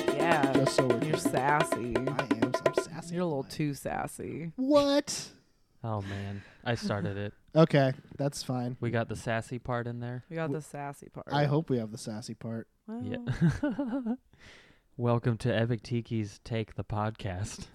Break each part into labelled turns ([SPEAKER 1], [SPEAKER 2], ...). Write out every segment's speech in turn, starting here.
[SPEAKER 1] That's so weird.
[SPEAKER 2] You're sassy.
[SPEAKER 1] I am. I'm sassy.
[SPEAKER 2] You're a little too sassy.
[SPEAKER 1] What?
[SPEAKER 3] Oh man, I started it.
[SPEAKER 1] Okay, that's fine.
[SPEAKER 3] We got the sassy part in there.
[SPEAKER 2] We got the sassy part.
[SPEAKER 1] I hope we have the sassy part.
[SPEAKER 2] Well, Oh.
[SPEAKER 3] Yeah. Welcome to Epic Tiki's Take the Podcast.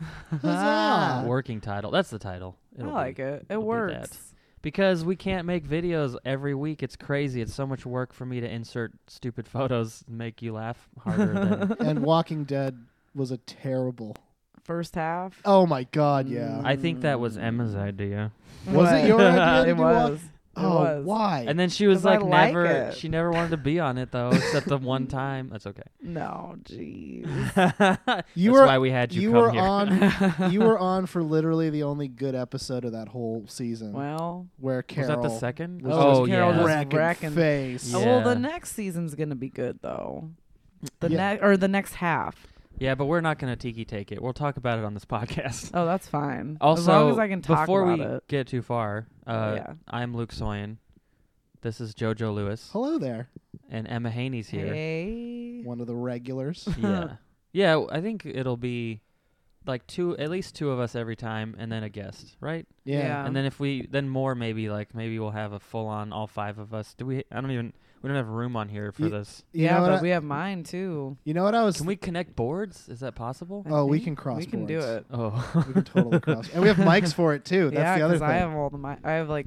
[SPEAKER 1] Huzzah!
[SPEAKER 3] Working title. That's the title.
[SPEAKER 2] I like it. It
[SPEAKER 3] it'll be
[SPEAKER 2] works.
[SPEAKER 3] Because we can't make videos every week. It's crazy. It's so much work for me to insert stupid photos and make you laugh harder than
[SPEAKER 1] and Walking Dead was a terrible.
[SPEAKER 2] First half.
[SPEAKER 1] Oh my god, yeah.
[SPEAKER 3] I think that was Emma's idea.
[SPEAKER 1] Was it your idea to
[SPEAKER 2] it
[SPEAKER 1] do Walk-
[SPEAKER 2] was.
[SPEAKER 1] oh,
[SPEAKER 2] was.
[SPEAKER 1] why?
[SPEAKER 3] And then she was
[SPEAKER 2] 'Cause I
[SPEAKER 3] like,
[SPEAKER 2] like
[SPEAKER 3] never
[SPEAKER 2] it.
[SPEAKER 3] she never wanted to be on it though, except the one time. That's okay.
[SPEAKER 2] No, jeez.
[SPEAKER 1] you
[SPEAKER 3] That's
[SPEAKER 1] were
[SPEAKER 3] why we had you,
[SPEAKER 1] you
[SPEAKER 3] come
[SPEAKER 1] were
[SPEAKER 3] here.
[SPEAKER 1] on you were on for literally the only good episode of that whole season
[SPEAKER 2] Well,
[SPEAKER 1] where
[SPEAKER 3] was
[SPEAKER 1] Carol
[SPEAKER 3] that the second?
[SPEAKER 1] was
[SPEAKER 3] oh
[SPEAKER 1] just
[SPEAKER 2] Carol
[SPEAKER 3] yeah.
[SPEAKER 2] just-
[SPEAKER 1] wrecking,
[SPEAKER 2] wrecking-
[SPEAKER 1] face. Oh,
[SPEAKER 2] uh, well,
[SPEAKER 3] Yeah.
[SPEAKER 2] the next season's gonna be good though. The
[SPEAKER 1] Yeah.
[SPEAKER 2] next or the next half.
[SPEAKER 3] Yeah, but we're not gonna tiki take it. We'll talk about it on this podcast.
[SPEAKER 2] Oh, that's fine.
[SPEAKER 3] Also,
[SPEAKER 2] as long as I can talk
[SPEAKER 3] before
[SPEAKER 2] about
[SPEAKER 3] we
[SPEAKER 2] it. Oh,
[SPEAKER 3] get too far, uh,
[SPEAKER 2] yeah.
[SPEAKER 3] I'm Luke Soyan. This is JoJo Lewis,
[SPEAKER 1] Hello there,
[SPEAKER 3] and Emma Haney's here.
[SPEAKER 2] Hey.
[SPEAKER 1] one of the regulars.
[SPEAKER 3] Yeah, yeah. w- I think it'll be like two, at least two of us every time, and then a guest, right?
[SPEAKER 1] Yeah.
[SPEAKER 2] Yeah.
[SPEAKER 3] And then if we, then more maybe. Like maybe we'll have a full on all five of us. Do we? I don't even. We don't have room on here for
[SPEAKER 1] Ye-
[SPEAKER 3] this.
[SPEAKER 1] You
[SPEAKER 2] yeah,
[SPEAKER 1] know
[SPEAKER 2] but
[SPEAKER 1] what I,
[SPEAKER 2] we have mine too.
[SPEAKER 1] you know what I was
[SPEAKER 3] Can we connect boards? Is that possible?
[SPEAKER 2] I
[SPEAKER 1] Oh, we
[SPEAKER 2] think
[SPEAKER 1] can cross
[SPEAKER 2] We can do
[SPEAKER 1] boards.
[SPEAKER 2] it.
[SPEAKER 3] Oh,
[SPEAKER 1] we can totally cross. And we have mics for it too. That's
[SPEAKER 2] yeah,
[SPEAKER 1] the other thing.
[SPEAKER 2] I have all the mi- I have like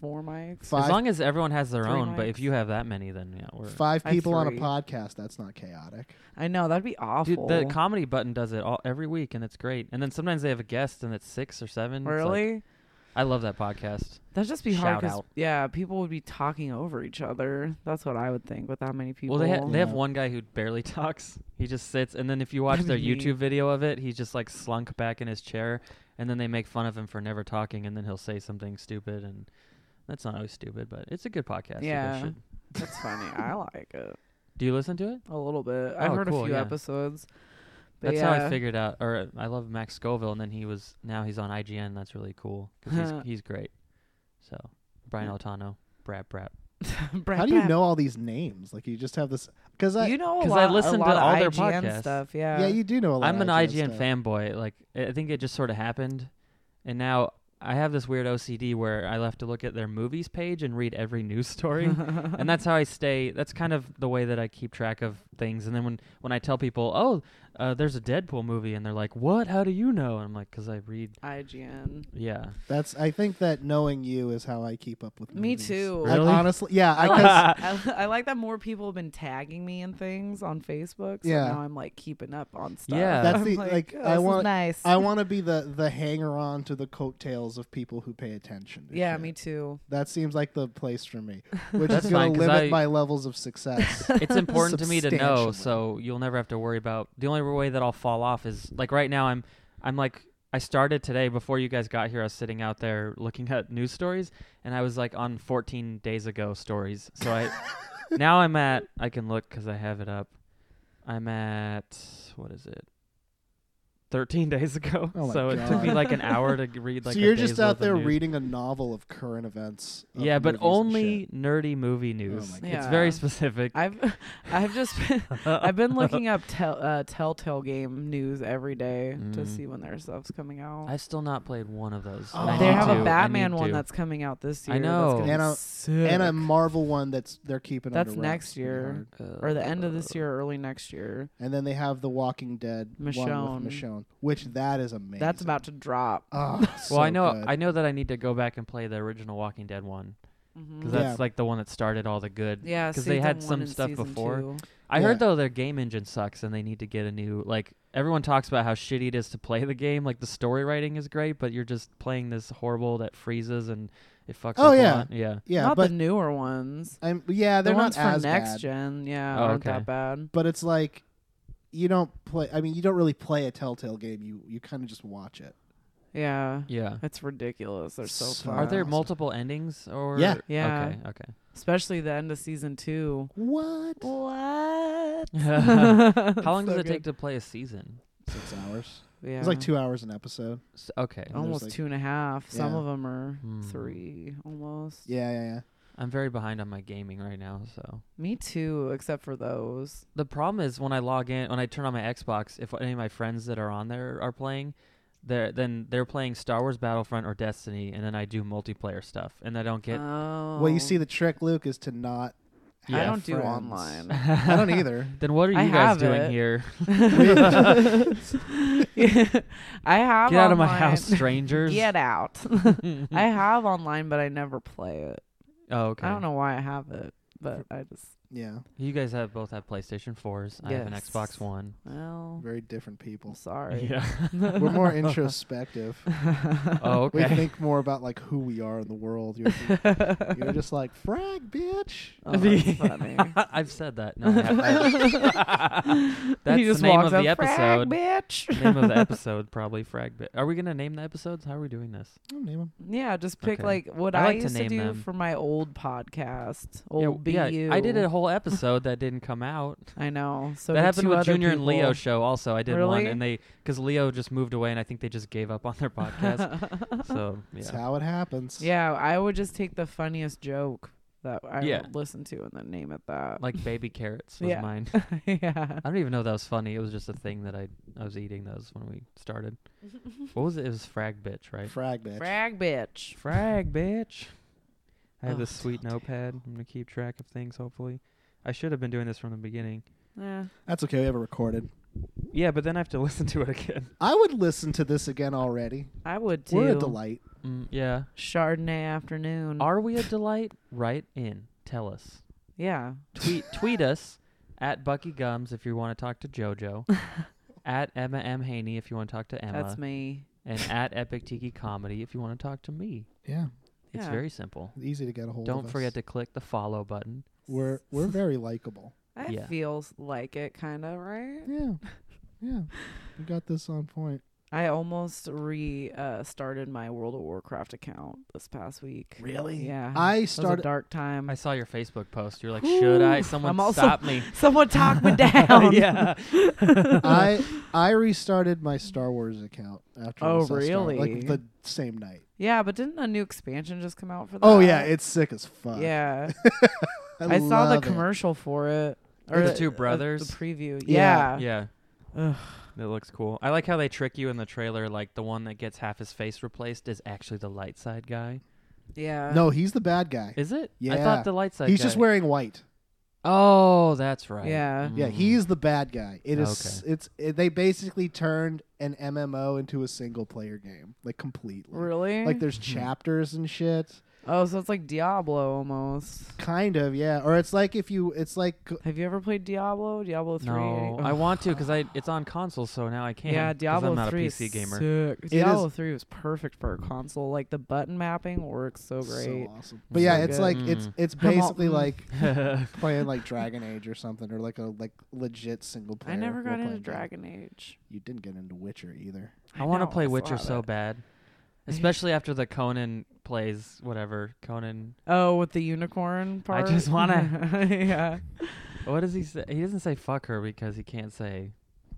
[SPEAKER 2] four mics.
[SPEAKER 1] Five-
[SPEAKER 3] as long as everyone has their
[SPEAKER 2] Three
[SPEAKER 3] own. But if
[SPEAKER 2] mics.
[SPEAKER 3] you have that many, then yeah, we're.
[SPEAKER 1] Five
[SPEAKER 2] I have
[SPEAKER 1] people on a
[SPEAKER 2] three.
[SPEAKER 1] podcast, that's not chaotic.
[SPEAKER 2] I know that'd be
[SPEAKER 3] Dude,
[SPEAKER 2] awful.
[SPEAKER 3] the comedy button does it all every week, and it's great. And then sometimes they have a guest, and it's six or seven. It's like-
[SPEAKER 2] really?
[SPEAKER 3] I love that podcast.
[SPEAKER 2] That'd just be hard
[SPEAKER 3] Shout
[SPEAKER 2] 'cause,
[SPEAKER 3] out.
[SPEAKER 2] yeah, people would be talking over each other. That's what I would think with that many people.
[SPEAKER 3] Well, they ha- they have
[SPEAKER 1] Yeah.
[SPEAKER 3] one guy who barely talks. He just sits, and then if you watch
[SPEAKER 2] That'd
[SPEAKER 3] their
[SPEAKER 2] be me.
[SPEAKER 3] YouTube video of it, he's just like slunk back in his chair, and then they make fun of him for never talking, and then he'll say something stupid, and that's not always stupid, but it's a good podcast. you guys
[SPEAKER 2] Yeah.
[SPEAKER 3] should-
[SPEAKER 2] That's funny. I like it
[SPEAKER 3] Do you listen to it?
[SPEAKER 2] a little bit. I've
[SPEAKER 3] Oh,
[SPEAKER 2] heard
[SPEAKER 3] cool,
[SPEAKER 2] a few
[SPEAKER 3] yeah.
[SPEAKER 2] episodes. But
[SPEAKER 3] That's how I
[SPEAKER 2] yeah.
[SPEAKER 3] figured out. Or uh, I love Max Scoville, and then he was now he's on IGN. That's really cool 'cause he's he's great. So
[SPEAKER 2] Mm.
[SPEAKER 3] Brian Altano, Brad Brad.
[SPEAKER 2] Brad
[SPEAKER 1] How do you
[SPEAKER 2] Pitt.
[SPEAKER 1] know all these names? Like you just have this because I
[SPEAKER 2] You uh, know a
[SPEAKER 3] 'Cause
[SPEAKER 2] lot.
[SPEAKER 3] I
[SPEAKER 2] a
[SPEAKER 3] listen to
[SPEAKER 2] lot of
[SPEAKER 3] all their
[SPEAKER 2] IGN
[SPEAKER 3] podcasts.
[SPEAKER 2] stuff. Yeah.
[SPEAKER 1] yeah you do know a lot.
[SPEAKER 3] I'm
[SPEAKER 1] of
[SPEAKER 3] an IGN
[SPEAKER 1] stuff.
[SPEAKER 3] fanboy. Like I I think it just sort of happened, and now I have this weird OCD where I have to look at their movies page and read every news story, and that's how I stay. That's kind of the way that I keep track of things. And then when when I tell people, oh, uh, there's a Deadpool movie, and they're like, what? How do you know? And I'm like, because I read.
[SPEAKER 2] IGN.
[SPEAKER 3] Yeah,
[SPEAKER 1] That's I think that knowing you is how I keep up with
[SPEAKER 2] Me
[SPEAKER 1] movies.
[SPEAKER 2] too. Oh.
[SPEAKER 1] Like,
[SPEAKER 3] Really?
[SPEAKER 1] honestly, yeah, I,
[SPEAKER 2] I,
[SPEAKER 1] 'cause-
[SPEAKER 2] like, I, I like that more people have been tagging me and things on Facebook. So
[SPEAKER 1] Yeah.
[SPEAKER 2] now I'm like keeping up on stuff.
[SPEAKER 3] Yeah.
[SPEAKER 1] That's
[SPEAKER 2] I'm
[SPEAKER 1] the-
[SPEAKER 2] like,
[SPEAKER 1] like,
[SPEAKER 2] oh,
[SPEAKER 1] I
[SPEAKER 2] this is
[SPEAKER 1] want-
[SPEAKER 2] nice.
[SPEAKER 1] I want to be the the hanger on to the coattails of people who pay attention. to
[SPEAKER 2] yeah,
[SPEAKER 1] shit.
[SPEAKER 2] me too.
[SPEAKER 1] That seems like the place for me, which
[SPEAKER 3] That's
[SPEAKER 1] is going
[SPEAKER 3] fine,
[SPEAKER 1] to
[SPEAKER 3] 'cause
[SPEAKER 1] limit
[SPEAKER 3] I-
[SPEAKER 1] my levels of success.
[SPEAKER 3] it's important to me to
[SPEAKER 1] Substantially.
[SPEAKER 3] know so you'll never have to worry about the only way that i'll fall off is like right now i'm i'm like i started today before you guys got here i was sitting out there looking at news stories and i was like on 14 days ago stories so i now i'm at i can look because i have it up i'm at what is it 13 days ago
[SPEAKER 1] Oh my
[SPEAKER 3] so it took me
[SPEAKER 1] God.
[SPEAKER 3] like an hour to g- read like
[SPEAKER 1] so
[SPEAKER 3] a
[SPEAKER 1] you're
[SPEAKER 3] day's
[SPEAKER 1] just out
[SPEAKER 3] worth of
[SPEAKER 1] there
[SPEAKER 3] news.
[SPEAKER 1] reading a novel of current events. of
[SPEAKER 3] yeah but
[SPEAKER 1] movies and
[SPEAKER 3] only
[SPEAKER 1] shit. Oh
[SPEAKER 3] nerdy movie news
[SPEAKER 1] God.
[SPEAKER 3] it's
[SPEAKER 2] Yeah.
[SPEAKER 3] very specific
[SPEAKER 2] I've I've just been, I've been looking up tel- uh, Telltale game news every day to
[SPEAKER 3] Mm.
[SPEAKER 2] see when their stuff's coming out.
[SPEAKER 3] I've still not played one of those.
[SPEAKER 1] Oh.
[SPEAKER 3] I
[SPEAKER 2] they
[SPEAKER 3] need
[SPEAKER 2] have
[SPEAKER 3] to.
[SPEAKER 2] a
[SPEAKER 3] I
[SPEAKER 2] Batman
[SPEAKER 3] need
[SPEAKER 2] one
[SPEAKER 3] to.
[SPEAKER 2] that's coming out this year.
[SPEAKER 3] I know.
[SPEAKER 2] That's gonna
[SPEAKER 1] And
[SPEAKER 2] be
[SPEAKER 1] a-
[SPEAKER 2] sick.
[SPEAKER 1] and a Marvel one that's they're keeping.
[SPEAKER 2] That's
[SPEAKER 1] under
[SPEAKER 2] next
[SPEAKER 1] wraps pretty
[SPEAKER 2] year.
[SPEAKER 1] hard.
[SPEAKER 3] Uh,
[SPEAKER 2] or the end of this year, early next year.
[SPEAKER 1] and then they have the Walking Dead one with
[SPEAKER 2] Michonne.
[SPEAKER 1] Michonne, which that is amazing.
[SPEAKER 2] That's about to drop.
[SPEAKER 1] Oh,
[SPEAKER 3] Well, I know
[SPEAKER 1] Good.
[SPEAKER 3] I know that I need to go back and play the original Walking Dead one
[SPEAKER 2] Mhm.
[SPEAKER 3] because
[SPEAKER 1] Mm. Yeah.
[SPEAKER 3] that's like the one that started all the good.
[SPEAKER 2] yeah,
[SPEAKER 3] 'cause they
[SPEAKER 2] season
[SPEAKER 3] had
[SPEAKER 2] one
[SPEAKER 3] some
[SPEAKER 2] and
[SPEAKER 3] stuff
[SPEAKER 2] season
[SPEAKER 3] before.
[SPEAKER 2] two.
[SPEAKER 3] I
[SPEAKER 1] Yeah.
[SPEAKER 3] heard though their game engine sucks and they need to get a new like everyone talks about how shitty it is to play the game. Like the story writing is great, but you're just playing this horrible that freezes and it fucks.
[SPEAKER 1] Oh,
[SPEAKER 3] up a
[SPEAKER 1] yeah.
[SPEAKER 3] lot. yeah.
[SPEAKER 1] yeah,
[SPEAKER 2] not
[SPEAKER 1] but
[SPEAKER 2] the newer ones.
[SPEAKER 1] I'm, yeah, they're
[SPEAKER 2] the
[SPEAKER 1] not
[SPEAKER 2] ones
[SPEAKER 1] as
[SPEAKER 2] for next
[SPEAKER 1] bad.
[SPEAKER 2] gen, yeah,
[SPEAKER 3] Oh,
[SPEAKER 2] aren't
[SPEAKER 3] okay.
[SPEAKER 2] that bad.
[SPEAKER 1] But it's like you don't play. I mean, you don't really play a Telltale game. You you kind of just watch it.
[SPEAKER 2] Yeah,
[SPEAKER 3] Yeah.
[SPEAKER 2] it's ridiculous. They're so,
[SPEAKER 1] So-
[SPEAKER 2] far.
[SPEAKER 3] Are there
[SPEAKER 1] Awesome.
[SPEAKER 3] multiple endings or?
[SPEAKER 1] Yeah.
[SPEAKER 2] Yeah.
[SPEAKER 3] Okay. Okay.
[SPEAKER 2] Especially the end of season two.
[SPEAKER 1] What?
[SPEAKER 2] What?
[SPEAKER 3] How long
[SPEAKER 1] So
[SPEAKER 3] does it take
[SPEAKER 1] good.
[SPEAKER 3] to play a season?
[SPEAKER 1] Six hours.
[SPEAKER 2] Yeah.
[SPEAKER 1] It's like two hours an episode.
[SPEAKER 3] S- okay.
[SPEAKER 1] there's
[SPEAKER 2] Almost
[SPEAKER 1] like-
[SPEAKER 2] two and a half. Some
[SPEAKER 1] Yeah.
[SPEAKER 2] of them are
[SPEAKER 3] Hmm.
[SPEAKER 2] three, almost.
[SPEAKER 1] Yeah, yeah, yeah.
[SPEAKER 3] I'm very behind on my gaming right now, so.
[SPEAKER 2] Me too, except for those.
[SPEAKER 3] The problem is when I log in, when I turn on my Xbox, if any of my friends that are on there are playing, they're, then they're playing Star Wars Battlefront or Destiny, and then I do multiplayer stuff, and I don't get.
[SPEAKER 2] oh.
[SPEAKER 1] Well, you see, the trick, Luke, is to not.
[SPEAKER 3] Yeah.
[SPEAKER 2] I
[SPEAKER 1] have
[SPEAKER 2] don't do
[SPEAKER 1] friends.
[SPEAKER 2] online.
[SPEAKER 1] I don't either.
[SPEAKER 3] Then what are you
[SPEAKER 2] I
[SPEAKER 3] guys
[SPEAKER 2] have
[SPEAKER 3] doing
[SPEAKER 2] it.
[SPEAKER 3] here?
[SPEAKER 2] I have
[SPEAKER 3] Get out of my
[SPEAKER 2] online-
[SPEAKER 3] house, strangers.
[SPEAKER 2] Get out. I have online, but I never play it.
[SPEAKER 3] oh, okay.
[SPEAKER 2] I don't know why I have it, but I just
[SPEAKER 1] Yeah,
[SPEAKER 3] You guys have both have PlayStation 4s. I have an
[SPEAKER 2] Yes.
[SPEAKER 3] Xbox One.
[SPEAKER 2] well,
[SPEAKER 1] very different
[SPEAKER 2] I'm
[SPEAKER 1] people.
[SPEAKER 2] sorry.
[SPEAKER 1] We're more introspective.
[SPEAKER 3] oh,
[SPEAKER 1] We
[SPEAKER 3] okay.
[SPEAKER 1] think more about like who we are in the world. You're, you're just like frag, bitch.
[SPEAKER 2] Oh, that's funny.
[SPEAKER 3] I've said that. No, I haven't. that's
[SPEAKER 2] he just
[SPEAKER 3] the name
[SPEAKER 2] walks
[SPEAKER 3] of
[SPEAKER 2] up,
[SPEAKER 3] the
[SPEAKER 2] "Frag,
[SPEAKER 3] episode.
[SPEAKER 2] bitch.
[SPEAKER 3] name of the episode probably frag. Bit. Are we gonna name the episodes? How are we doing this?
[SPEAKER 1] I'll name 'em.
[SPEAKER 2] Yeah, just pick
[SPEAKER 3] Okay.
[SPEAKER 2] like what
[SPEAKER 3] I
[SPEAKER 2] I,
[SPEAKER 3] like to
[SPEAKER 2] used to,
[SPEAKER 3] name
[SPEAKER 2] do
[SPEAKER 3] them.
[SPEAKER 2] for my old podcast.
[SPEAKER 3] Yeah,
[SPEAKER 2] Old
[SPEAKER 3] yeah,
[SPEAKER 2] BU.
[SPEAKER 3] I did a whole episode that didn't come out.
[SPEAKER 2] I know. So
[SPEAKER 3] that
[SPEAKER 2] did
[SPEAKER 3] happened
[SPEAKER 2] two
[SPEAKER 3] with
[SPEAKER 2] other
[SPEAKER 3] Junior and Leo
[SPEAKER 2] people.
[SPEAKER 3] show. Also, I did one,
[SPEAKER 2] Really?
[SPEAKER 3] and they because Leo just moved away, and I think they just gave up on their podcast. so
[SPEAKER 1] It's
[SPEAKER 3] yeah,
[SPEAKER 1] how it happens.
[SPEAKER 2] Yeah, I would just take the funniest joke that I
[SPEAKER 3] Yeah.
[SPEAKER 2] would listen to and then name it that.
[SPEAKER 3] like baby carrots was
[SPEAKER 2] Yeah.
[SPEAKER 3] mine.
[SPEAKER 2] yeah.
[SPEAKER 3] I don't even know that was funny. It was just a thing that I I was eating those when we started. what was it? It was frag bitch, right?
[SPEAKER 1] Frag, bitch.
[SPEAKER 2] Frag bitch.
[SPEAKER 3] Frag bitch. I have
[SPEAKER 2] Oh,
[SPEAKER 3] this sweet notepad. I'm gonna keep track of things. Hopefully, I should have been doing this from the beginning.
[SPEAKER 2] Yeah.
[SPEAKER 1] That's okay. We have it recorded.
[SPEAKER 3] Yeah, but then I have to listen to it again.
[SPEAKER 1] I would listen to this again already.
[SPEAKER 2] I would too.
[SPEAKER 1] We're a delight.
[SPEAKER 3] Mm, yeah.
[SPEAKER 2] Chardonnay afternoon.
[SPEAKER 3] Are we a delight? Write in. Tell us.
[SPEAKER 2] yeah.
[SPEAKER 3] Tweet tweet us at Bucky Gums if you want to talk to JoJo. at Emma M Haney if you want to talk to Emma.
[SPEAKER 2] That's me.
[SPEAKER 3] And at Epic Tiki Comedy if you want to talk to me.
[SPEAKER 1] Yeah,
[SPEAKER 3] It's
[SPEAKER 2] Yeah.
[SPEAKER 3] very simple.
[SPEAKER 1] easy to get a hold of.
[SPEAKER 3] Don't
[SPEAKER 1] us.
[SPEAKER 3] forget to click the follow button.
[SPEAKER 1] We're we're very likable.
[SPEAKER 2] I
[SPEAKER 3] Yeah.
[SPEAKER 2] feels like it kind of, right?
[SPEAKER 1] Yeah, yeah. You got this on point.
[SPEAKER 2] I almost re uh, started my World of Warcraft account this past week.
[SPEAKER 1] Really?
[SPEAKER 2] Yeah.
[SPEAKER 1] I
[SPEAKER 2] It was a
[SPEAKER 1] started.
[SPEAKER 2] dark time.
[SPEAKER 3] I saw your Facebook post. You were like, should I?
[SPEAKER 2] Ooh,
[SPEAKER 3] Someone
[SPEAKER 2] I'm also-
[SPEAKER 3] stop me.
[SPEAKER 2] Someone talk me down.
[SPEAKER 3] yeah.
[SPEAKER 1] I I restarted my Star Wars account after. I
[SPEAKER 2] Oh,
[SPEAKER 1] saw Star-
[SPEAKER 2] really?
[SPEAKER 1] like the same night.
[SPEAKER 2] Yeah, but didn't a new expansion just come out for that?
[SPEAKER 1] Oh yeah, it's sick as fuck.
[SPEAKER 2] yeah.
[SPEAKER 1] I,
[SPEAKER 2] I, saw the
[SPEAKER 1] love it.
[SPEAKER 2] commercial for it.
[SPEAKER 3] The
[SPEAKER 2] uh,
[SPEAKER 3] two
[SPEAKER 2] uh,
[SPEAKER 3] brothers?
[SPEAKER 2] The preview. Yeah.
[SPEAKER 1] Yeah.
[SPEAKER 3] yeah.
[SPEAKER 2] Ugh.
[SPEAKER 3] It looks cool. I like how they trick you in the trailer. Like the one that gets half his face replaced is actually the light side guy.
[SPEAKER 2] Yeah.
[SPEAKER 1] No, he's the bad guy.
[SPEAKER 3] Is it? I
[SPEAKER 1] Yeah.
[SPEAKER 3] thought the light side.
[SPEAKER 1] He's
[SPEAKER 3] guy.
[SPEAKER 1] just wearing white.
[SPEAKER 3] Oh, that's right.
[SPEAKER 2] Yeah.
[SPEAKER 1] Yeah,
[SPEAKER 3] Mm.
[SPEAKER 1] he's the bad guy. It is. It's. It, they basically turned an MMO into a single player game, like completely.
[SPEAKER 2] Really? Mm-hmm.
[SPEAKER 1] Like there's chapters and shit.
[SPEAKER 2] oh, so it's like Diablo almost.
[SPEAKER 1] Kind of, yeah. Or it's like if you. It's like
[SPEAKER 2] Have you ever played Diablo? Diablo three?
[SPEAKER 3] No, I want to because I it's on console, so now I can.
[SPEAKER 2] yeah,
[SPEAKER 3] 'cause
[SPEAKER 2] Diablo
[SPEAKER 3] I'm not
[SPEAKER 2] three
[SPEAKER 3] a PC
[SPEAKER 2] is
[SPEAKER 3] gamer.
[SPEAKER 2] sick.
[SPEAKER 1] is-
[SPEAKER 2] Diablo three was perfect for a console. Like the button mapping works so great.
[SPEAKER 1] So awesome. But yeah,
[SPEAKER 2] So
[SPEAKER 1] it's
[SPEAKER 2] good.
[SPEAKER 1] like it's
[SPEAKER 3] Mm.
[SPEAKER 1] it's
[SPEAKER 2] I'm all,
[SPEAKER 1] basically
[SPEAKER 2] mm.
[SPEAKER 1] like
[SPEAKER 3] I
[SPEAKER 1] playing like Dragon Age or something, or like a like legit single player.
[SPEAKER 2] I never got
[SPEAKER 1] role-playing
[SPEAKER 2] into
[SPEAKER 1] game.
[SPEAKER 2] Dragon Age.
[SPEAKER 1] You didn't get into Witcher either.
[SPEAKER 3] want
[SPEAKER 2] know,
[SPEAKER 3] to play
[SPEAKER 2] saw
[SPEAKER 3] Witcher so
[SPEAKER 2] it.
[SPEAKER 3] bad, especially after the Conan plays whatever Conan.
[SPEAKER 2] Oh, with the unicorn
[SPEAKER 3] I
[SPEAKER 2] part.
[SPEAKER 3] just wanna-
[SPEAKER 2] yeah.
[SPEAKER 3] What does he say? He doesn't say fuck her because he can't say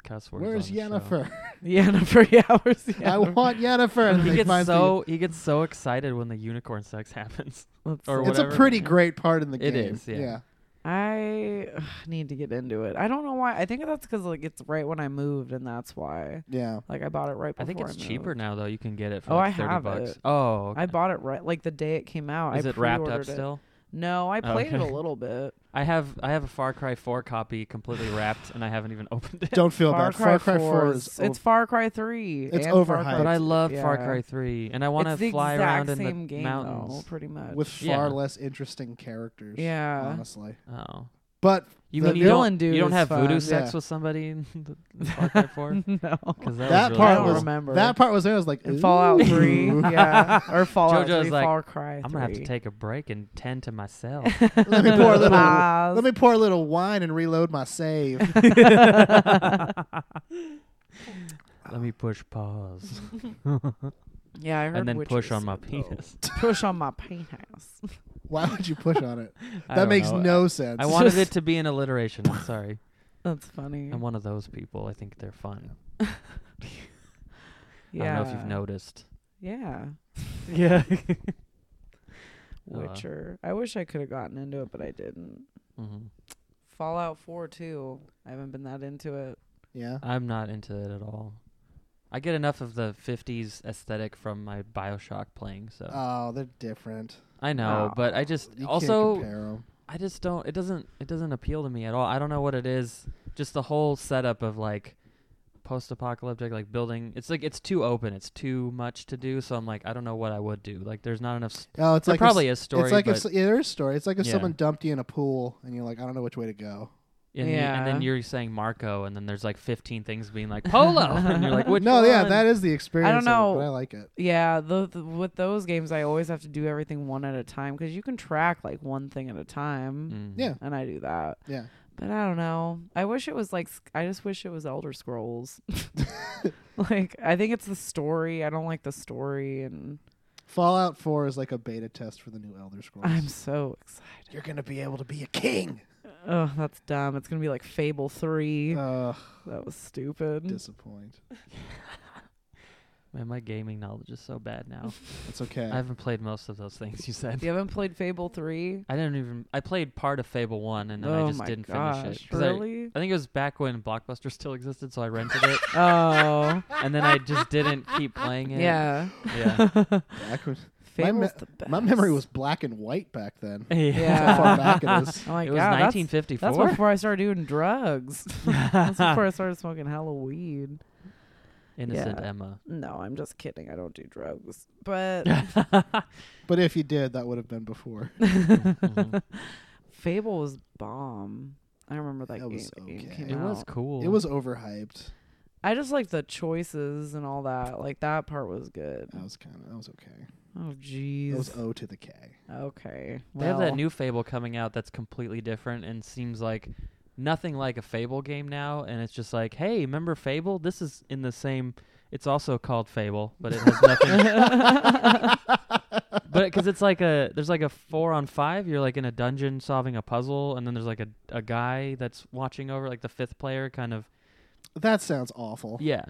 [SPEAKER 3] cuss words.
[SPEAKER 1] Where's
[SPEAKER 3] on the show.
[SPEAKER 1] Yennefer?
[SPEAKER 2] Yennefer. Yeah. Where's
[SPEAKER 1] I
[SPEAKER 2] Yennefer?
[SPEAKER 1] want Yennefer. And
[SPEAKER 3] He
[SPEAKER 1] they
[SPEAKER 3] gets
[SPEAKER 1] find the-
[SPEAKER 3] so he gets so excited when the unicorn sex happens.
[SPEAKER 2] Let's
[SPEAKER 3] or
[SPEAKER 2] see.
[SPEAKER 1] It's a
[SPEAKER 3] whatever.
[SPEAKER 1] pretty great part in the
[SPEAKER 3] It
[SPEAKER 1] game.
[SPEAKER 3] is, yeah.
[SPEAKER 2] I ugh, need to get into it. I don't know why. I think that's because like it's right when I moved, and that's why.
[SPEAKER 1] yeah.
[SPEAKER 2] Like I bought it right. Before
[SPEAKER 3] I think it's
[SPEAKER 2] moved.
[SPEAKER 3] cheaper now though. You can get it for
[SPEAKER 2] Oh,
[SPEAKER 3] like
[SPEAKER 2] I
[SPEAKER 3] thirty
[SPEAKER 2] have
[SPEAKER 3] bucks.
[SPEAKER 2] it.
[SPEAKER 3] Oh,
[SPEAKER 2] I
[SPEAKER 3] okay.
[SPEAKER 2] bought it right like the day it came out.
[SPEAKER 3] is
[SPEAKER 2] I
[SPEAKER 3] it wrapped up
[SPEAKER 2] pre-ordered it.
[SPEAKER 3] still?
[SPEAKER 2] No, I played it
[SPEAKER 3] Okay.
[SPEAKER 2] a little bit.
[SPEAKER 3] I have I have a Far Cry 4 copy completely wrapped and I haven't even opened it.
[SPEAKER 1] Don't feel
[SPEAKER 2] Far
[SPEAKER 1] bad.
[SPEAKER 2] Cry,
[SPEAKER 1] Far Cry 4 is.
[SPEAKER 2] it's
[SPEAKER 1] over-
[SPEAKER 2] Far Cry Three.
[SPEAKER 1] It's
[SPEAKER 2] and Far
[SPEAKER 1] overhyped.
[SPEAKER 2] Cry
[SPEAKER 3] But I love Far
[SPEAKER 2] yeah.
[SPEAKER 3] Cry 3 and I want to
[SPEAKER 2] It's the
[SPEAKER 3] fly
[SPEAKER 2] exact
[SPEAKER 3] around in the
[SPEAKER 2] same game,
[SPEAKER 3] mountains.
[SPEAKER 2] Though, pretty much.
[SPEAKER 1] with
[SPEAKER 3] Yeah.
[SPEAKER 1] far less interesting characters.
[SPEAKER 2] Yeah.
[SPEAKER 1] Honestly.
[SPEAKER 3] oh.
[SPEAKER 1] But
[SPEAKER 3] You
[SPEAKER 1] The
[SPEAKER 3] mean you don't,
[SPEAKER 2] villain dude
[SPEAKER 3] you don't
[SPEAKER 2] is
[SPEAKER 3] have voodoo
[SPEAKER 2] fun.
[SPEAKER 3] sex
[SPEAKER 1] Yeah.
[SPEAKER 3] with somebody in the- in Far Cry 4?
[SPEAKER 2] no,
[SPEAKER 3] Cuz that,
[SPEAKER 1] That
[SPEAKER 3] was really
[SPEAKER 1] part
[SPEAKER 2] I don't
[SPEAKER 3] cool.
[SPEAKER 1] was-
[SPEAKER 2] remember
[SPEAKER 1] that part was there. I was like,
[SPEAKER 2] In Fallout
[SPEAKER 1] "Ooh."
[SPEAKER 2] Three, yeah, or Fallout
[SPEAKER 3] JoJo's
[SPEAKER 2] Three,
[SPEAKER 3] like,
[SPEAKER 2] Far Cry. 3.
[SPEAKER 3] I'm going to have to take a break and tend to myself.
[SPEAKER 1] Let me pour a little.
[SPEAKER 2] Lies.
[SPEAKER 1] Let me pour a little wine and reload my save.
[SPEAKER 3] Let me push pause
[SPEAKER 2] Yeah, I heard
[SPEAKER 3] and then
[SPEAKER 2] Witcher
[SPEAKER 3] push on
[SPEAKER 2] is
[SPEAKER 3] my
[SPEAKER 2] good, though.
[SPEAKER 3] penis.
[SPEAKER 2] push on my penis.
[SPEAKER 1] Why would you push on it?
[SPEAKER 3] I
[SPEAKER 1] That
[SPEAKER 3] don't
[SPEAKER 1] makes
[SPEAKER 3] know.
[SPEAKER 1] no sense.
[SPEAKER 3] I wanted it
[SPEAKER 2] Just-
[SPEAKER 3] to be an alliteration. I'm sorry.
[SPEAKER 2] That's funny.
[SPEAKER 3] I'm one of those people. I think they're fun.
[SPEAKER 2] yeah.
[SPEAKER 3] I don't know if you've noticed.
[SPEAKER 2] Yeah.
[SPEAKER 3] Yeah.
[SPEAKER 2] Witcher. I wish I could have gotten into it, but I didn't.
[SPEAKER 3] hmm
[SPEAKER 2] Fallout 4 too. I haven't been that into it.
[SPEAKER 1] Yeah.
[SPEAKER 3] I'm not into it at all. I get enough of the 50s aesthetic from my Bioshock playing, so
[SPEAKER 1] Oh, they're different.
[SPEAKER 3] I know,
[SPEAKER 2] Oh.
[SPEAKER 3] but I just
[SPEAKER 1] You can't
[SPEAKER 3] also
[SPEAKER 1] compare 'em.
[SPEAKER 3] I just don't. It doesn't. It doesn't appeal to me at all. I don't know what it is. Just the whole setup of like post-apocalyptic, like building. It's like it's too open. It's too much to do. So I'm like, I don't know what I would do. Like, there's not enough. s-
[SPEAKER 1] Oh, it's
[SPEAKER 3] there
[SPEAKER 1] like
[SPEAKER 3] probably
[SPEAKER 1] a,
[SPEAKER 3] is story,
[SPEAKER 1] It's like
[SPEAKER 3] but
[SPEAKER 1] if, s- yeah, there is story. It's like if
[SPEAKER 3] Yeah.
[SPEAKER 1] someone dumped you in a pool and you're like, I don't know which way to go.
[SPEAKER 3] and, you- and then
[SPEAKER 2] Yeah.
[SPEAKER 3] you're saying Marco, and then there's like 15 things being like Polo, and you're like, which
[SPEAKER 1] no, yeah,
[SPEAKER 3] one?
[SPEAKER 1] that is the experience. of it,
[SPEAKER 2] know.
[SPEAKER 1] but I like it.
[SPEAKER 2] Yeah, the, the, with those games, I always have to do everything one at a time because you can track like one thing at a time,
[SPEAKER 3] Mm.
[SPEAKER 1] Yeah.
[SPEAKER 2] and I do that.
[SPEAKER 1] Yeah.
[SPEAKER 2] But I don't know. I wish it was like Sc- I just wish it was Elder Scrolls. like I think it's the story. I don't like the story, and
[SPEAKER 1] Fallout 4 is like a beta test for the new Elder Scrolls.
[SPEAKER 2] I'm so excited.
[SPEAKER 1] You're gonna be able to be a king.
[SPEAKER 2] Oh, that's dumb. It's gonna be like Fable Three.
[SPEAKER 1] Ugh,
[SPEAKER 2] that was
[SPEAKER 3] Mm.
[SPEAKER 2] stupid.
[SPEAKER 1] disappoint.
[SPEAKER 3] Man, my gaming knowledge is so bad now.
[SPEAKER 1] That's okay.
[SPEAKER 3] I haven't played most of those things you said.
[SPEAKER 2] you haven't played Fable Three?
[SPEAKER 3] I didn't even. I played part of Fable One, and then
[SPEAKER 2] oh
[SPEAKER 3] I just
[SPEAKER 2] my
[SPEAKER 3] didn't
[SPEAKER 2] gosh!
[SPEAKER 3] finish it. 'cause I,
[SPEAKER 2] Really?
[SPEAKER 3] I think it was back when Blockbuster still existed, so I rented it,
[SPEAKER 2] oh,
[SPEAKER 3] and then I just didn't keep playing it.
[SPEAKER 2] yeah.
[SPEAKER 3] Yeah.
[SPEAKER 1] Back when- My me-
[SPEAKER 2] Fable's the best.
[SPEAKER 1] my memory was black and white back then.
[SPEAKER 3] yeah.
[SPEAKER 1] That's how far back
[SPEAKER 2] Yeah.
[SPEAKER 1] it is.
[SPEAKER 2] I'm like,
[SPEAKER 3] It was
[SPEAKER 2] "Yeah, Oh that's-
[SPEAKER 3] 1954.
[SPEAKER 2] That's before I started doing drugs. that's before I started smoking hella weed.
[SPEAKER 3] Innocent
[SPEAKER 2] Yeah.
[SPEAKER 3] Emma.
[SPEAKER 2] No, I'm just kidding. I don't do drugs. But
[SPEAKER 1] But if you did, that would have been before.
[SPEAKER 3] Mm-hmm.
[SPEAKER 2] Fable was bomb. I remember that,
[SPEAKER 1] That
[SPEAKER 2] game.
[SPEAKER 1] was
[SPEAKER 2] that game
[SPEAKER 1] okay.
[SPEAKER 2] came
[SPEAKER 3] It was
[SPEAKER 2] out.
[SPEAKER 3] cool.
[SPEAKER 1] It was overhyped.
[SPEAKER 2] I just like the choices and all that. Like that part was good.
[SPEAKER 1] That was kind of. That was okay.
[SPEAKER 2] Oh
[SPEAKER 1] It was
[SPEAKER 2] jeez.
[SPEAKER 1] O to the K.
[SPEAKER 2] Okay.
[SPEAKER 3] They have that
[SPEAKER 2] well,
[SPEAKER 3] new Fable coming out that's completely different and seems like nothing like a Fable game now. And it's just like, hey, remember Fable? This is in the same. It's also called Fable, but it has nothing. but because it's like a there's like a four on five. You're like in a dungeon solving a puzzle, and then there's like a a guy that's watching over, like the fifth player, kind of
[SPEAKER 1] That sounds awful.
[SPEAKER 3] Yeah.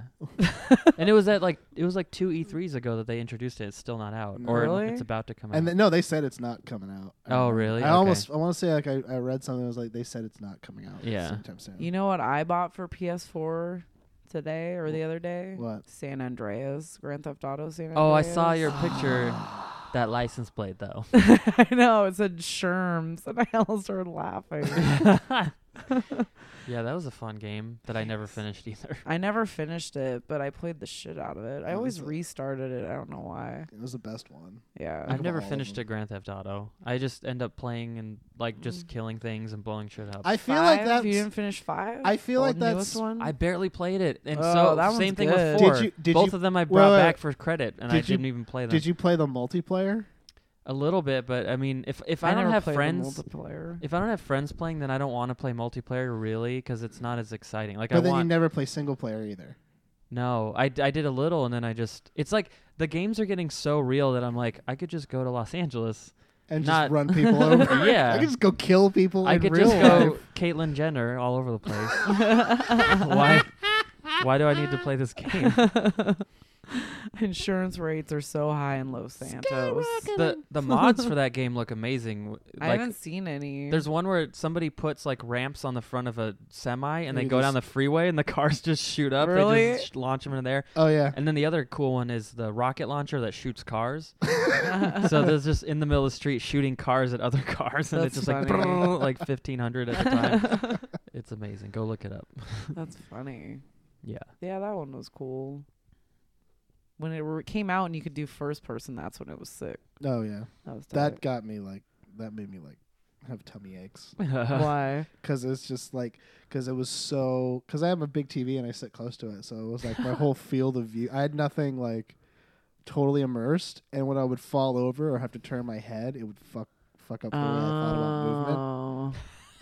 [SPEAKER 3] and it was at like it was like two E3s ago that they introduced it. It's still not out, or
[SPEAKER 2] Really?
[SPEAKER 3] it's about to come
[SPEAKER 1] And
[SPEAKER 3] out.
[SPEAKER 1] th- no, they said it's not coming out. I
[SPEAKER 3] Oh,
[SPEAKER 1] remember.
[SPEAKER 3] really?
[SPEAKER 1] I
[SPEAKER 3] Okay.
[SPEAKER 1] almost. I want to say like I, I read something. that was like they said it's not coming out.
[SPEAKER 3] Yeah.
[SPEAKER 1] Sometime soon.
[SPEAKER 2] You know what I bought for PS4 today or the other day?
[SPEAKER 1] what?
[SPEAKER 2] San Andreas, Grand Theft Auto San Andreas.
[SPEAKER 3] oh, I saw your picture. that license plate though.
[SPEAKER 2] I know it said Sherms, and I almost started laughing.
[SPEAKER 3] yeah, that was a fun game that I never finished either.
[SPEAKER 2] I never finished it, but I played the shit out of it. I
[SPEAKER 1] What
[SPEAKER 2] always
[SPEAKER 1] is it?
[SPEAKER 2] restarted it. I don't know why.
[SPEAKER 1] It was the best one.
[SPEAKER 2] Yeah.
[SPEAKER 3] I've
[SPEAKER 1] of
[SPEAKER 3] never
[SPEAKER 1] all of
[SPEAKER 3] finished
[SPEAKER 1] them.
[SPEAKER 3] a Grand Theft Auto. I just end up playing and like
[SPEAKER 1] Mm.
[SPEAKER 3] just killing things and blowing shit up.
[SPEAKER 1] I feel like
[SPEAKER 2] Five?
[SPEAKER 1] that's.
[SPEAKER 2] You didn't finish five.
[SPEAKER 1] I feel
[SPEAKER 2] Or
[SPEAKER 1] like
[SPEAKER 2] the newest
[SPEAKER 1] that's-
[SPEAKER 2] one.
[SPEAKER 3] I barely played it, and
[SPEAKER 2] Oh,
[SPEAKER 3] so
[SPEAKER 2] that one's
[SPEAKER 3] same thing
[SPEAKER 2] good.
[SPEAKER 3] with
[SPEAKER 1] Did
[SPEAKER 3] four.
[SPEAKER 1] you- did
[SPEAKER 3] Both
[SPEAKER 1] you-
[SPEAKER 3] of them I
[SPEAKER 1] wait,
[SPEAKER 3] brought
[SPEAKER 1] wait,
[SPEAKER 3] back
[SPEAKER 1] wait.
[SPEAKER 3] for credit, and I
[SPEAKER 1] Did you-
[SPEAKER 3] didn't even play them.
[SPEAKER 1] Did you play the multiplayer?
[SPEAKER 3] a little bit, but I mean, if if I, don't
[SPEAKER 2] never
[SPEAKER 3] have
[SPEAKER 2] played the
[SPEAKER 3] friends,
[SPEAKER 2] multiplayer.
[SPEAKER 3] If I don't have friends playing, then I don't want to play multiplayer really because it's not as exciting. Like
[SPEAKER 1] But
[SPEAKER 3] I
[SPEAKER 1] then
[SPEAKER 3] want
[SPEAKER 1] you never play single player either.
[SPEAKER 3] no, I, d- I did a little and then I just it's like the games are getting so real that I'm like I could just go to Los Angeles.
[SPEAKER 1] And
[SPEAKER 3] Not-
[SPEAKER 1] just run people over.
[SPEAKER 3] Yeah.
[SPEAKER 1] I could just go kill people
[SPEAKER 3] I
[SPEAKER 1] in
[SPEAKER 3] could
[SPEAKER 1] real
[SPEAKER 3] just go
[SPEAKER 1] life.
[SPEAKER 3] Caitlyn Jenner all over the place. why why do I need to play this game?
[SPEAKER 2] Insurance rates are so high in Los Santos.
[SPEAKER 3] The the mods for that game look amazing. w-
[SPEAKER 2] I
[SPEAKER 3] Like
[SPEAKER 2] haven't seen any.
[SPEAKER 3] there's one where somebody puts like ramps on the front of a semi and they
[SPEAKER 1] you
[SPEAKER 3] go down
[SPEAKER 1] just-
[SPEAKER 3] the freeway and the cars just shoot up. They
[SPEAKER 2] Really?
[SPEAKER 3] just sh- launch them into there.
[SPEAKER 1] Oh yeah.
[SPEAKER 3] And then the other cool one is the rocket launcher that shoots cars. so there's just in the middle of the street shooting cars at other cars, and it's
[SPEAKER 2] That's
[SPEAKER 3] just like
[SPEAKER 2] funny.
[SPEAKER 3] like 1500 at a time. it's amazing. Go look it up.
[SPEAKER 2] That's funny.
[SPEAKER 3] Yeah.
[SPEAKER 2] Yeah, that one was cool. When it re- came out and you could do first person, that's when it was sick.
[SPEAKER 1] Oh yeah.
[SPEAKER 2] That was dope.
[SPEAKER 1] That got me like. That made me like have tummy aches
[SPEAKER 2] Why?
[SPEAKER 1] because it's just like because it was so because I have a big TV and I sit close to it, so it was like my whole field of view. I had nothing like totally immersed, and when I would fall over or have to turn my head, it would fuck fuck up the way I thought about movement,
[SPEAKER 2] Oh,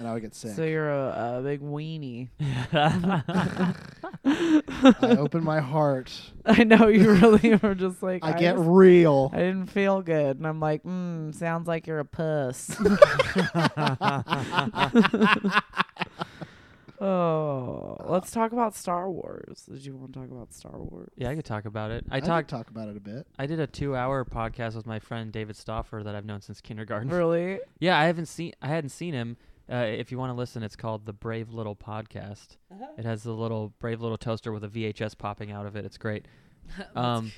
[SPEAKER 1] and I would get sick.
[SPEAKER 2] so you're a, a big weenie.
[SPEAKER 1] I open my heart.
[SPEAKER 2] I know you really were just like
[SPEAKER 1] I get
[SPEAKER 2] just-
[SPEAKER 1] real.
[SPEAKER 2] I didn't feel good, and I'm like, mm, sounds like you're a puss. Oh, let's talk about Star Wars. Did you want to talk about Star Wars?
[SPEAKER 3] Yeah, I could talk about it. I
[SPEAKER 1] could
[SPEAKER 3] talked.
[SPEAKER 1] talk about it a bit.
[SPEAKER 3] I did a two-hour podcast with my friend David Stoffer that I've known since kindergarten.
[SPEAKER 2] Really?
[SPEAKER 3] Yeah, I haven't seen. I hadn't seen him. Uh, if you want to listen, it's called the Brave Little Podcast. It has the little Brave Little Toaster with a VHS popping out of it. It's great. Um,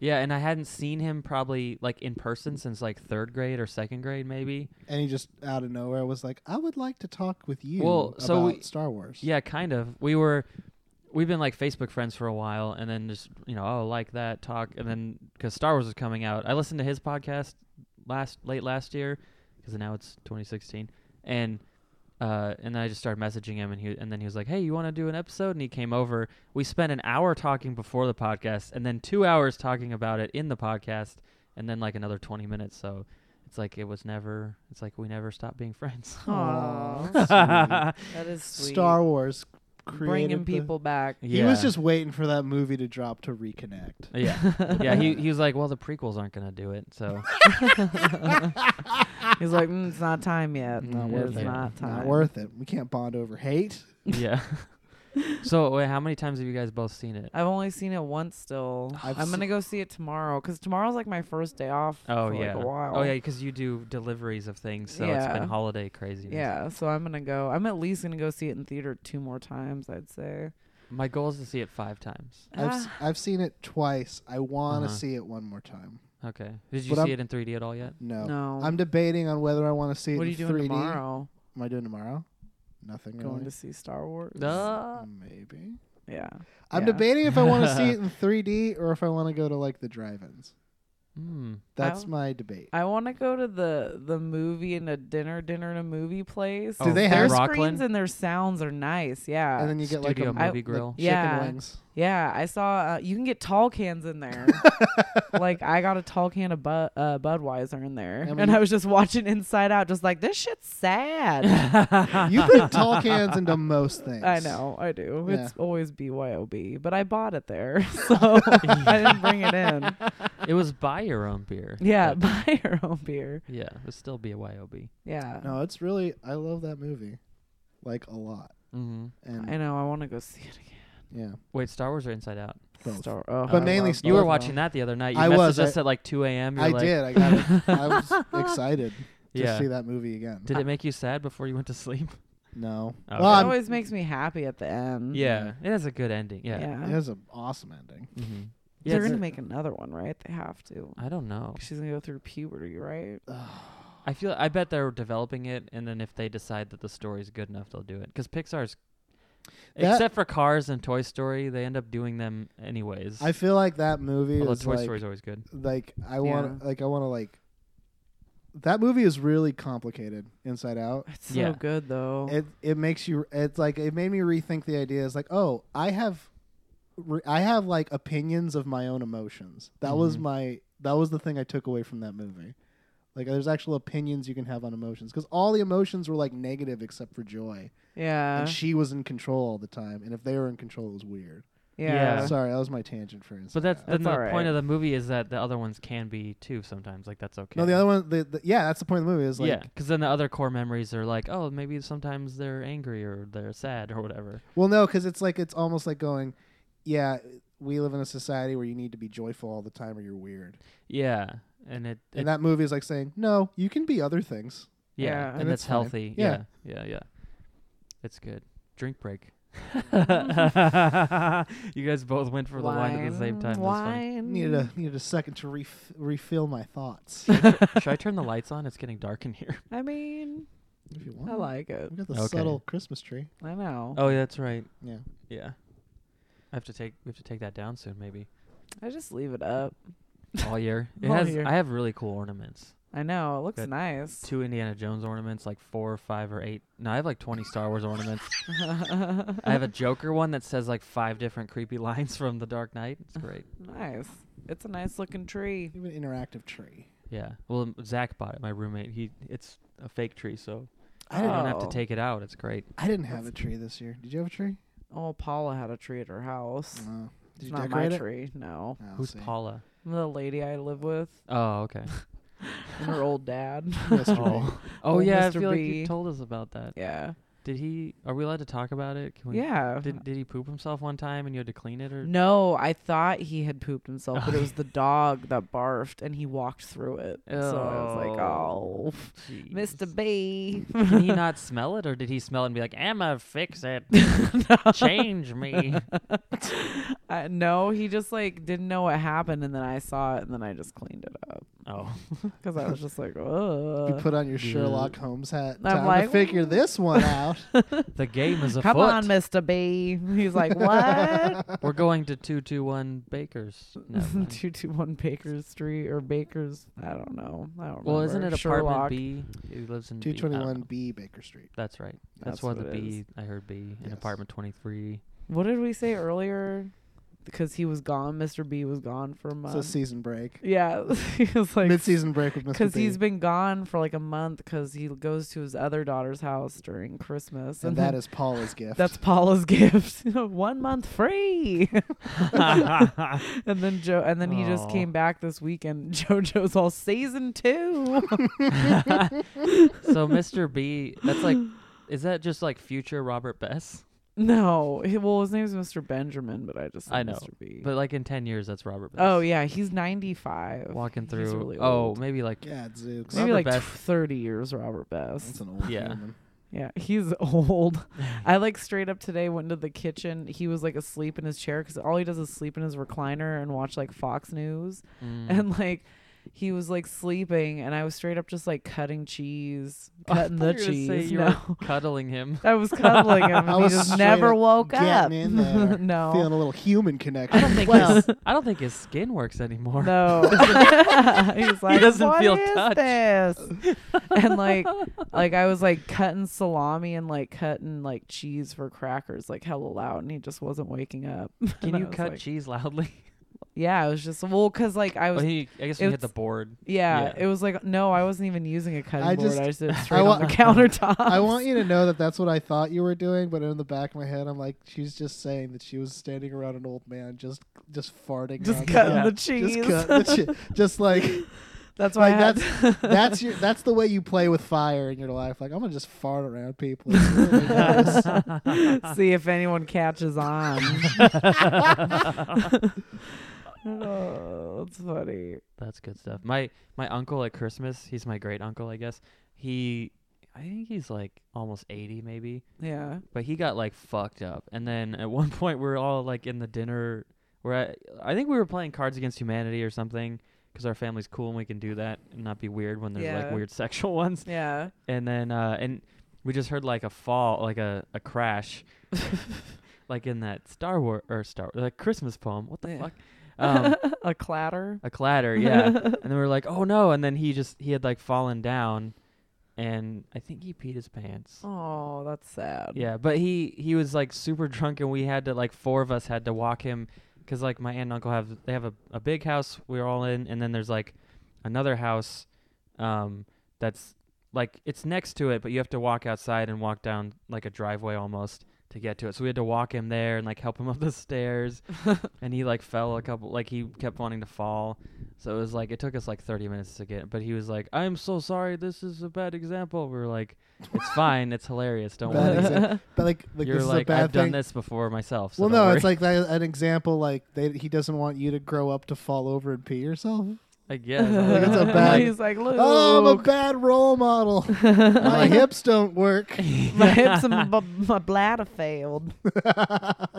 [SPEAKER 3] Yeah, and I hadn't seen him probably like in person since like third grade or second grade, maybe.
[SPEAKER 1] And he just out of nowhere was like, "I would like to talk with you
[SPEAKER 3] Well,
[SPEAKER 1] about
[SPEAKER 3] so we-
[SPEAKER 1] Star Wars."
[SPEAKER 3] Yeah, kind of. We were, we've been like Facebook friends for a while, and then just you know, oh, like that talk, and then because Star Wars was coming out, I listened to his podcast last late last year, because now it's 2016, and uh, and then I just started messaging him, and he and then he was like, hey, you want to do an episode? And he came over. We spent an hour talking before the podcast, and then two hours talking about it in the podcast, and then like another 20 minutes. So. It's like it was never. It's like we never stopped being friends.
[SPEAKER 1] Aw,
[SPEAKER 2] Aw.
[SPEAKER 1] sweet.
[SPEAKER 2] that is sweet.
[SPEAKER 1] Star Wars created
[SPEAKER 2] bringing
[SPEAKER 1] the-
[SPEAKER 2] people back.
[SPEAKER 1] He was just waiting for that movie to drop to reconnect.
[SPEAKER 3] Yeah. yeah, he, he was like, well, the prequels aren't going to do it. So,
[SPEAKER 2] He's like, mm, it's not time yet.
[SPEAKER 3] Not
[SPEAKER 1] worth
[SPEAKER 2] it's
[SPEAKER 1] it.
[SPEAKER 2] Not time.
[SPEAKER 1] Not worth it. We can't bond over hate.
[SPEAKER 3] yeah. so, wait, how many times have you guys both seen it?
[SPEAKER 2] I've only seen it once. Still, i
[SPEAKER 1] I've
[SPEAKER 2] am gonna
[SPEAKER 1] se-
[SPEAKER 2] go see it tomorrow because tomorrow's like my first day off.
[SPEAKER 3] Oh,
[SPEAKER 2] for,
[SPEAKER 3] yeah.
[SPEAKER 2] Like a while.
[SPEAKER 3] Oh, yeah, because you do deliveries of things. So it's
[SPEAKER 2] Yeah.
[SPEAKER 3] been holiday craziness.
[SPEAKER 2] Yeah, so I'm gonna go. I'm at least gonna go see it in theater two more times. I'd say.
[SPEAKER 3] My goal is to see it five times.
[SPEAKER 1] I've
[SPEAKER 2] Ah.
[SPEAKER 1] s- I've seen it twice. I want to
[SPEAKER 3] Uh-huh.
[SPEAKER 1] see it one more time.
[SPEAKER 3] Okay. Did you
[SPEAKER 1] But I'm-
[SPEAKER 3] see it in 3D at all yet?
[SPEAKER 1] No.
[SPEAKER 2] No.
[SPEAKER 1] I'm debating on whether I want to see it
[SPEAKER 2] what are
[SPEAKER 1] in
[SPEAKER 2] you doing
[SPEAKER 1] 3D.
[SPEAKER 2] tomorrow?
[SPEAKER 1] Am I doing tomorrow? Nothing really.
[SPEAKER 2] Going to see Star Wars.
[SPEAKER 3] Uh,
[SPEAKER 1] Maybe.
[SPEAKER 2] Yeah.
[SPEAKER 1] I'm
[SPEAKER 2] Yeah.
[SPEAKER 1] debating if I want to see it in 3D or if I want to go to like the drive-ins.
[SPEAKER 3] hmm.
[SPEAKER 1] That's
[SPEAKER 2] I'll-
[SPEAKER 1] my debate.
[SPEAKER 2] I want to go to the the movie and a dinner dinner and a movie place.
[SPEAKER 1] Do they
[SPEAKER 2] their
[SPEAKER 1] have-
[SPEAKER 3] Rockland?
[SPEAKER 2] screens and their sounds are nice. Yeah.
[SPEAKER 1] and then you get like a
[SPEAKER 3] Studio
[SPEAKER 1] m-
[SPEAKER 3] Movie
[SPEAKER 1] like,
[SPEAKER 3] Grill.
[SPEAKER 1] chicken
[SPEAKER 2] Yeah.
[SPEAKER 1] wings.
[SPEAKER 2] yeah, I saw uh, you can get tall cans in there. like I got a tall can of Bud, uh, Budweiser in there,
[SPEAKER 1] I mean-
[SPEAKER 2] and I was just watching Inside Out, just like this shit's sad.
[SPEAKER 1] You put tall cans into most things.
[SPEAKER 2] I know, I do.
[SPEAKER 1] Yeah.
[SPEAKER 2] It's always BYOB, but I bought it there, so I didn't bring it in.
[SPEAKER 3] It was buy your own beer.
[SPEAKER 2] Yeah,
[SPEAKER 3] but-
[SPEAKER 2] buy your own beer.
[SPEAKER 3] yeah, it would still be a YOB.
[SPEAKER 2] Yeah.
[SPEAKER 1] No, it's really I love that movie, like a lot.
[SPEAKER 3] Mm-hmm.
[SPEAKER 1] And
[SPEAKER 2] I know. I want to go see it again.
[SPEAKER 1] yeah,
[SPEAKER 3] Wait, Star Wars or Inside Out?
[SPEAKER 1] both.
[SPEAKER 2] Star- oh,
[SPEAKER 1] But
[SPEAKER 2] I
[SPEAKER 1] mainly
[SPEAKER 2] love
[SPEAKER 1] Star
[SPEAKER 3] You were
[SPEAKER 1] Both.
[SPEAKER 3] watching that the other night. You
[SPEAKER 1] I
[SPEAKER 3] messaged
[SPEAKER 1] was,
[SPEAKER 3] us
[SPEAKER 1] I-
[SPEAKER 3] at like 2 a.m. You're
[SPEAKER 1] I
[SPEAKER 3] like,
[SPEAKER 1] did. I got. It. I was excited to
[SPEAKER 3] Yeah.
[SPEAKER 1] see that movie again.
[SPEAKER 3] Did it make you sad before you went to sleep?
[SPEAKER 1] no.
[SPEAKER 3] Okay.
[SPEAKER 1] Well,
[SPEAKER 2] It
[SPEAKER 1] I'm-
[SPEAKER 2] always makes me happy at the end.
[SPEAKER 3] Yeah,
[SPEAKER 1] Mm-hmm.
[SPEAKER 3] it has a good ending.
[SPEAKER 2] Yeah.
[SPEAKER 3] Yeah.
[SPEAKER 1] it has an awesome ending.
[SPEAKER 3] Mm-hmm.
[SPEAKER 2] They're going to make another one, right? They have to.
[SPEAKER 3] I don't know.
[SPEAKER 2] She's going to go through puberty, right?
[SPEAKER 3] I feel. I bet they're developing it, and then if they decide that the story's good enough, they'll do it. Because Pixar's,
[SPEAKER 1] That-
[SPEAKER 3] except for Cars and Toy Story, they end up doing them anyways.
[SPEAKER 1] I feel like that movie
[SPEAKER 3] Although
[SPEAKER 1] is
[SPEAKER 3] Toy
[SPEAKER 1] like,
[SPEAKER 3] Story's always good.
[SPEAKER 1] like I
[SPEAKER 2] Yeah.
[SPEAKER 1] want to like I want to like. That movie is really complicated, Inside Out.
[SPEAKER 2] It's so
[SPEAKER 3] Yeah.
[SPEAKER 2] good,
[SPEAKER 3] Oh.
[SPEAKER 2] though.
[SPEAKER 1] It it makes you. It's like it made me rethink the idea. It's like oh, I have, re- I have like opinions of my own emotions. That was
[SPEAKER 3] Mhm.
[SPEAKER 1] my. That was the thing I took away from that movie. Like there's actual opinions you can have on emotions because all the emotions were like negative except for joy,
[SPEAKER 2] yeah.
[SPEAKER 1] and she was in control all the time. And if they were in control, it was weird.
[SPEAKER 2] yeah.
[SPEAKER 3] Yeah.
[SPEAKER 1] Sorry, that was my tangent for Inside
[SPEAKER 3] But that's,
[SPEAKER 1] Out.
[SPEAKER 3] then
[SPEAKER 2] That's
[SPEAKER 3] the
[SPEAKER 2] all right.
[SPEAKER 3] point of the movie is that the other ones can be too sometimes. Like that's okay.
[SPEAKER 1] no, the other one, the, the, yeah, that's the point of the movie. Is like
[SPEAKER 3] yeah, because then the other core memories are like, oh, maybe sometimes they're angry or they're sad or whatever.
[SPEAKER 1] Well, no, because it's like it's almost like going, yeah, we live in a society where you need to be joyful all the time or you're weird.
[SPEAKER 3] Yeah, and it, it
[SPEAKER 1] And that movie is like saying, no, you can be other things.
[SPEAKER 3] Yeah,
[SPEAKER 2] Yeah.
[SPEAKER 3] and,
[SPEAKER 1] And
[SPEAKER 3] it's
[SPEAKER 1] it's fine.
[SPEAKER 3] healthy.
[SPEAKER 1] Yeah.
[SPEAKER 3] yeah, yeah, yeah. It's good. Drink break. you guys both went for the wine at the same time. That's
[SPEAKER 2] Wine.
[SPEAKER 1] Needed a needed a second to ref- refill my thoughts
[SPEAKER 3] funny. Should I turn the lights on? It's getting dark in here.
[SPEAKER 2] I mean,
[SPEAKER 1] if you want.
[SPEAKER 2] I like it.
[SPEAKER 1] We got the
[SPEAKER 3] Okay.
[SPEAKER 1] subtle Christmas tree.
[SPEAKER 2] I know.
[SPEAKER 3] Oh, yeah, that's right.
[SPEAKER 1] Yeah.
[SPEAKER 3] Yeah. I have to take we have to take that down soon, maybe
[SPEAKER 2] I just leave it up.
[SPEAKER 3] all year. It
[SPEAKER 2] All
[SPEAKER 3] has.
[SPEAKER 2] year.
[SPEAKER 3] I have really cool ornaments.
[SPEAKER 2] I know. It looks
[SPEAKER 3] Good.
[SPEAKER 2] nice.
[SPEAKER 3] Two Indiana Jones ornaments, like four or five or eight. No, I have like twenty Star Wars ornaments. I have a Joker one that says like five different creepy lines from The Dark Knight. It's great.
[SPEAKER 2] nice. It's a nice looking tree.
[SPEAKER 1] You have an interactive tree.
[SPEAKER 3] Yeah. Well, m- Zach bought it. My roommate. He. It's a fake tree, so
[SPEAKER 1] I
[SPEAKER 3] I
[SPEAKER 1] didn't.
[SPEAKER 3] don't have to
[SPEAKER 2] Oh.
[SPEAKER 3] take it out. It's great.
[SPEAKER 1] I didn't have a tree this year. Did you have a tree?
[SPEAKER 2] Oh, Paula had a tree at her house.
[SPEAKER 1] No. Mm-hmm. Did
[SPEAKER 2] It's
[SPEAKER 1] you
[SPEAKER 2] not my
[SPEAKER 1] decorate it?
[SPEAKER 2] tree. No.
[SPEAKER 1] Oh,
[SPEAKER 3] Who's
[SPEAKER 1] see.
[SPEAKER 3] Paula?
[SPEAKER 2] The lady I live with
[SPEAKER 3] Oh, okay.
[SPEAKER 2] and her old dad.
[SPEAKER 1] Yesterday.
[SPEAKER 3] oh, oh
[SPEAKER 2] Oh,
[SPEAKER 3] yeah. I
[SPEAKER 2] Mr.
[SPEAKER 3] feel like
[SPEAKER 2] B.
[SPEAKER 3] you told us about that.
[SPEAKER 2] yeah.
[SPEAKER 3] Did he? Are we allowed to talk about it? Can we,
[SPEAKER 2] yeah.
[SPEAKER 3] Did Did he poop himself one time and you had to clean it or?
[SPEAKER 2] No, I thought he had pooped himself, but it was the dog that barfed and he walked through it. So I was like, oh,
[SPEAKER 3] jeez.
[SPEAKER 2] Mr. B.
[SPEAKER 3] Can he not smell it, or did he smell it and be like, "Emma, fix it, change me"?
[SPEAKER 2] Uh, no, he just like didn't know what happened, and then I saw it, and then I just cleaned it up
[SPEAKER 3] Oh,
[SPEAKER 2] because I was just like,
[SPEAKER 1] You
[SPEAKER 2] ugh.
[SPEAKER 1] put on your Sherlock Holmes hat.
[SPEAKER 2] I'm
[SPEAKER 1] Time to
[SPEAKER 2] like,
[SPEAKER 1] figure this one out.
[SPEAKER 3] the game is afoot.
[SPEAKER 2] Come on, Mr. B. He's like, what?
[SPEAKER 3] We're going to two two one Baker's. No,
[SPEAKER 2] Two two one Baker Street or Baker's? I don't know. I don't
[SPEAKER 3] well, isn't it
[SPEAKER 2] remember.
[SPEAKER 3] apartment
[SPEAKER 2] Sherlock.
[SPEAKER 3] B? Who lives in B?
[SPEAKER 1] Two
[SPEAKER 3] I don't
[SPEAKER 1] twenty one
[SPEAKER 3] know.
[SPEAKER 1] B Baker Street.
[SPEAKER 3] That's right. That's,
[SPEAKER 2] That's
[SPEAKER 3] why
[SPEAKER 2] what
[SPEAKER 3] the
[SPEAKER 2] it is.
[SPEAKER 3] B. I heard B in
[SPEAKER 1] Yes.
[SPEAKER 3] apartment twenty three.
[SPEAKER 2] What did we say earlier? Because he was gone. Mr. B was gone for a month.
[SPEAKER 1] It's a season break.
[SPEAKER 2] yeah, he was like
[SPEAKER 1] Mid season break with Mr.
[SPEAKER 2] because
[SPEAKER 1] B.
[SPEAKER 2] he's been gone for like a month because he goes to his other daughter's house during Christmas,
[SPEAKER 1] and that is Paula's gift.
[SPEAKER 2] that's Paula's gift. One month free, and then Joe, and then he just
[SPEAKER 3] Aw.
[SPEAKER 2] came back this weekend. JoJo's all season two.
[SPEAKER 3] so Mr. B, that's like, is that just like future Robert Bess?
[SPEAKER 2] no, he- well his name's Mr. Benjamin, but I just said
[SPEAKER 3] I know,
[SPEAKER 2] Mr. B.
[SPEAKER 3] But like in ten years, that's Robert Bess.
[SPEAKER 2] oh yeah, he's ninety five.
[SPEAKER 3] walking
[SPEAKER 2] He's
[SPEAKER 3] through.
[SPEAKER 2] really
[SPEAKER 3] oh,
[SPEAKER 2] old.
[SPEAKER 3] maybe like
[SPEAKER 1] yeah, Zooks.
[SPEAKER 2] Maybe like
[SPEAKER 3] Robert Best.
[SPEAKER 2] tw- thirty years, Robert Best.
[SPEAKER 1] That's an old
[SPEAKER 3] Yeah.
[SPEAKER 1] human.
[SPEAKER 2] Yeah, he's old. I like straight up today went to the kitchen. He was like asleep in his chair because all he does is sleep in his recliner and watch like Fox News.
[SPEAKER 3] mm,
[SPEAKER 2] And like he was like sleeping, and I was straight up just like cutting cheese,
[SPEAKER 3] I
[SPEAKER 2] cutting the
[SPEAKER 3] thought you were gonna say
[SPEAKER 2] cheese.
[SPEAKER 3] you were
[SPEAKER 2] No,
[SPEAKER 3] cuddling him.
[SPEAKER 2] I was cuddling him. and
[SPEAKER 1] I
[SPEAKER 2] he
[SPEAKER 1] was
[SPEAKER 2] just
[SPEAKER 1] straight
[SPEAKER 2] never
[SPEAKER 1] up
[SPEAKER 2] woke
[SPEAKER 1] Getting
[SPEAKER 2] up.
[SPEAKER 1] in there.
[SPEAKER 2] no,
[SPEAKER 1] Feeling a little human connection.
[SPEAKER 3] I don't think
[SPEAKER 1] Well,
[SPEAKER 3] his, I don't think his skin works anymore.
[SPEAKER 2] No, he's like,
[SPEAKER 3] doesn't
[SPEAKER 2] "What
[SPEAKER 3] feel
[SPEAKER 2] is
[SPEAKER 3] touched."
[SPEAKER 2] this?" And like, like I was like cutting salami and like cutting like cheese for crackers, like hella loud, and he just wasn't waking up. And
[SPEAKER 3] Can
[SPEAKER 2] I
[SPEAKER 3] you
[SPEAKER 2] was
[SPEAKER 3] cut
[SPEAKER 2] like-
[SPEAKER 3] cheese loudly?
[SPEAKER 2] Yeah, I was just well, cause like I
[SPEAKER 3] Well,
[SPEAKER 2] was.
[SPEAKER 3] he, I guess we hit the
[SPEAKER 2] it's-
[SPEAKER 3] board.
[SPEAKER 2] yeah,
[SPEAKER 3] yeah.
[SPEAKER 2] it was like no, I wasn't even using a cutting
[SPEAKER 1] I
[SPEAKER 2] board.
[SPEAKER 1] just-
[SPEAKER 2] I just did it straight on
[SPEAKER 1] want-
[SPEAKER 2] the countertop.
[SPEAKER 1] I want you to know that that's what I thought you were doing, but in the back of my head, I'm like, she's just saying that she was standing around an old man, just just farting,
[SPEAKER 2] just
[SPEAKER 1] nonstop.
[SPEAKER 2] cutting
[SPEAKER 3] Yeah.
[SPEAKER 2] the
[SPEAKER 1] just
[SPEAKER 2] cheese.
[SPEAKER 1] cut the shit. Just like
[SPEAKER 2] that's why
[SPEAKER 1] like
[SPEAKER 2] I had-
[SPEAKER 1] that's that's your that's the way you play with fire in your life. Like I'm gonna just fart around people. It's really nice.
[SPEAKER 2] See if anyone catches on. oh, that's funny.
[SPEAKER 3] That's good stuff. My my uncle at Christmas, he's my great uncle, I guess. He, I think he's like almost eighty, maybe.
[SPEAKER 2] Yeah.
[SPEAKER 3] But he got like fucked up, and then at one point we were all like in the dinner. We're at, I think we were playing Cards Against Humanity or something, because our family's cool and we can do that and not be weird when there's like
[SPEAKER 2] Yeah.
[SPEAKER 3] weird sexual ones.
[SPEAKER 2] Yeah.
[SPEAKER 3] and then uh and we just heard like a fall like a a crash like in that star war or star the christmas poem what the
[SPEAKER 2] Yeah.
[SPEAKER 3] fuck um
[SPEAKER 2] a clatter.
[SPEAKER 3] a clatter yeah and then we were like oh no and then he just he had like fallen down and i think he peed his pants
[SPEAKER 2] Oh, that's sad.
[SPEAKER 3] yeah but he he was like super drunk and we had to like four of us had to walk him because like my aunt and uncle have they have a, a big house we we're all in and then there's like another house um that's like it's next to it but you have to walk outside and walk down like a driveway almost to get to it so we had to walk him there and like help him up the stairs and he like fell a couple like he kept wanting to fall so it was like it took us like 30 minutes to get but he was like i'm so sorry this is a bad example we were like it's fine it's hilarious don't
[SPEAKER 1] Bad
[SPEAKER 3] worry
[SPEAKER 1] example. But like, like
[SPEAKER 3] you're
[SPEAKER 1] this is a
[SPEAKER 3] like
[SPEAKER 1] bad
[SPEAKER 3] I've
[SPEAKER 1] thing.
[SPEAKER 3] done this before myself. So
[SPEAKER 1] well,
[SPEAKER 3] don't
[SPEAKER 1] no,
[SPEAKER 3] worry.
[SPEAKER 1] it's like that, an example. Like they, he doesn't want you to grow up to fall over and pee yourself.
[SPEAKER 3] I guess
[SPEAKER 1] think it's a bad-
[SPEAKER 2] He's like, look,
[SPEAKER 1] Oh, I'm a bad role model. My hips don't work.
[SPEAKER 2] my hips and my, my bladder failed.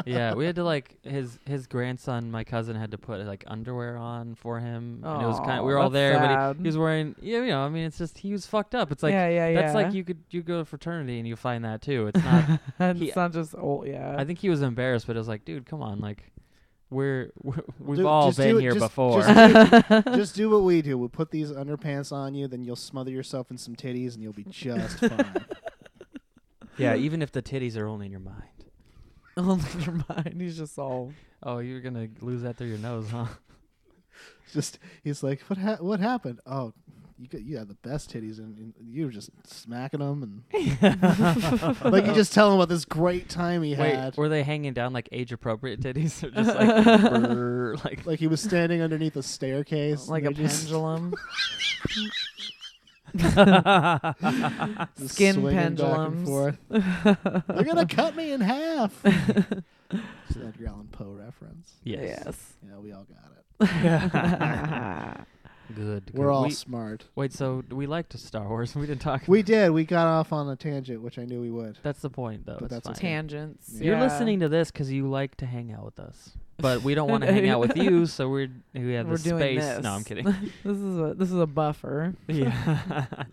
[SPEAKER 3] yeah. We had to like his his grandson, my cousin, had to put like underwear on for him, and it was kind. of
[SPEAKER 2] Aw,
[SPEAKER 3] We were all
[SPEAKER 2] that's
[SPEAKER 3] there, but
[SPEAKER 2] sad.
[SPEAKER 3] he, he was wearing. Yeah, you know, I mean, it's just he was fucked up. It's like
[SPEAKER 2] yeah, yeah, yeah.
[SPEAKER 3] that's like you could you go to fraternity and you find that too. It's not.
[SPEAKER 2] And
[SPEAKER 3] he-
[SPEAKER 2] it's not just old. Yeah.
[SPEAKER 3] I think he was embarrassed, but it was like, dude, come on, like. We're, we're we've
[SPEAKER 1] Dude,
[SPEAKER 3] all
[SPEAKER 1] just do
[SPEAKER 3] been
[SPEAKER 1] it-
[SPEAKER 3] here
[SPEAKER 1] just-
[SPEAKER 3] before.
[SPEAKER 1] Just do, just do what we do. We'll put these underpants on you, then you'll smother yourself in some titties, and you'll be just fine.
[SPEAKER 3] yeah, even if the titties are only in your mind.
[SPEAKER 2] Only your mind. He's just all.
[SPEAKER 3] Oh, you're gonna lose that through your nose, huh?
[SPEAKER 1] Just he's like, what ha- what happened? Oh, you got, you had the best titties, and, and you were just smacking them, and like you just tell him about this great time he had.
[SPEAKER 3] Wait, were they hanging down like age appropriate titties or just like brrr, like
[SPEAKER 1] like he was standing underneath a staircase,
[SPEAKER 2] like a
[SPEAKER 1] and they just-
[SPEAKER 2] pendulum.
[SPEAKER 1] Just
[SPEAKER 2] Skin
[SPEAKER 1] swinging back and
[SPEAKER 2] pendulums.
[SPEAKER 1] forth. They're gonna cut me in half. It's that your Allan Poe reference.
[SPEAKER 3] yes.
[SPEAKER 1] Yeah, we all got it.
[SPEAKER 2] Yes.
[SPEAKER 3] Good. good.
[SPEAKER 1] We're all
[SPEAKER 3] We-
[SPEAKER 1] smart.
[SPEAKER 3] wait, so do we liked Star Wars. We didn't talk.
[SPEAKER 1] We did. We got off on a tangent, which I knew we would.
[SPEAKER 3] that's the point, though.
[SPEAKER 1] But
[SPEAKER 3] it's
[SPEAKER 1] that's
[SPEAKER 3] fine.
[SPEAKER 1] okay.
[SPEAKER 2] Tangents.
[SPEAKER 3] You're
[SPEAKER 2] yeah.
[SPEAKER 3] listening to this because you like to hang out with us, but we don't want to hang out with you, so we're we have
[SPEAKER 2] We're
[SPEAKER 3] the
[SPEAKER 2] doing
[SPEAKER 3] space.
[SPEAKER 2] this.
[SPEAKER 3] No, I'm kidding.
[SPEAKER 2] This is a this is a buffer.
[SPEAKER 3] yeah.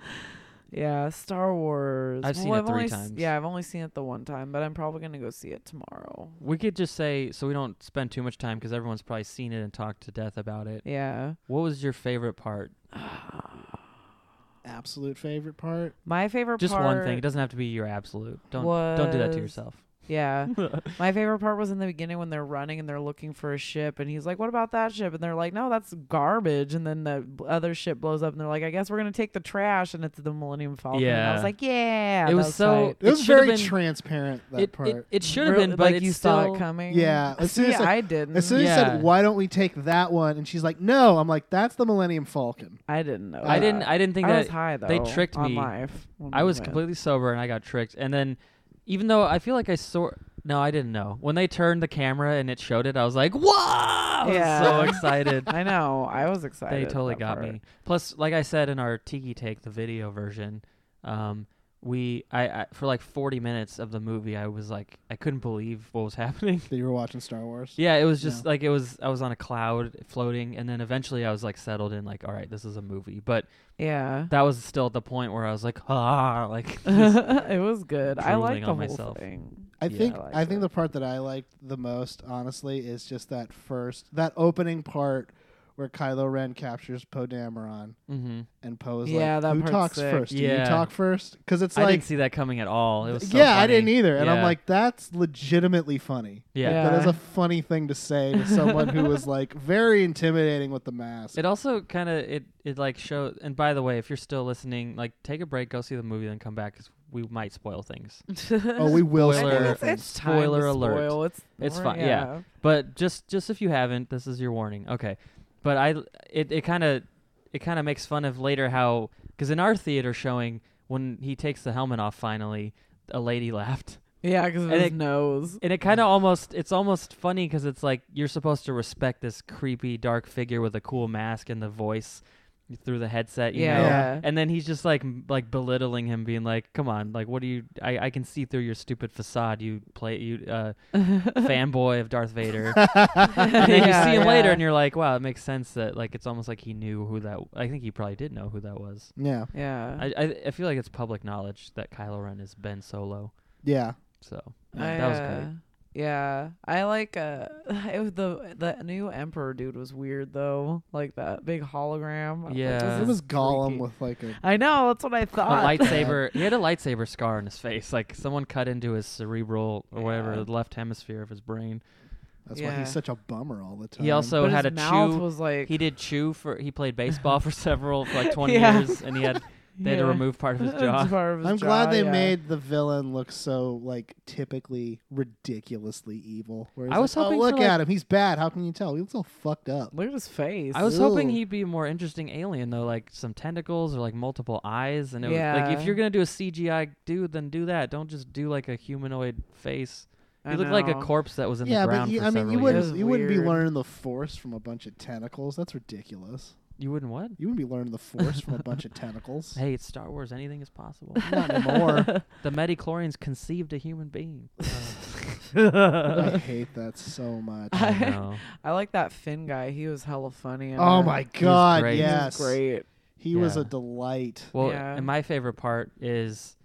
[SPEAKER 2] Yeah, Star Wars.
[SPEAKER 3] I've
[SPEAKER 2] Well,
[SPEAKER 3] seen it three
[SPEAKER 2] only s-
[SPEAKER 3] times.
[SPEAKER 2] Yeah, I've only seen it the one time, but I'm probably gonna go see it tomorrow.
[SPEAKER 3] we could just say so we don't spend too much time because everyone's probably seen it and talked to death about it.
[SPEAKER 2] Yeah.
[SPEAKER 3] What was your favorite part?
[SPEAKER 1] Absolute favorite part.
[SPEAKER 2] My favorite
[SPEAKER 3] Just
[SPEAKER 2] part
[SPEAKER 3] one thing. It doesn't have to be your absolute. Don't don't do that
[SPEAKER 2] was-
[SPEAKER 3] to yourself.
[SPEAKER 2] Yeah. My favorite part was in the beginning when they're running and they're looking for a ship, and he's like, "What about that ship?" And they're like, "No, that's garbage." And then the b- other ship blows up, and they're like, "I guess we're gonna take the trash," and it's the Millennium Falcon. And I
[SPEAKER 3] Yeah.
[SPEAKER 2] was like, "Yeah."
[SPEAKER 3] It
[SPEAKER 2] that
[SPEAKER 3] was so-
[SPEAKER 2] tight.
[SPEAKER 1] It,
[SPEAKER 3] It
[SPEAKER 1] was
[SPEAKER 3] should've
[SPEAKER 1] very
[SPEAKER 3] been-
[SPEAKER 1] transparent that
[SPEAKER 3] it,
[SPEAKER 1] part.
[SPEAKER 3] it, it should have
[SPEAKER 2] Really-
[SPEAKER 3] been, but
[SPEAKER 2] like
[SPEAKER 3] it's
[SPEAKER 2] you saw
[SPEAKER 3] still-
[SPEAKER 2] it coming.
[SPEAKER 1] Yeah, as soon
[SPEAKER 2] See,
[SPEAKER 1] as I-
[SPEAKER 2] I didn't.
[SPEAKER 1] as soon as he
[SPEAKER 3] Yeah.
[SPEAKER 1] said, "Why don't we take that one?" and she's like, "No," I'm like, "That's the Millennium Falcon."
[SPEAKER 2] I didn't know.
[SPEAKER 3] I
[SPEAKER 1] Uh,
[SPEAKER 2] that.
[SPEAKER 3] didn't. I didn't think
[SPEAKER 2] I
[SPEAKER 3] that
[SPEAKER 2] was high though.
[SPEAKER 3] they tricked
[SPEAKER 2] on
[SPEAKER 3] me.
[SPEAKER 2] Life when
[SPEAKER 3] I
[SPEAKER 2] we
[SPEAKER 3] was
[SPEAKER 2] went.
[SPEAKER 3] completely sober and I got tricked. And then, even though I feel like I saw, no, I didn't know. When they turned the camera and it showed it, I was like, "Whoa!" I was
[SPEAKER 2] Yeah.
[SPEAKER 3] so excited.
[SPEAKER 2] I know. I was excited.
[SPEAKER 3] they totally
[SPEAKER 2] that
[SPEAKER 3] got
[SPEAKER 2] part.
[SPEAKER 3] me. Plus, like I said in our Tiki Take, the video version, um, we, I, I, for like 40 minutes of the movie, I was like, I couldn't believe what was happening.
[SPEAKER 1] That you were watching Star Wars.
[SPEAKER 3] Yeah, it was just
[SPEAKER 1] No.
[SPEAKER 3] like it was. I was on a cloud floating, and then eventually I was like settled in, like, all right, this is a movie. But
[SPEAKER 2] Yeah.
[SPEAKER 3] that was still at the point where I was like, ah, like, just-
[SPEAKER 2] it was good. I
[SPEAKER 3] drooling
[SPEAKER 2] liked the
[SPEAKER 3] on
[SPEAKER 2] whole
[SPEAKER 3] myself.
[SPEAKER 2] thing.
[SPEAKER 1] I
[SPEAKER 3] Yeah,
[SPEAKER 1] think
[SPEAKER 2] I liked
[SPEAKER 1] I, think
[SPEAKER 2] it.
[SPEAKER 1] the part that I liked the most, honestly, is just that first that opening part where Kylo Ren captures Poe Dameron
[SPEAKER 3] mhm.
[SPEAKER 1] and Poe is
[SPEAKER 2] Yeah,
[SPEAKER 1] like,
[SPEAKER 2] that
[SPEAKER 1] "Who
[SPEAKER 2] part's
[SPEAKER 1] talks
[SPEAKER 2] sick.
[SPEAKER 1] first? Do you
[SPEAKER 3] Yeah.
[SPEAKER 1] talk first? Because it's
[SPEAKER 3] I
[SPEAKER 1] like,
[SPEAKER 3] didn't see that coming at all. It was so
[SPEAKER 1] yeah, I
[SPEAKER 3] funny.
[SPEAKER 1] didn't either, and I'm
[SPEAKER 3] Yeah.
[SPEAKER 1] like, that's legitimately funny.
[SPEAKER 3] yeah.
[SPEAKER 2] Yeah.
[SPEAKER 1] That is a funny thing to say to someone who was like very intimidating with the mask.
[SPEAKER 3] It also kind of it it like show. And by the way, if you're still listening, like take a break, go see the movie, then come back because we might spoil things.
[SPEAKER 1] oh, we will.
[SPEAKER 3] Spoiler-
[SPEAKER 1] spoil
[SPEAKER 2] it's, it's
[SPEAKER 1] things.
[SPEAKER 2] time to
[SPEAKER 3] Spoiler alert.
[SPEAKER 2] spoil. It's
[SPEAKER 3] It's
[SPEAKER 2] we're-
[SPEAKER 3] fine, yeah. But just just if you haven't, this is your warning. Okay, but I it it kind of it kind of makes fun of later how because in our theater showing when he takes the helmet off finally, a lady laughed.
[SPEAKER 2] Yeah, because of
[SPEAKER 3] And
[SPEAKER 2] his
[SPEAKER 3] it-
[SPEAKER 2] nose.
[SPEAKER 3] And it kind of almost it's almost funny because it's like you're supposed to respect this creepy dark figure with a cool mask and the voice through the headset. You
[SPEAKER 2] yeah.
[SPEAKER 3] know?
[SPEAKER 2] yeah.
[SPEAKER 3] And then he's just like m- like belittling him, being like, "Come on, like what do you? I, I can see through your stupid facade. You play you uh, fanboy of Darth Vader." and then
[SPEAKER 2] Yeah,
[SPEAKER 3] you see him
[SPEAKER 2] yeah.
[SPEAKER 3] later, and you're like, "Wow, it makes sense that like it's almost like he knew who that. I think he probably did know who that was.
[SPEAKER 1] yeah,
[SPEAKER 2] Yeah.
[SPEAKER 3] I I, I feel like it's public knowledge that Kylo Ren is Ben Solo.
[SPEAKER 1] yeah.
[SPEAKER 3] So
[SPEAKER 2] I,
[SPEAKER 3] that was
[SPEAKER 2] uh,
[SPEAKER 3] great.
[SPEAKER 2] Yeah, I like uh, it was the the new emperor dude was weird though, like that big hologram. I was like,
[SPEAKER 3] Yeah.
[SPEAKER 2] this
[SPEAKER 1] It
[SPEAKER 2] is
[SPEAKER 1] was Gollum
[SPEAKER 2] freaky.
[SPEAKER 1] with like a
[SPEAKER 2] I know that's what I
[SPEAKER 3] A
[SPEAKER 2] thought.
[SPEAKER 3] lightsaber. He had a lightsaber scar on his face. Like someone cut into his cerebral or whatever
[SPEAKER 2] Yeah.
[SPEAKER 3] the left hemisphere of his brain.
[SPEAKER 1] That's
[SPEAKER 2] Yeah.
[SPEAKER 1] why he's such a bummer all the time.
[SPEAKER 3] He also
[SPEAKER 2] but
[SPEAKER 3] had
[SPEAKER 2] his
[SPEAKER 3] a
[SPEAKER 2] mouth
[SPEAKER 3] chew.
[SPEAKER 2] was like
[SPEAKER 3] He did chew for. He played baseball for several for like 20
[SPEAKER 2] Yeah.
[SPEAKER 3] years, and he had they had to
[SPEAKER 2] Yeah.
[SPEAKER 3] remove part of his
[SPEAKER 2] It's
[SPEAKER 3] jaw.
[SPEAKER 2] part of his
[SPEAKER 1] I'm
[SPEAKER 2] jaw,
[SPEAKER 1] glad they
[SPEAKER 2] yeah.
[SPEAKER 1] made the villain look so like typically ridiculously evil. Where he's
[SPEAKER 3] I was
[SPEAKER 1] like,
[SPEAKER 3] hoping
[SPEAKER 1] oh,
[SPEAKER 3] for,
[SPEAKER 1] look
[SPEAKER 3] like-
[SPEAKER 1] at him, he's bad. How can you tell? He looks all fucked up.
[SPEAKER 2] Look at his face.
[SPEAKER 3] I was hoping
[SPEAKER 1] Ew.
[SPEAKER 3] he'd be a more interesting alien though, like some tentacles or like multiple eyes. And it was, like
[SPEAKER 2] Yeah.
[SPEAKER 3] if you're gonna do a CGI dude, then do that. Don't just do like a humanoid face.
[SPEAKER 2] I
[SPEAKER 3] He looked like a
[SPEAKER 2] know.
[SPEAKER 3] corpse that was in
[SPEAKER 1] yeah,
[SPEAKER 3] the
[SPEAKER 1] but
[SPEAKER 3] ground.
[SPEAKER 1] you,
[SPEAKER 3] for
[SPEAKER 1] I mean, you
[SPEAKER 3] several
[SPEAKER 1] wouldn't
[SPEAKER 3] years.
[SPEAKER 2] It was
[SPEAKER 1] you wouldn't be
[SPEAKER 2] weird.
[SPEAKER 1] learning the force from a bunch of tentacles. That's ridiculous.
[SPEAKER 3] You wouldn't what?
[SPEAKER 1] You wouldn't be learning the force from a bunch of tentacles.
[SPEAKER 3] Hey, it's Star Wars. Anything is possible.
[SPEAKER 1] Not anymore.
[SPEAKER 3] the Medichlorians conceived a human being.
[SPEAKER 1] I
[SPEAKER 3] I
[SPEAKER 1] hate that so much.
[SPEAKER 2] I-
[SPEAKER 3] know.
[SPEAKER 2] I like that Finn guy. He was hella funny. in
[SPEAKER 1] oh
[SPEAKER 2] it.
[SPEAKER 1] my god,
[SPEAKER 3] great. He was
[SPEAKER 1] yes,
[SPEAKER 2] He was great.
[SPEAKER 1] he was a
[SPEAKER 3] Yeah.
[SPEAKER 1] delight.
[SPEAKER 3] Well,
[SPEAKER 2] Yeah.
[SPEAKER 3] and my favorite part is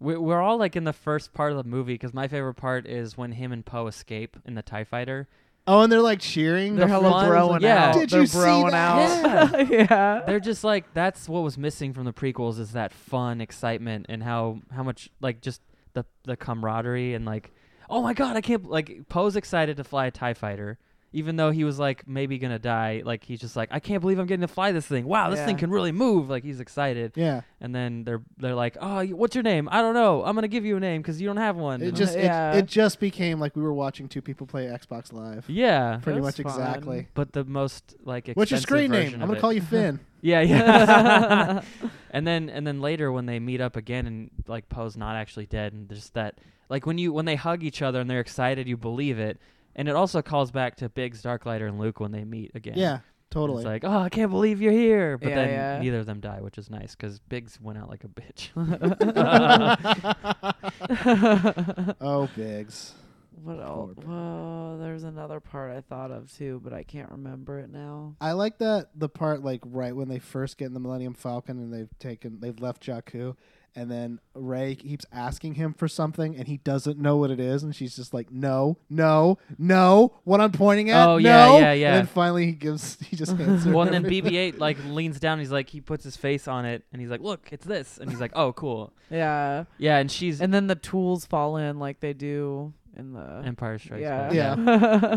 [SPEAKER 3] we, we're all like in the first part of the movie because my favorite part is when him and Poe escape in the Tie Fighter.
[SPEAKER 1] Oh, and they're like cheering.
[SPEAKER 2] They're
[SPEAKER 1] the
[SPEAKER 2] hella
[SPEAKER 1] fans.
[SPEAKER 2] broing
[SPEAKER 3] yeah.
[SPEAKER 2] out.
[SPEAKER 1] Did
[SPEAKER 2] They're
[SPEAKER 1] you see
[SPEAKER 2] broing
[SPEAKER 1] that?
[SPEAKER 2] out. yeah.
[SPEAKER 3] They're just like that's what was missing from the prequels is that fun, excitement, and how how much like just the the camaraderie and like oh my god, I can't like Poe's excited to fly a Tie Fighter. Even though he was like maybe gonna die, like he's just like I can't believe I'm getting to fly this thing. Wow, this
[SPEAKER 2] Yeah.
[SPEAKER 3] thing can really move. Like he's excited,
[SPEAKER 1] Yeah,
[SPEAKER 3] and then they're they're like, oh, y- what's your name? I don't know. I'm gonna give you a name because you don't have one.
[SPEAKER 1] it
[SPEAKER 3] And-
[SPEAKER 1] just
[SPEAKER 2] Yeah.
[SPEAKER 1] it, it just became like we were watching two people play Xbox Live.
[SPEAKER 3] yeah,
[SPEAKER 1] pretty
[SPEAKER 2] That's
[SPEAKER 1] much
[SPEAKER 2] fun.
[SPEAKER 1] exactly.
[SPEAKER 3] but the most like
[SPEAKER 1] What's your
[SPEAKER 3] expensive
[SPEAKER 1] screen name? I'm
[SPEAKER 3] version of
[SPEAKER 1] gonna
[SPEAKER 3] it-
[SPEAKER 1] call you Finn.
[SPEAKER 3] Yeah, yeah. and then and then later when they meet up again and like Poe's not actually dead and just that like when you when they hug each other and they're excited you believe it and it also calls back to Biggs, Darklighter, and Luke when they meet again.
[SPEAKER 1] Yeah, totally.
[SPEAKER 3] It's like, oh, I can't believe you're here. But
[SPEAKER 2] Yeah,
[SPEAKER 3] then
[SPEAKER 2] yeah.
[SPEAKER 3] neither of them die, which is nice because Biggs went out like a bitch.
[SPEAKER 1] oh, Biggs.
[SPEAKER 2] What else?
[SPEAKER 1] Corp.
[SPEAKER 2] Whoa, there's another part I thought of too, but I can't remember it now.
[SPEAKER 1] I like that the part like right when they first get in the Millennium Falcon and they've taken they've left Jakku and then Ray keeps asking him for something and he doesn't know what it is and she's just like no no no what I'm pointing at
[SPEAKER 3] Oh,
[SPEAKER 1] no.
[SPEAKER 3] yeah, yeah, yeah.
[SPEAKER 1] and then finally he gives he just hands her
[SPEAKER 3] well, and then
[SPEAKER 1] everything.
[SPEAKER 3] BB-8 like leans down. he's like, he puts his face on it, and he's like, look, it's this. And he's like, oh, cool.
[SPEAKER 2] Yeah.
[SPEAKER 3] Yeah, and she's
[SPEAKER 2] And then the tools fall in like they do in the
[SPEAKER 3] Empire Strikes
[SPEAKER 2] yeah.
[SPEAKER 3] Back.
[SPEAKER 1] Yeah.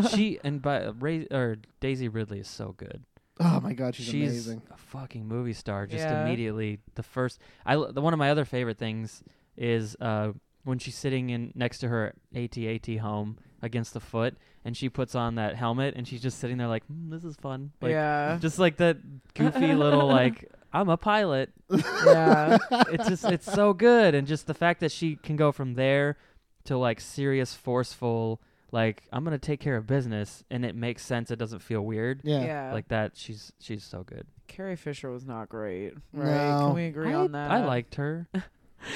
[SPEAKER 3] she and by Ray or Daisy Ridley is so good.
[SPEAKER 1] oh my god she's, amazing
[SPEAKER 3] a fucking movie star. Just
[SPEAKER 2] Yeah.
[SPEAKER 3] immediately the first. I l- the, one of my other favorite things is uh, when she's sitting in next to her AT-AT home against the foot, and she puts on that helmet, and she's just sitting there like, mm, this is fun. Like,
[SPEAKER 2] yeah.
[SPEAKER 3] Just like that goofy little like. I'm a pilot.
[SPEAKER 2] yeah.
[SPEAKER 3] It's just it's so good, and just the fact that she can go from there to like serious, forceful, like I'm gonna take care of business, and it makes sense. It doesn't feel weird
[SPEAKER 1] yeah.
[SPEAKER 2] Yeah.
[SPEAKER 3] like that. She's she's so good.
[SPEAKER 2] Carrie Fisher was not great, right?
[SPEAKER 1] No.
[SPEAKER 2] Can we agree
[SPEAKER 3] I,
[SPEAKER 2] on that?
[SPEAKER 3] I liked her.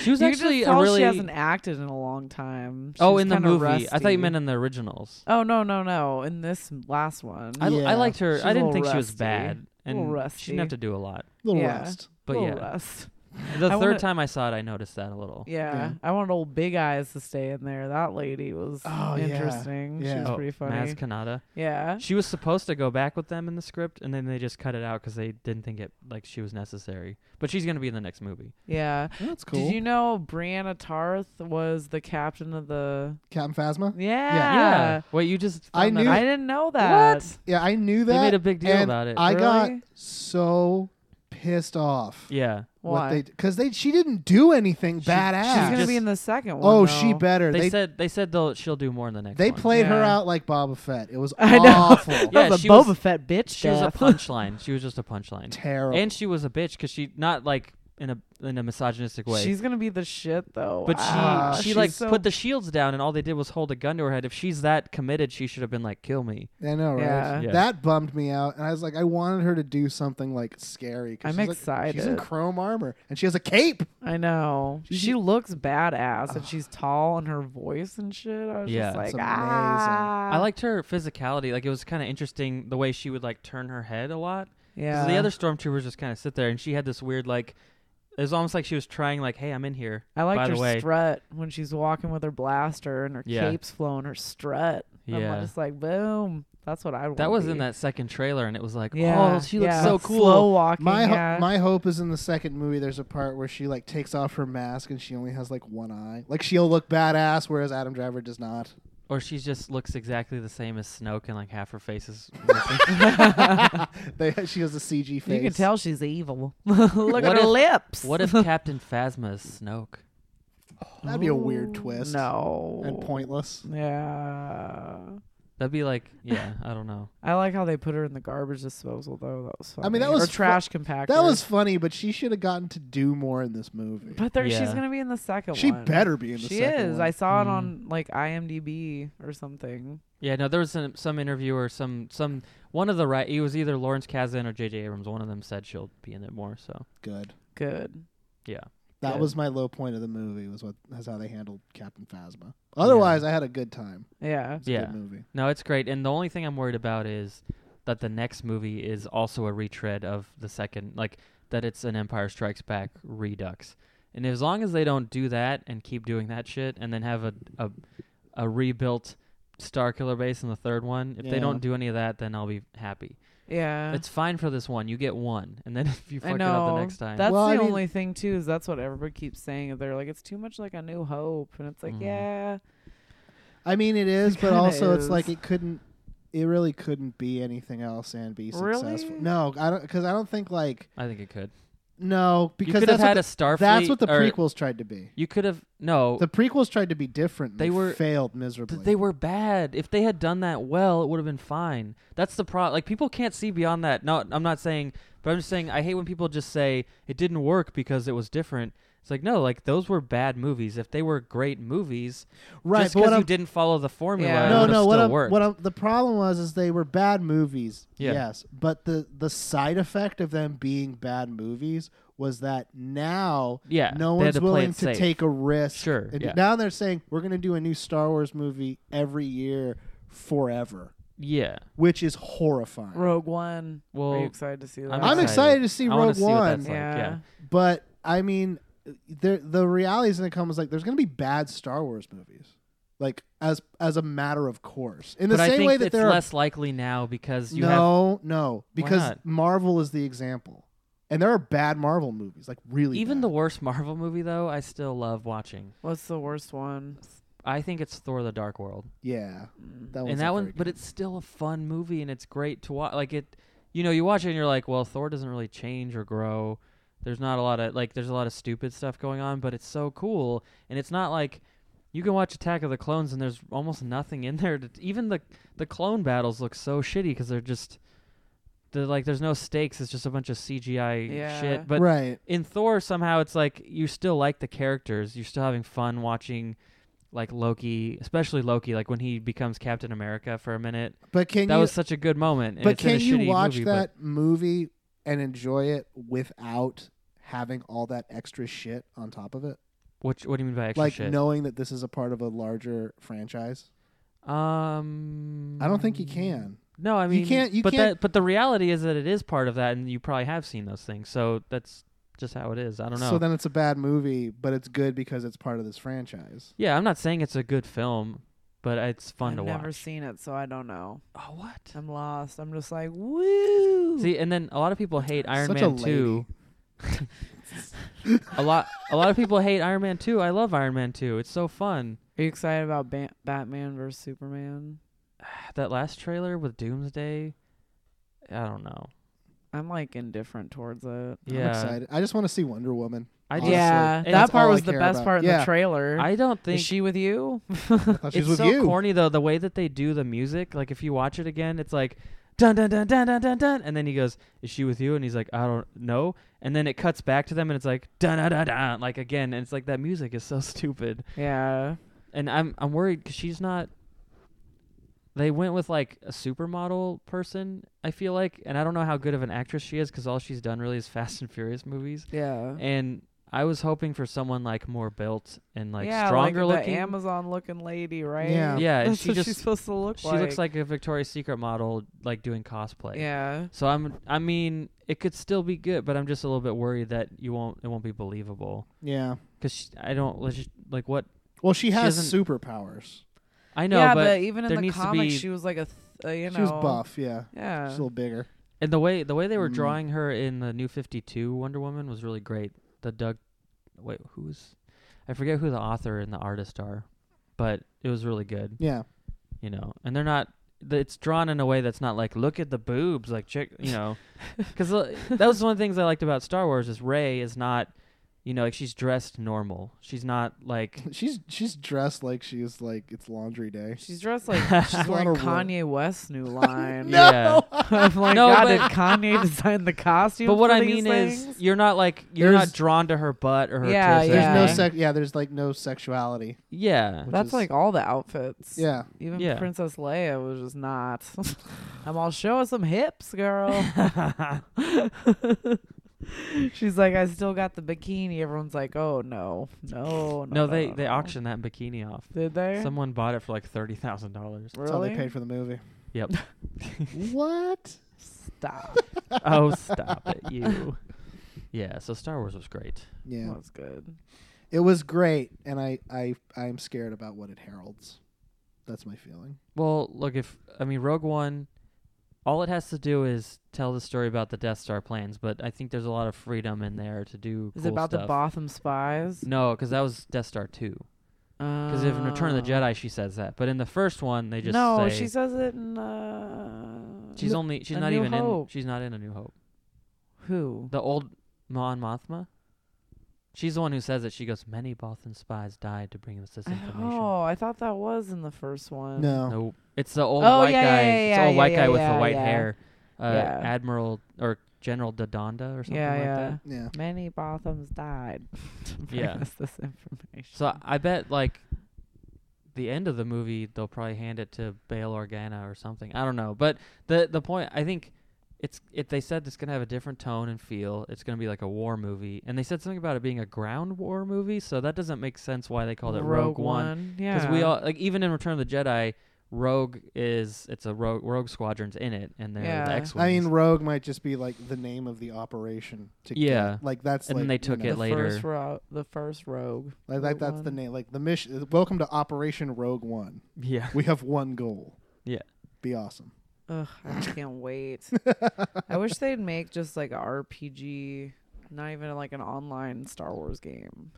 [SPEAKER 3] She was
[SPEAKER 2] you can
[SPEAKER 3] actually
[SPEAKER 2] just tell
[SPEAKER 3] a really.
[SPEAKER 2] she hasn't acted in a long time.
[SPEAKER 3] oh,
[SPEAKER 2] She's
[SPEAKER 3] in the
[SPEAKER 2] kinda
[SPEAKER 3] movie.
[SPEAKER 2] Rusty.
[SPEAKER 3] I thought you meant in the originals.
[SPEAKER 2] Oh no no no! In this last one,
[SPEAKER 3] I,
[SPEAKER 1] Yeah.
[SPEAKER 3] I liked her.
[SPEAKER 2] She's
[SPEAKER 3] I
[SPEAKER 2] a
[SPEAKER 3] didn't
[SPEAKER 2] little
[SPEAKER 3] think she was
[SPEAKER 2] rusty.
[SPEAKER 3] bad, and
[SPEAKER 2] Little
[SPEAKER 3] she didn't have
[SPEAKER 2] rusty.
[SPEAKER 3] to do a lot.
[SPEAKER 1] little
[SPEAKER 2] Yeah.
[SPEAKER 1] rust
[SPEAKER 3] But
[SPEAKER 2] Little
[SPEAKER 3] yeah,
[SPEAKER 2] less.
[SPEAKER 3] the
[SPEAKER 2] I
[SPEAKER 3] 3rd
[SPEAKER 2] wanna-
[SPEAKER 3] time I saw it, I noticed that a little.
[SPEAKER 2] Yeah.
[SPEAKER 1] Yeah.
[SPEAKER 2] I wanted old big eyes to stay in there. That lady was
[SPEAKER 1] Oh, yeah.
[SPEAKER 2] interesting. She
[SPEAKER 1] Yeah.
[SPEAKER 2] was
[SPEAKER 3] Oh,
[SPEAKER 2] pretty funny.
[SPEAKER 3] Maz Kanata.
[SPEAKER 2] yeah.
[SPEAKER 3] She was supposed to go back with them in the script, and then they just cut it out because they didn't think it like she was necessary. But she's gonna be in the next movie.
[SPEAKER 2] Yeah.
[SPEAKER 1] that's cool
[SPEAKER 2] Did you know Brianna Tarth was the captain of the
[SPEAKER 1] Captain Phasma
[SPEAKER 2] Yeah.
[SPEAKER 3] Wait, you just
[SPEAKER 1] I
[SPEAKER 3] found that
[SPEAKER 1] knew-
[SPEAKER 3] out?
[SPEAKER 2] I didn't know that.
[SPEAKER 3] What?
[SPEAKER 1] yeah I knew that
[SPEAKER 3] they made a big deal
[SPEAKER 1] and
[SPEAKER 3] about it.
[SPEAKER 1] I got
[SPEAKER 2] Really?
[SPEAKER 1] so pissed off
[SPEAKER 3] yeah.
[SPEAKER 1] what
[SPEAKER 2] Why?
[SPEAKER 1] they because they she didn't do anything
[SPEAKER 3] She-
[SPEAKER 1] badass
[SPEAKER 2] She's gonna
[SPEAKER 3] just-
[SPEAKER 2] be in the second one.
[SPEAKER 1] Oh, she
[SPEAKER 2] though.
[SPEAKER 1] better.
[SPEAKER 3] They,
[SPEAKER 1] They,
[SPEAKER 3] said they said they'll she'll do more in the next.
[SPEAKER 1] they
[SPEAKER 3] one.
[SPEAKER 1] played her
[SPEAKER 2] Yeah.
[SPEAKER 1] out like Boba Fett. It was
[SPEAKER 2] I know.
[SPEAKER 1] awful,
[SPEAKER 2] That
[SPEAKER 3] Yeah,
[SPEAKER 2] was a
[SPEAKER 3] she
[SPEAKER 2] Boba
[SPEAKER 3] was-
[SPEAKER 2] Fett bitch.
[SPEAKER 3] She was a
[SPEAKER 2] death.
[SPEAKER 3] punchline. She was just a punchline,
[SPEAKER 1] terrible.
[SPEAKER 3] and she was a bitch because she not like in a in a misogynistic way.
[SPEAKER 2] She's gonna be the shit though.
[SPEAKER 3] but she
[SPEAKER 2] Wow.
[SPEAKER 3] she
[SPEAKER 2] She's
[SPEAKER 3] like
[SPEAKER 2] so-
[SPEAKER 3] put the shields down, and all they did was hold a gun to her head. If she's that committed, she should have been like, "Kill me."
[SPEAKER 1] I know, right?
[SPEAKER 2] Yeah.
[SPEAKER 3] Yeah.
[SPEAKER 1] That bummed me out, and I was like, I wanted her to do something like scary. 'cause
[SPEAKER 2] I'm
[SPEAKER 1] she's, like- she's in
[SPEAKER 2] excited.
[SPEAKER 1] chrome armor, and she has a cape.
[SPEAKER 2] I know.
[SPEAKER 1] She's-
[SPEAKER 2] she looks badass and she's tall and her voice and shit. I was
[SPEAKER 3] Yeah.
[SPEAKER 2] just
[SPEAKER 3] It's
[SPEAKER 2] like,
[SPEAKER 1] amazing.
[SPEAKER 2] ah.
[SPEAKER 3] I liked her physicality. Like it was kind of interesting the way she would like turn her head a lot. 'Cause
[SPEAKER 2] yeah.
[SPEAKER 3] The other stormtroopers just kind of sit there, and she had this weird like. It was almost like she was trying, like, "Hey, I'm in here."
[SPEAKER 2] I liked
[SPEAKER 3] By
[SPEAKER 2] her
[SPEAKER 3] the way,
[SPEAKER 2] strut when she's walking with her blaster and her
[SPEAKER 3] Yeah.
[SPEAKER 2] cape's flowing, her strut.
[SPEAKER 3] Yeah.
[SPEAKER 2] I'm just like, boom. That's what I want.
[SPEAKER 3] that was in that second trailer, and it was like,
[SPEAKER 2] Yeah.
[SPEAKER 3] "Oh, she looks
[SPEAKER 2] yeah.
[SPEAKER 3] so cool."
[SPEAKER 2] Slow walking.
[SPEAKER 1] My ho-
[SPEAKER 2] yeah.
[SPEAKER 1] my hope is in the second movie. There's a part where she like takes off her mask and she only has like one eye. Like she'll look badass, whereas Adam Driver does not.
[SPEAKER 3] Or she just looks exactly the same as Snoke, and like half her face is.
[SPEAKER 1] They, she has a CG face.
[SPEAKER 2] you can tell she's evil. Look at her
[SPEAKER 3] if-
[SPEAKER 2] lips.
[SPEAKER 3] what if Captain Phasma is Snoke?
[SPEAKER 1] that'd be a weird twist.
[SPEAKER 2] No.
[SPEAKER 1] and pointless.
[SPEAKER 2] Yeah.
[SPEAKER 3] That'd be like, yeah, I don't know.
[SPEAKER 2] I like how they put her in the garbage disposal though. That was funny.
[SPEAKER 1] I mean, that
[SPEAKER 2] Or
[SPEAKER 1] was fu-
[SPEAKER 2] trash compactor.
[SPEAKER 1] That was funny, but she should have gotten to do more in this movie.
[SPEAKER 2] But there, she's
[SPEAKER 3] Yeah.
[SPEAKER 2] gonna be in the second
[SPEAKER 1] She
[SPEAKER 2] one.
[SPEAKER 1] better be in the
[SPEAKER 2] she
[SPEAKER 1] second
[SPEAKER 2] is.
[SPEAKER 1] one.
[SPEAKER 2] I saw it
[SPEAKER 3] Mhm.
[SPEAKER 2] on like IMDb or something.
[SPEAKER 3] Yeah, no, there was some, some interview or some some one of the right. It was either Lawrence Kazan or J.J. Abrams. One of them said she'll be in it more. So
[SPEAKER 1] Good.
[SPEAKER 2] Good.
[SPEAKER 3] yeah,
[SPEAKER 1] That
[SPEAKER 3] Good.
[SPEAKER 1] was my low point of the movie. Was what is how they handled Captain Phasma. Otherwise, I had a good time.
[SPEAKER 2] Yeah.
[SPEAKER 1] It's a
[SPEAKER 3] Yeah.
[SPEAKER 1] good movie.
[SPEAKER 3] no, it's great. And the only thing I'm worried about is that the next movie is also a retread of the second, like that it's an Empire Strikes Back redux. And as long as they don't do that and keep doing that shit, and then have a a, a rebuilt Star Killer base in the third one, if
[SPEAKER 1] Yeah.
[SPEAKER 3] they don't do any of that, then I'll be happy.
[SPEAKER 2] Yeah.
[SPEAKER 3] It's fine for this one. You get one, and then if you
[SPEAKER 2] I
[SPEAKER 3] fuck it
[SPEAKER 2] know.
[SPEAKER 3] up the next time,
[SPEAKER 2] That's
[SPEAKER 1] Well,
[SPEAKER 2] the
[SPEAKER 1] I mean-
[SPEAKER 2] only thing too is that's what everybody keeps saying. They're like, it's too much like a New Hope, and it's like,
[SPEAKER 3] Mhm.
[SPEAKER 2] yeah,
[SPEAKER 1] I mean, it is, but
[SPEAKER 2] kinda
[SPEAKER 1] also it's
[SPEAKER 2] is.
[SPEAKER 1] like it couldn't. It really couldn't be anything else and be successful.
[SPEAKER 2] Really?
[SPEAKER 1] No, I don't because I don't think like
[SPEAKER 3] I think it could.
[SPEAKER 1] No, because
[SPEAKER 3] you could have
[SPEAKER 1] that's
[SPEAKER 3] had
[SPEAKER 1] what
[SPEAKER 3] a Starfleet.
[SPEAKER 1] the, that's what the
[SPEAKER 3] or
[SPEAKER 1] prequels tried to be.
[SPEAKER 3] You could have no.
[SPEAKER 1] The prequels tried to be different. And
[SPEAKER 3] They
[SPEAKER 1] they
[SPEAKER 3] were-
[SPEAKER 1] failed
[SPEAKER 3] th-
[SPEAKER 1] miserably.
[SPEAKER 3] they were bad. If they had done that well, it would have been fine. That's the problem. Like people can't see beyond that. No, I'm not saying, but I'm just saying I hate when people just say it didn't work because it was different. It's like no, like those were bad movies. If they were great movies,
[SPEAKER 1] right,
[SPEAKER 3] just
[SPEAKER 1] but what
[SPEAKER 3] because you
[SPEAKER 1] I'm,
[SPEAKER 3] didn't follow the formula,
[SPEAKER 2] Yeah.
[SPEAKER 3] it
[SPEAKER 1] no,
[SPEAKER 3] would've
[SPEAKER 1] no. What
[SPEAKER 3] still
[SPEAKER 1] I'm,
[SPEAKER 3] worked.
[SPEAKER 1] what I'm, the problem was is they were bad movies.
[SPEAKER 3] Yeah.
[SPEAKER 1] Yes, but the the side effect of them being bad movies was that now
[SPEAKER 3] yeah,
[SPEAKER 1] no
[SPEAKER 3] they had
[SPEAKER 1] one's
[SPEAKER 3] to play
[SPEAKER 1] willing
[SPEAKER 3] it
[SPEAKER 1] to
[SPEAKER 3] safe.
[SPEAKER 1] take a risk.
[SPEAKER 3] Sure,
[SPEAKER 1] And
[SPEAKER 3] yeah.
[SPEAKER 1] now they're saying we're going to do a new Star Wars movie every year forever,
[SPEAKER 3] Yeah,
[SPEAKER 1] which is horrifying.
[SPEAKER 2] Rogue One. Are
[SPEAKER 3] Well,
[SPEAKER 2] you excited to see that?
[SPEAKER 3] I'm
[SPEAKER 1] I'm excited to see
[SPEAKER 3] I wanna
[SPEAKER 1] Rogue
[SPEAKER 3] see what
[SPEAKER 1] One.
[SPEAKER 3] that's like,
[SPEAKER 2] Yeah.
[SPEAKER 3] yeah.
[SPEAKER 1] But I mean, the the reality is going to come is like there's going to be bad Star Wars movies, like as as a matter of course. In the
[SPEAKER 3] but I
[SPEAKER 1] same
[SPEAKER 3] think
[SPEAKER 1] way that
[SPEAKER 3] it's
[SPEAKER 1] there
[SPEAKER 3] less likely now because
[SPEAKER 1] are
[SPEAKER 3] you have
[SPEAKER 1] no no because
[SPEAKER 3] not?
[SPEAKER 1] Marvel is the example, and there are bad Marvel movies like really
[SPEAKER 3] even the
[SPEAKER 1] bad.
[SPEAKER 3] worst Marvel movie though. I still love watching.
[SPEAKER 2] What's the worst one?
[SPEAKER 3] I think it's Thor: The Dark World.
[SPEAKER 1] yeah that
[SPEAKER 3] and
[SPEAKER 1] one's
[SPEAKER 3] that
[SPEAKER 1] not
[SPEAKER 3] one
[SPEAKER 1] very
[SPEAKER 3] but
[SPEAKER 1] good.
[SPEAKER 3] it's still a fun movie and it's great to watch like it you know you watch it and you're like well thor doesn't really change or grow there's not a lot of like there's a lot of stupid stuff going on but it's so cool and it's not like you can watch attack of the clones and there's almost nothing in there to, even the the clone battles look so shitty because they're just they're like there's no stakes it's just a bunch of cgi
[SPEAKER 2] Yeah.
[SPEAKER 3] shit but
[SPEAKER 1] right
[SPEAKER 3] in Thor somehow it's like you still like the characters. You're still having fun watching like Loki, especially Loki, like when he becomes Captain America for a minute.
[SPEAKER 1] but can
[SPEAKER 3] that
[SPEAKER 1] you
[SPEAKER 3] was such a good moment. and
[SPEAKER 1] but
[SPEAKER 3] it's in a
[SPEAKER 1] can you
[SPEAKER 3] shitty
[SPEAKER 1] watch
[SPEAKER 3] movie, but-
[SPEAKER 1] that movie and enjoy it without having all that extra shit on top of it
[SPEAKER 3] What what do you mean by extra
[SPEAKER 1] like
[SPEAKER 3] shit?
[SPEAKER 1] knowing that this is a part of a larger franchise
[SPEAKER 3] Um
[SPEAKER 1] i don't think you can
[SPEAKER 3] No, I
[SPEAKER 1] You
[SPEAKER 3] mean
[SPEAKER 1] can't- you
[SPEAKER 3] but
[SPEAKER 1] can't-
[SPEAKER 3] that but the reality is that it is part of that and you probably have seen those things. So that's just how it is. I don't know.
[SPEAKER 1] so then it's a bad movie but it's good because it's part of this franchise
[SPEAKER 3] yeah, I'm not saying it's a good film, but it's fun
[SPEAKER 2] I've
[SPEAKER 3] to
[SPEAKER 2] never
[SPEAKER 3] watch.
[SPEAKER 2] seen it, so I don't know.
[SPEAKER 3] oh what?
[SPEAKER 2] I'm lost. I'm just like, woo.
[SPEAKER 3] See, and then a lot of people hate Iron
[SPEAKER 1] Such a
[SPEAKER 3] Man 2. a lot a lot of people hate Iron Man 2. I love Iron Man 2. It's so fun.
[SPEAKER 2] Are you excited about ba- Batman versus Superman?
[SPEAKER 3] That last trailer with Doomsday, I don't know.
[SPEAKER 2] I'm like indifferent towards it.
[SPEAKER 1] i'm
[SPEAKER 3] Yeah.
[SPEAKER 1] excited i just want to see wonder woman
[SPEAKER 3] I
[SPEAKER 1] Honestly,
[SPEAKER 2] yeah,
[SPEAKER 3] and
[SPEAKER 2] that
[SPEAKER 1] that's
[SPEAKER 2] part
[SPEAKER 1] all I
[SPEAKER 2] was the
[SPEAKER 1] care
[SPEAKER 2] best
[SPEAKER 1] about.
[SPEAKER 2] part in
[SPEAKER 1] Yeah.
[SPEAKER 2] the trailer.
[SPEAKER 3] I don't think
[SPEAKER 2] Is she with you?
[SPEAKER 1] I thought she
[SPEAKER 3] it's
[SPEAKER 1] was with
[SPEAKER 3] so
[SPEAKER 1] you
[SPEAKER 3] corny though the way that they do the music. Like if you watch it again, it's like dun dun dun dun dun dun dun, and then he goes, "Is she with you?" And he's like, "I don't know." And then it cuts back to them, and it's like dun dun dun dun, like again, and it's like that music is so stupid.
[SPEAKER 2] yeah.
[SPEAKER 3] and I'm I'm worried because she's not. They went with like a supermodel person. I feel like, and I don't know how good of an actress she is because all she's done really is Fast and Furious movies.
[SPEAKER 2] Yeah.
[SPEAKER 3] And I was hoping for someone like more built and like
[SPEAKER 2] yeah,
[SPEAKER 3] stronger
[SPEAKER 2] like
[SPEAKER 3] looking.
[SPEAKER 2] The Amazon looking lady, right?
[SPEAKER 1] Yeah.
[SPEAKER 3] yeah, and
[SPEAKER 2] That's
[SPEAKER 3] she
[SPEAKER 2] what
[SPEAKER 3] just
[SPEAKER 2] she's supposed to look
[SPEAKER 3] she
[SPEAKER 2] like.
[SPEAKER 3] looks like a Victoria's Secret model, like doing cosplay.
[SPEAKER 2] Yeah.
[SPEAKER 3] So I'm I mean it could still be good, but I'm just a little bit worried that you won't it won't be believable
[SPEAKER 1] yeah
[SPEAKER 3] because I don't let's just- like what
[SPEAKER 1] well she has
[SPEAKER 3] doesn't-
[SPEAKER 1] superpowers
[SPEAKER 3] I know,
[SPEAKER 2] yeah,
[SPEAKER 3] but,
[SPEAKER 2] even in
[SPEAKER 3] there
[SPEAKER 2] the
[SPEAKER 3] needs to
[SPEAKER 2] comics,
[SPEAKER 3] be-
[SPEAKER 2] she was like a, th- uh, you know,
[SPEAKER 1] she was buff yeah she's a
[SPEAKER 2] Yeah.
[SPEAKER 1] little bigger
[SPEAKER 3] And the way the way they were
[SPEAKER 1] Mm.
[SPEAKER 3] drawing her in the New Fifty Two Wonder Woman was really great. The Doug, wait, who's, I forget who the author and the artist are, but it was really good.
[SPEAKER 1] yeah
[SPEAKER 3] You know, and they're not. th- It's drawn in a way that's not like look at the boobs, like check, you know, because that was one of the things I liked about Star Wars is Ray is not, you know, like she's dressed normal. She's not like
[SPEAKER 1] she's she's dressed like she's like it's laundry day
[SPEAKER 2] She's dressed like she's
[SPEAKER 1] Not
[SPEAKER 2] wearing
[SPEAKER 1] a woman.
[SPEAKER 2] Kanye West's new line.
[SPEAKER 3] No. Yeah.
[SPEAKER 2] I'm like,
[SPEAKER 3] No,
[SPEAKER 2] God,
[SPEAKER 3] but-
[SPEAKER 2] did Kanye design the costume?
[SPEAKER 3] But what
[SPEAKER 2] for
[SPEAKER 3] I
[SPEAKER 2] these
[SPEAKER 3] mean is,
[SPEAKER 2] things?
[SPEAKER 3] you're not like you're
[SPEAKER 1] There's-
[SPEAKER 3] not drawn to her butt or her
[SPEAKER 2] Yeah,
[SPEAKER 3] tits. or
[SPEAKER 1] there's no
[SPEAKER 2] Yeah.
[SPEAKER 3] anything.
[SPEAKER 1] sex yeah there's like no sexuality
[SPEAKER 3] Yeah,
[SPEAKER 1] which
[SPEAKER 2] that's
[SPEAKER 1] is-
[SPEAKER 2] like all the outfits.
[SPEAKER 1] yeah
[SPEAKER 2] Even
[SPEAKER 3] Yeah.
[SPEAKER 2] Princess Leia was just not. I'm all show us some hips, girl. She's like, I still got the bikini. Everyone's like, Oh no, no, no.
[SPEAKER 3] No, they
[SPEAKER 2] no,
[SPEAKER 3] they
[SPEAKER 2] no."
[SPEAKER 3] auctioned that bikini off.
[SPEAKER 2] Did they?
[SPEAKER 3] Someone bought it for like thirty thousand dollars.
[SPEAKER 1] that's all
[SPEAKER 2] really?
[SPEAKER 1] they paid for the movie
[SPEAKER 3] Yep.
[SPEAKER 1] what
[SPEAKER 2] Stop.
[SPEAKER 3] oh, stop it, you. Yeah. So Star Wars was great.
[SPEAKER 1] yeah
[SPEAKER 2] That's good.
[SPEAKER 1] It was great, and I I I'm scared about what it heralds. That's my feeling.
[SPEAKER 3] Well, look if I mean Rogue One, all it has to do is tell the story about the Death Star plans, but I think there's a lot of freedom in there to do.
[SPEAKER 2] Is it
[SPEAKER 3] cool
[SPEAKER 2] about the
[SPEAKER 3] stuff.
[SPEAKER 2] Botham spies?
[SPEAKER 3] No, because that was Death Star two. Because
[SPEAKER 2] Because
[SPEAKER 3] in Return of the Jedi, she says that, but in the first one, they just
[SPEAKER 2] Ah. Uh, no,
[SPEAKER 3] say
[SPEAKER 2] she says it in. Uh,
[SPEAKER 3] she's only she's
[SPEAKER 2] A
[SPEAKER 3] not
[SPEAKER 2] New
[SPEAKER 3] even in
[SPEAKER 2] Hope.
[SPEAKER 3] she's not in A New Hope.
[SPEAKER 2] who?
[SPEAKER 3] The old Mon Mothma. She's the one who says it. She goes, "Many Bothan spies died to bring us this information."
[SPEAKER 2] Oh, I thought that was in the first one.
[SPEAKER 1] No.
[SPEAKER 3] Nope. It's the old
[SPEAKER 2] Oh,
[SPEAKER 3] white
[SPEAKER 2] yeah,
[SPEAKER 3] guy.
[SPEAKER 2] yeah,
[SPEAKER 3] it's
[SPEAKER 2] yeah,
[SPEAKER 3] the old
[SPEAKER 2] yeah,
[SPEAKER 3] white
[SPEAKER 2] yeah,
[SPEAKER 3] guy with
[SPEAKER 2] yeah,
[SPEAKER 3] the white
[SPEAKER 2] yeah.
[SPEAKER 3] hair. Uh,
[SPEAKER 2] Yeah.
[SPEAKER 3] Admiral or General Dodonda or something
[SPEAKER 2] yeah,
[SPEAKER 3] like
[SPEAKER 2] yeah.
[SPEAKER 3] that.
[SPEAKER 1] Yeah.
[SPEAKER 2] Many Bothams died. to bring
[SPEAKER 3] Yeah.
[SPEAKER 2] us this information.
[SPEAKER 3] So I bet like the end of the movie they'll probably hand it to Bail Organa or something. I don't know. But the the point I think it's it they said it's gonna have a different tone and feel. It's gonna be like a war movie. And they said something about it being a ground war movie, so that doesn't make sense why they called it Rogue, One.
[SPEAKER 2] Yeah.
[SPEAKER 3] Because we all like even in Return of the Jedi, Rogue is it's a rogue rogue squadron's in it and they're
[SPEAKER 2] Yeah.
[SPEAKER 3] the X Wings.
[SPEAKER 1] I mean, Rogue might just be like the name of the operation. To
[SPEAKER 3] Yeah.
[SPEAKER 1] get, like that's
[SPEAKER 3] And then
[SPEAKER 1] like,
[SPEAKER 3] they
[SPEAKER 1] you
[SPEAKER 3] took
[SPEAKER 1] know,
[SPEAKER 3] it
[SPEAKER 2] the
[SPEAKER 3] later.
[SPEAKER 2] First ro- the first Rogue.
[SPEAKER 1] Like,
[SPEAKER 2] Rogue
[SPEAKER 1] like that's the
[SPEAKER 2] One.
[SPEAKER 1] name. Like the mission. Welcome to Operation Rogue One.
[SPEAKER 3] yeah.
[SPEAKER 1] We have one goal.
[SPEAKER 3] Yeah.
[SPEAKER 1] Be awesome.
[SPEAKER 2] Ugh, I can't wait. I wish they'd make just like a RPG, not even like an online Star Wars game.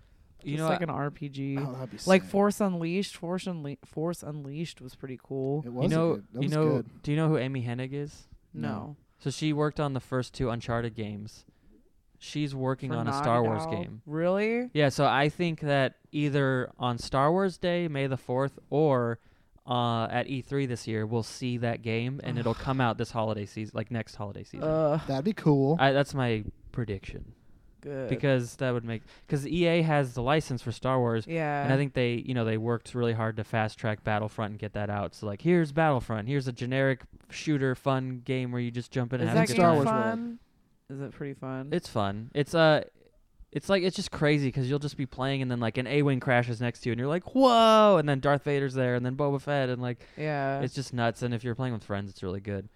[SPEAKER 3] You
[SPEAKER 2] just
[SPEAKER 3] know,
[SPEAKER 2] like
[SPEAKER 3] I-
[SPEAKER 2] an
[SPEAKER 3] Mm-hmm.
[SPEAKER 2] RPG.
[SPEAKER 1] Oh, that'd be
[SPEAKER 2] like
[SPEAKER 1] sick.
[SPEAKER 2] Force Unleashed, Force Unle- Force Unleashed was pretty cool.
[SPEAKER 1] It was
[SPEAKER 3] you
[SPEAKER 1] a
[SPEAKER 3] know,
[SPEAKER 1] good- that
[SPEAKER 3] you
[SPEAKER 1] was
[SPEAKER 3] know,
[SPEAKER 1] good.
[SPEAKER 3] do you know who Amy Hennig is?
[SPEAKER 2] No.
[SPEAKER 3] So she worked on the first two Uncharted games. She's working
[SPEAKER 2] For
[SPEAKER 3] on a
[SPEAKER 2] Naughty
[SPEAKER 3] Star Wars
[SPEAKER 2] Dog.
[SPEAKER 3] game.
[SPEAKER 2] Really?
[SPEAKER 3] Yeah, so I think that either on Star Wars Day, May the 4th, or uh, at E3 this year, we'll see that game and it'll come out this holiday season, like next holiday season.
[SPEAKER 2] Ugh,
[SPEAKER 1] That'd be cool.
[SPEAKER 3] I, that's my prediction
[SPEAKER 2] good.
[SPEAKER 3] because that would make because EA has the license for Star Wars
[SPEAKER 2] yeah.
[SPEAKER 3] and I think they, you know, they worked really hard to fast track Battlefront and get that out. So like, here's Battlefront. Here's a generic shooter fun game where you just jump in
[SPEAKER 2] is
[SPEAKER 3] and have
[SPEAKER 2] that
[SPEAKER 3] a good
[SPEAKER 2] game
[SPEAKER 1] Star
[SPEAKER 3] time.
[SPEAKER 1] Wars world.
[SPEAKER 2] fun? Is it pretty fun?
[SPEAKER 3] It's fun. It's uh it's like it's just crazy because you'll just be playing and then like an A-wing crashes next to you and you're like, whoa! And then Darth Vader's there and then Boba Fett and like
[SPEAKER 2] yeah.
[SPEAKER 3] it's just nuts. And if you're playing with friends, it's really good.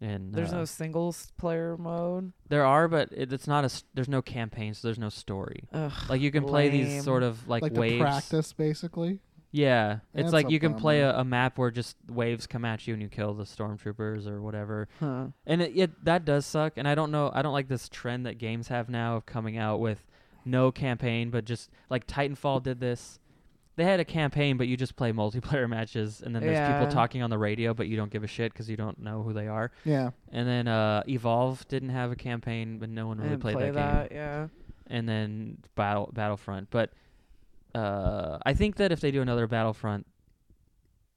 [SPEAKER 3] And
[SPEAKER 2] There's
[SPEAKER 3] uh,
[SPEAKER 2] no singles player mode.
[SPEAKER 3] there are, but it, it's not a s- there's no campaign, so there's no story.
[SPEAKER 2] Ugh.
[SPEAKER 3] Like you can play these
[SPEAKER 2] Lame.
[SPEAKER 3] sort of like,
[SPEAKER 1] Like the
[SPEAKER 3] waves.
[SPEAKER 1] practice, basically.
[SPEAKER 3] Yeah, it's
[SPEAKER 1] That's
[SPEAKER 3] like
[SPEAKER 1] a
[SPEAKER 3] you can play
[SPEAKER 1] bummer.
[SPEAKER 3] a, a map where just waves come at you and you kill the stormtroopers or whatever,
[SPEAKER 2] Huh.
[SPEAKER 3] and it, it that does suck. And I don't know, I don't like this trend that games have now of coming out with no campaign, but just like Titanfall did this. They had a campaign, but you just play multiplayer matches, and then there's
[SPEAKER 2] Yeah.
[SPEAKER 3] people talking on the radio, but you don't give a shit because you don't know who they are.
[SPEAKER 1] Yeah.
[SPEAKER 3] And then uh, Evolve didn't have a campaign, but no one
[SPEAKER 2] I
[SPEAKER 3] really
[SPEAKER 2] didn't
[SPEAKER 3] played
[SPEAKER 2] play
[SPEAKER 3] that,
[SPEAKER 2] that.
[SPEAKER 3] game
[SPEAKER 2] Yeah.
[SPEAKER 3] and then Battle Battlefront. But uh, I think that if they do another Battlefront,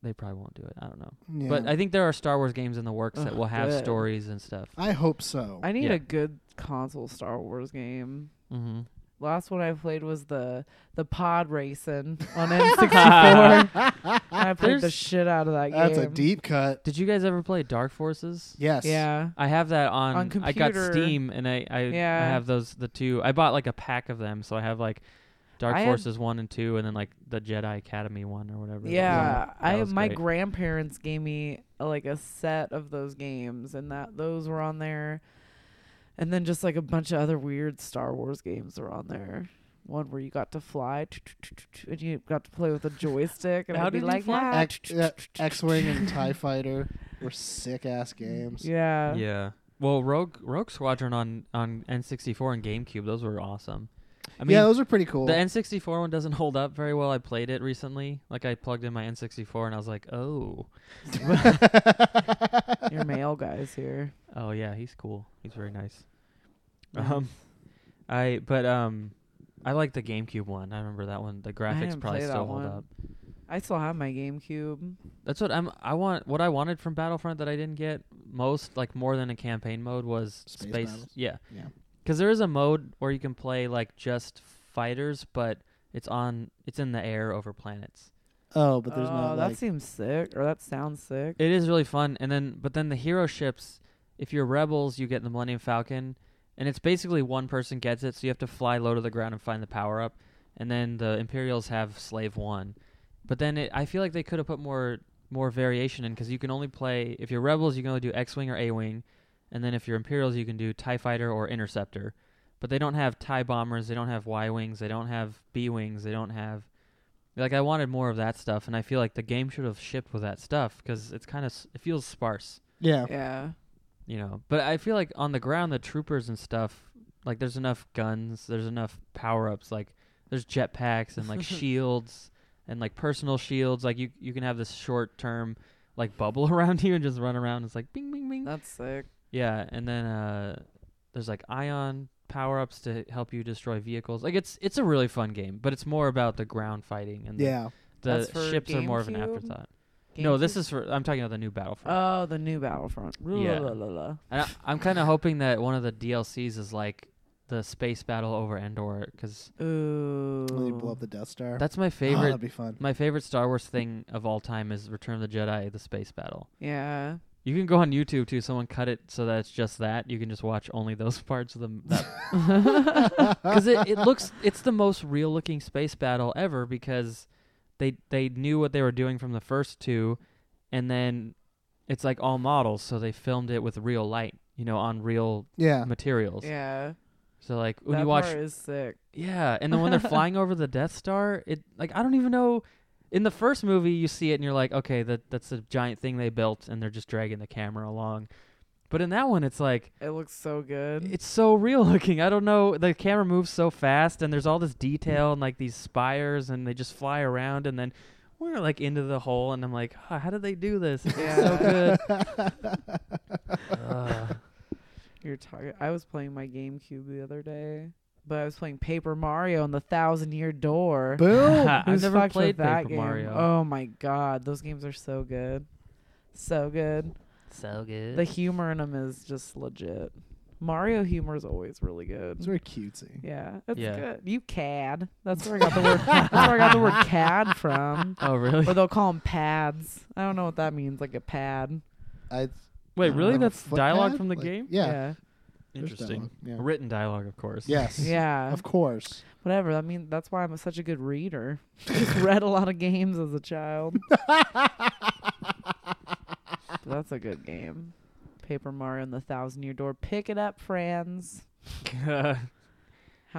[SPEAKER 3] they probably won't do it. I don't know.
[SPEAKER 1] Yeah.
[SPEAKER 3] But I think there are Star Wars games in the works that
[SPEAKER 2] Ugh,
[SPEAKER 3] will have
[SPEAKER 2] good.
[SPEAKER 3] stories and stuff.
[SPEAKER 1] I hope so.
[SPEAKER 2] I need
[SPEAKER 3] Yeah.
[SPEAKER 2] a good console Star Wars game.
[SPEAKER 3] Mm-hmm.
[SPEAKER 2] Last one I played was the the pod racing on N64. I played the
[SPEAKER 3] There's-
[SPEAKER 2] shit out of that game.
[SPEAKER 1] That's a deep cut.
[SPEAKER 3] Did you guys ever play Dark Forces?
[SPEAKER 1] Yes.
[SPEAKER 2] Yeah.
[SPEAKER 3] I have that on.
[SPEAKER 2] On
[SPEAKER 3] I got
[SPEAKER 2] computer.
[SPEAKER 3] Steam, and I I, I
[SPEAKER 2] Yeah.
[SPEAKER 3] have those the two. I bought like a pack of them, so I have like Dark
[SPEAKER 2] I had-
[SPEAKER 3] Forces one and two, and then like the Jedi Academy one or whatever. that was.
[SPEAKER 2] Yeah,
[SPEAKER 3] That
[SPEAKER 2] I
[SPEAKER 3] was
[SPEAKER 2] my
[SPEAKER 3] great.
[SPEAKER 2] grandparents gave me uh, like a set of those games, and that those were on there, and then just like a bunch of other weird Star Wars games were on there. One where you got to fly, and you got to play with a joystick, and
[SPEAKER 3] How
[SPEAKER 2] I'd be
[SPEAKER 3] did you
[SPEAKER 2] like, "Ah,
[SPEAKER 3] fly?
[SPEAKER 2] "Yeah,
[SPEAKER 1] X, yeah, X-wing and Tie Fighter were sick ass games.
[SPEAKER 2] yeah,
[SPEAKER 3] Yeah. Well, Rogue Rogue Squadron on on N64 and GameCube, those were awesome. I mean,
[SPEAKER 1] yeah, those are pretty cool.
[SPEAKER 3] the N64 one doesn't hold up very well. I played it recently. Like I plugged in my N64 and I was like, "Oh.
[SPEAKER 2] Your male guys here.
[SPEAKER 3] Oh yeah, he's cool. He's very nice."
[SPEAKER 2] Yeah.
[SPEAKER 3] Um I but um I like the GameCube one. I remember that one. The graphics
[SPEAKER 2] didn't
[SPEAKER 3] probably
[SPEAKER 2] play that
[SPEAKER 3] still hold
[SPEAKER 2] one.
[SPEAKER 3] up.
[SPEAKER 2] I still have my GameCube.
[SPEAKER 3] That's what I'm I want what I wanted from Battlefront that I didn't get most like more than a campaign mode was
[SPEAKER 1] Space
[SPEAKER 3] space,
[SPEAKER 1] battles.
[SPEAKER 3] yeah.
[SPEAKER 1] Yeah.
[SPEAKER 3] Cuz there is a mode where you can play like just fighters but it's on it's in the air over planets.
[SPEAKER 1] oh, but there's
[SPEAKER 2] oh,
[SPEAKER 1] not
[SPEAKER 2] that
[SPEAKER 1] like
[SPEAKER 2] seems sick, or that sounds sick.
[SPEAKER 3] It is really fun and then but then the hero ships if you're rebels you get the Millennium Falcon and it's basically one person gets it so you have to fly low to the ground and find the power up and then the Imperials have slave 1. But then it, I feel like they could have put more more variation in because you can only play if you're rebels you can only do x-wing or a-wing and then if you're imperials you can do tie fighter or interceptor but they don't have tie bombers they don't have y-wings they don't have b-wings they don't have like i wanted more of that stuff and i feel like the game should have shipped with that stuff because it's kind of it feels sparse
[SPEAKER 1] yeah.
[SPEAKER 2] yeah,
[SPEAKER 3] you know but i feel like on the ground the troopers and stuff like there's enough guns there's enough power-ups like there's jetpacks and like shields and like personal shields like you you can have this short term like bubble around you and just run around it's like bing bing bing
[SPEAKER 2] that's sick.
[SPEAKER 3] yeah and then uh there's like ion power ups to help you destroy vehicles. Like it's it's a really fun game, but it's more about the ground fighting and the-
[SPEAKER 1] Yeah.
[SPEAKER 3] the,
[SPEAKER 2] That's for
[SPEAKER 3] ships are more of an
[SPEAKER 2] GameCube?
[SPEAKER 3] afterthought. No, this is for I'm talking about the new Battlefront.
[SPEAKER 2] Oh, the new Battlefront.
[SPEAKER 3] Yeah.
[SPEAKER 2] La-la-la-la.
[SPEAKER 3] And I, I'm kind of hoping that one of the DLCs is like the space battle over Endor because
[SPEAKER 2] Ooh.
[SPEAKER 1] When they blow up the Death Star.
[SPEAKER 3] that's my
[SPEAKER 1] Oh,
[SPEAKER 3] favorite.
[SPEAKER 1] that'd be fun.
[SPEAKER 3] my favorite Star Wars thing of all time is Return of the Jedi, the space battle.
[SPEAKER 2] yeah.
[SPEAKER 3] You can go on YouTube too. Someone cut it so that it's just that. You can just watch only those parts of them. Because it, it looks, it's the most real looking space battle ever because they they knew what they were doing from the first two, and then it's like all models, so they filmed it with real light, you know, on real
[SPEAKER 1] Yeah.
[SPEAKER 3] materials.
[SPEAKER 2] Yeah.
[SPEAKER 3] So like when
[SPEAKER 2] that
[SPEAKER 3] you watch,
[SPEAKER 2] part is sick.
[SPEAKER 3] yeah, and then when they're flying over the Death Star, it like I don't even know. In the first movie, you see it and you're like, okay, that that's a giant thing they built, and they're just dragging the camera along. But in that one, it's like
[SPEAKER 2] It looks so good.
[SPEAKER 3] it's so real looking. I don't know. The camera moves so fast, and there's all this detail and like these spires, and they just fly around, and then we're like into the hole, and I'm like, "Huh, how did they do this? It's so
[SPEAKER 2] Yeah.
[SPEAKER 3] good. Ugh.
[SPEAKER 2] You're talking. I was playing my GameCube the other day, but I was playing Paper Mario and the Thousand Year Door.
[SPEAKER 1] Boom.
[SPEAKER 3] I've
[SPEAKER 2] Who's
[SPEAKER 3] never
[SPEAKER 2] fucked with
[SPEAKER 3] played
[SPEAKER 2] that
[SPEAKER 3] Paper
[SPEAKER 2] game?
[SPEAKER 3] Mario.
[SPEAKER 2] Oh my god, those games are so good, so good.
[SPEAKER 3] So good.
[SPEAKER 2] The humor in them is just legit. Mario humor is always really good.
[SPEAKER 1] It's very cutesy.
[SPEAKER 2] Yeah, it's
[SPEAKER 3] Yeah.
[SPEAKER 2] good. You cad. That's where I got the word. that's where I got the word cad from.
[SPEAKER 3] oh really?
[SPEAKER 2] Or they'll call them pads. I don't know what that means. Like a pad.
[SPEAKER 1] I,
[SPEAKER 3] Wait,
[SPEAKER 1] I don't
[SPEAKER 3] really?
[SPEAKER 1] know,
[SPEAKER 3] That's
[SPEAKER 1] foot
[SPEAKER 3] dialogue
[SPEAKER 1] pad?
[SPEAKER 3] from the
[SPEAKER 1] Like,
[SPEAKER 3] game?
[SPEAKER 1] Yeah.
[SPEAKER 2] Yeah.
[SPEAKER 1] there's
[SPEAKER 3] Interesting.
[SPEAKER 1] dialogue,
[SPEAKER 3] Written dialogue, of course.
[SPEAKER 1] Yeah. Yes.
[SPEAKER 2] Yeah.
[SPEAKER 1] Of course.
[SPEAKER 2] Whatever. I mean, that's why I'm such a good reader. Just read a lot of games as a child. that's a good game. Paper Mario and the Thousand Year Door. Pick it up, friends. How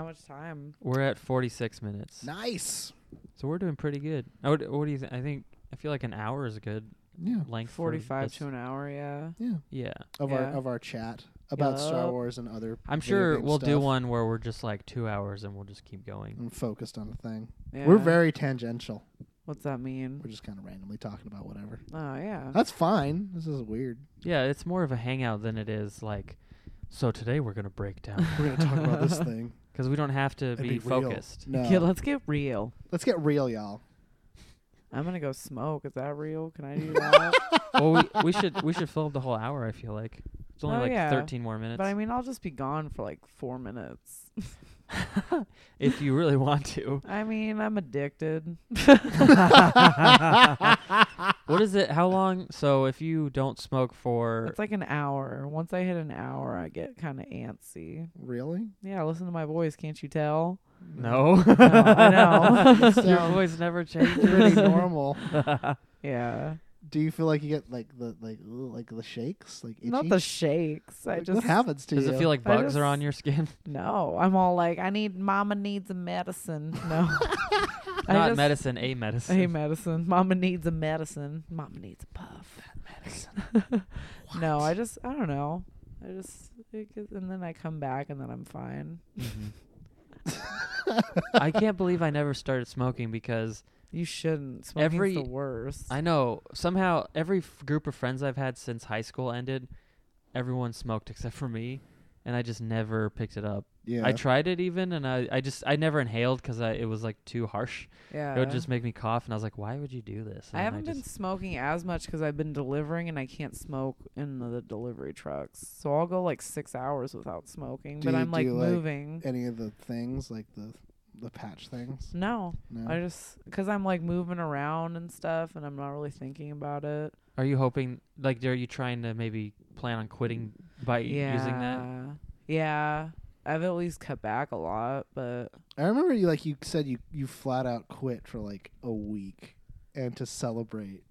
[SPEAKER 2] much time?
[SPEAKER 3] we're at 46 minutes.
[SPEAKER 1] Nice.
[SPEAKER 3] So we're doing pretty good. I would, what do you think? I think I feel like an hour is a good
[SPEAKER 1] Yeah.
[SPEAKER 3] length. for
[SPEAKER 2] 45
[SPEAKER 3] this-
[SPEAKER 2] to an hour, yeah.
[SPEAKER 1] Yeah.
[SPEAKER 3] Yeah,
[SPEAKER 1] Of our
[SPEAKER 2] Yeah.
[SPEAKER 1] of our chat about Star
[SPEAKER 2] Yup.
[SPEAKER 1] Wars and other
[SPEAKER 3] I'm
[SPEAKER 1] video
[SPEAKER 3] sure
[SPEAKER 1] game
[SPEAKER 3] we'll do
[SPEAKER 1] stuff. Mm.
[SPEAKER 3] one where we're just like two hours and we'll just keep going.
[SPEAKER 1] and focused on a thing.
[SPEAKER 2] yeah.
[SPEAKER 1] We're very tangential.
[SPEAKER 2] What's that mean?
[SPEAKER 1] We're just kind of randomly talking about whatever.
[SPEAKER 2] Oh, yeah.
[SPEAKER 1] That's fine. This is weird.
[SPEAKER 3] Yeah, it's more of a hangout than it is like. So today we're gonna break down
[SPEAKER 1] We're gonna talk about this thing.
[SPEAKER 3] because we don't have to
[SPEAKER 1] and
[SPEAKER 3] be,
[SPEAKER 1] be real.
[SPEAKER 3] focused.
[SPEAKER 1] No.
[SPEAKER 2] Okay, let's get real.
[SPEAKER 1] Let's get real, y'all.
[SPEAKER 2] I'm going to go smoke. Is that real? Can I do that?
[SPEAKER 3] well, we, we should we should fill up the whole hour. I feel like it's only
[SPEAKER 2] Oh,
[SPEAKER 3] like
[SPEAKER 2] yeah.
[SPEAKER 3] 13 more minutes
[SPEAKER 2] but I mean, I'll just be gone for like four minutes.
[SPEAKER 3] if you really want to.
[SPEAKER 2] I mean, I'm addicted.
[SPEAKER 3] What is it? How long? So if you don't smoke for
[SPEAKER 2] It's like an hour. Once I hit an hour, I get kind of antsy.
[SPEAKER 1] Really?
[SPEAKER 2] Yeah, listen to my voice. Can't you tell?
[SPEAKER 3] no,
[SPEAKER 2] No, I know.
[SPEAKER 3] your
[SPEAKER 1] Sounds
[SPEAKER 3] voice never
[SPEAKER 1] Pretty
[SPEAKER 3] changes.
[SPEAKER 1] normal.
[SPEAKER 2] yeah.
[SPEAKER 1] Do you feel like you get like the like ooh, like the shakes, like itchy?
[SPEAKER 2] Not the shakes. I
[SPEAKER 1] Like,
[SPEAKER 2] just
[SPEAKER 1] what happens to
[SPEAKER 3] Does
[SPEAKER 1] you?
[SPEAKER 3] it feel like
[SPEAKER 2] I
[SPEAKER 3] bugs are on
[SPEAKER 2] just-
[SPEAKER 3] your skin?
[SPEAKER 2] no. I'm all like, I need. Mama needs a medicine. No. I
[SPEAKER 3] Not
[SPEAKER 2] just-
[SPEAKER 3] medicine, a
[SPEAKER 2] I
[SPEAKER 3] medicine.
[SPEAKER 2] hate medicine. Mama needs a medicine. Mama needs a puff. no, I just I don't know. I just it gets, and then I come back and then I'm fine.
[SPEAKER 3] Mhm. I can't believe I never started smoking because
[SPEAKER 2] You shouldn't. Smoking's
[SPEAKER 3] Every-
[SPEAKER 2] the worst.
[SPEAKER 3] I know somehow every f- group of friends I've had since high school ended, everyone smoked except for me, and I just never picked it up.
[SPEAKER 1] Yeah.
[SPEAKER 3] I tried it even, and I, I just I never inhaled because it was like too harsh.
[SPEAKER 2] yeah.
[SPEAKER 3] It would just make me cough, and I was like, "Why would you do this?" And
[SPEAKER 2] I
[SPEAKER 3] then
[SPEAKER 2] haven't been
[SPEAKER 3] just-
[SPEAKER 2] smoking as much because I've been delivering and I can't smoke in the, the delivery trucks. So I'll go like six hours without smoking,
[SPEAKER 1] Do
[SPEAKER 2] but
[SPEAKER 1] you
[SPEAKER 2] I'm like
[SPEAKER 1] do, like, eh,
[SPEAKER 2] moving.
[SPEAKER 1] any of the things like the the patch things?
[SPEAKER 2] no,
[SPEAKER 1] No.
[SPEAKER 2] I just because I'm like moving around and stuff, and I'm not really thinking about it.
[SPEAKER 3] Are you hoping like are you trying to maybe plan on quitting by
[SPEAKER 2] yeah,
[SPEAKER 3] using that?
[SPEAKER 2] yeah. I've at least cut back a lot, but
[SPEAKER 1] I remember you like you said you you flat out quit for like a week, and to celebrate,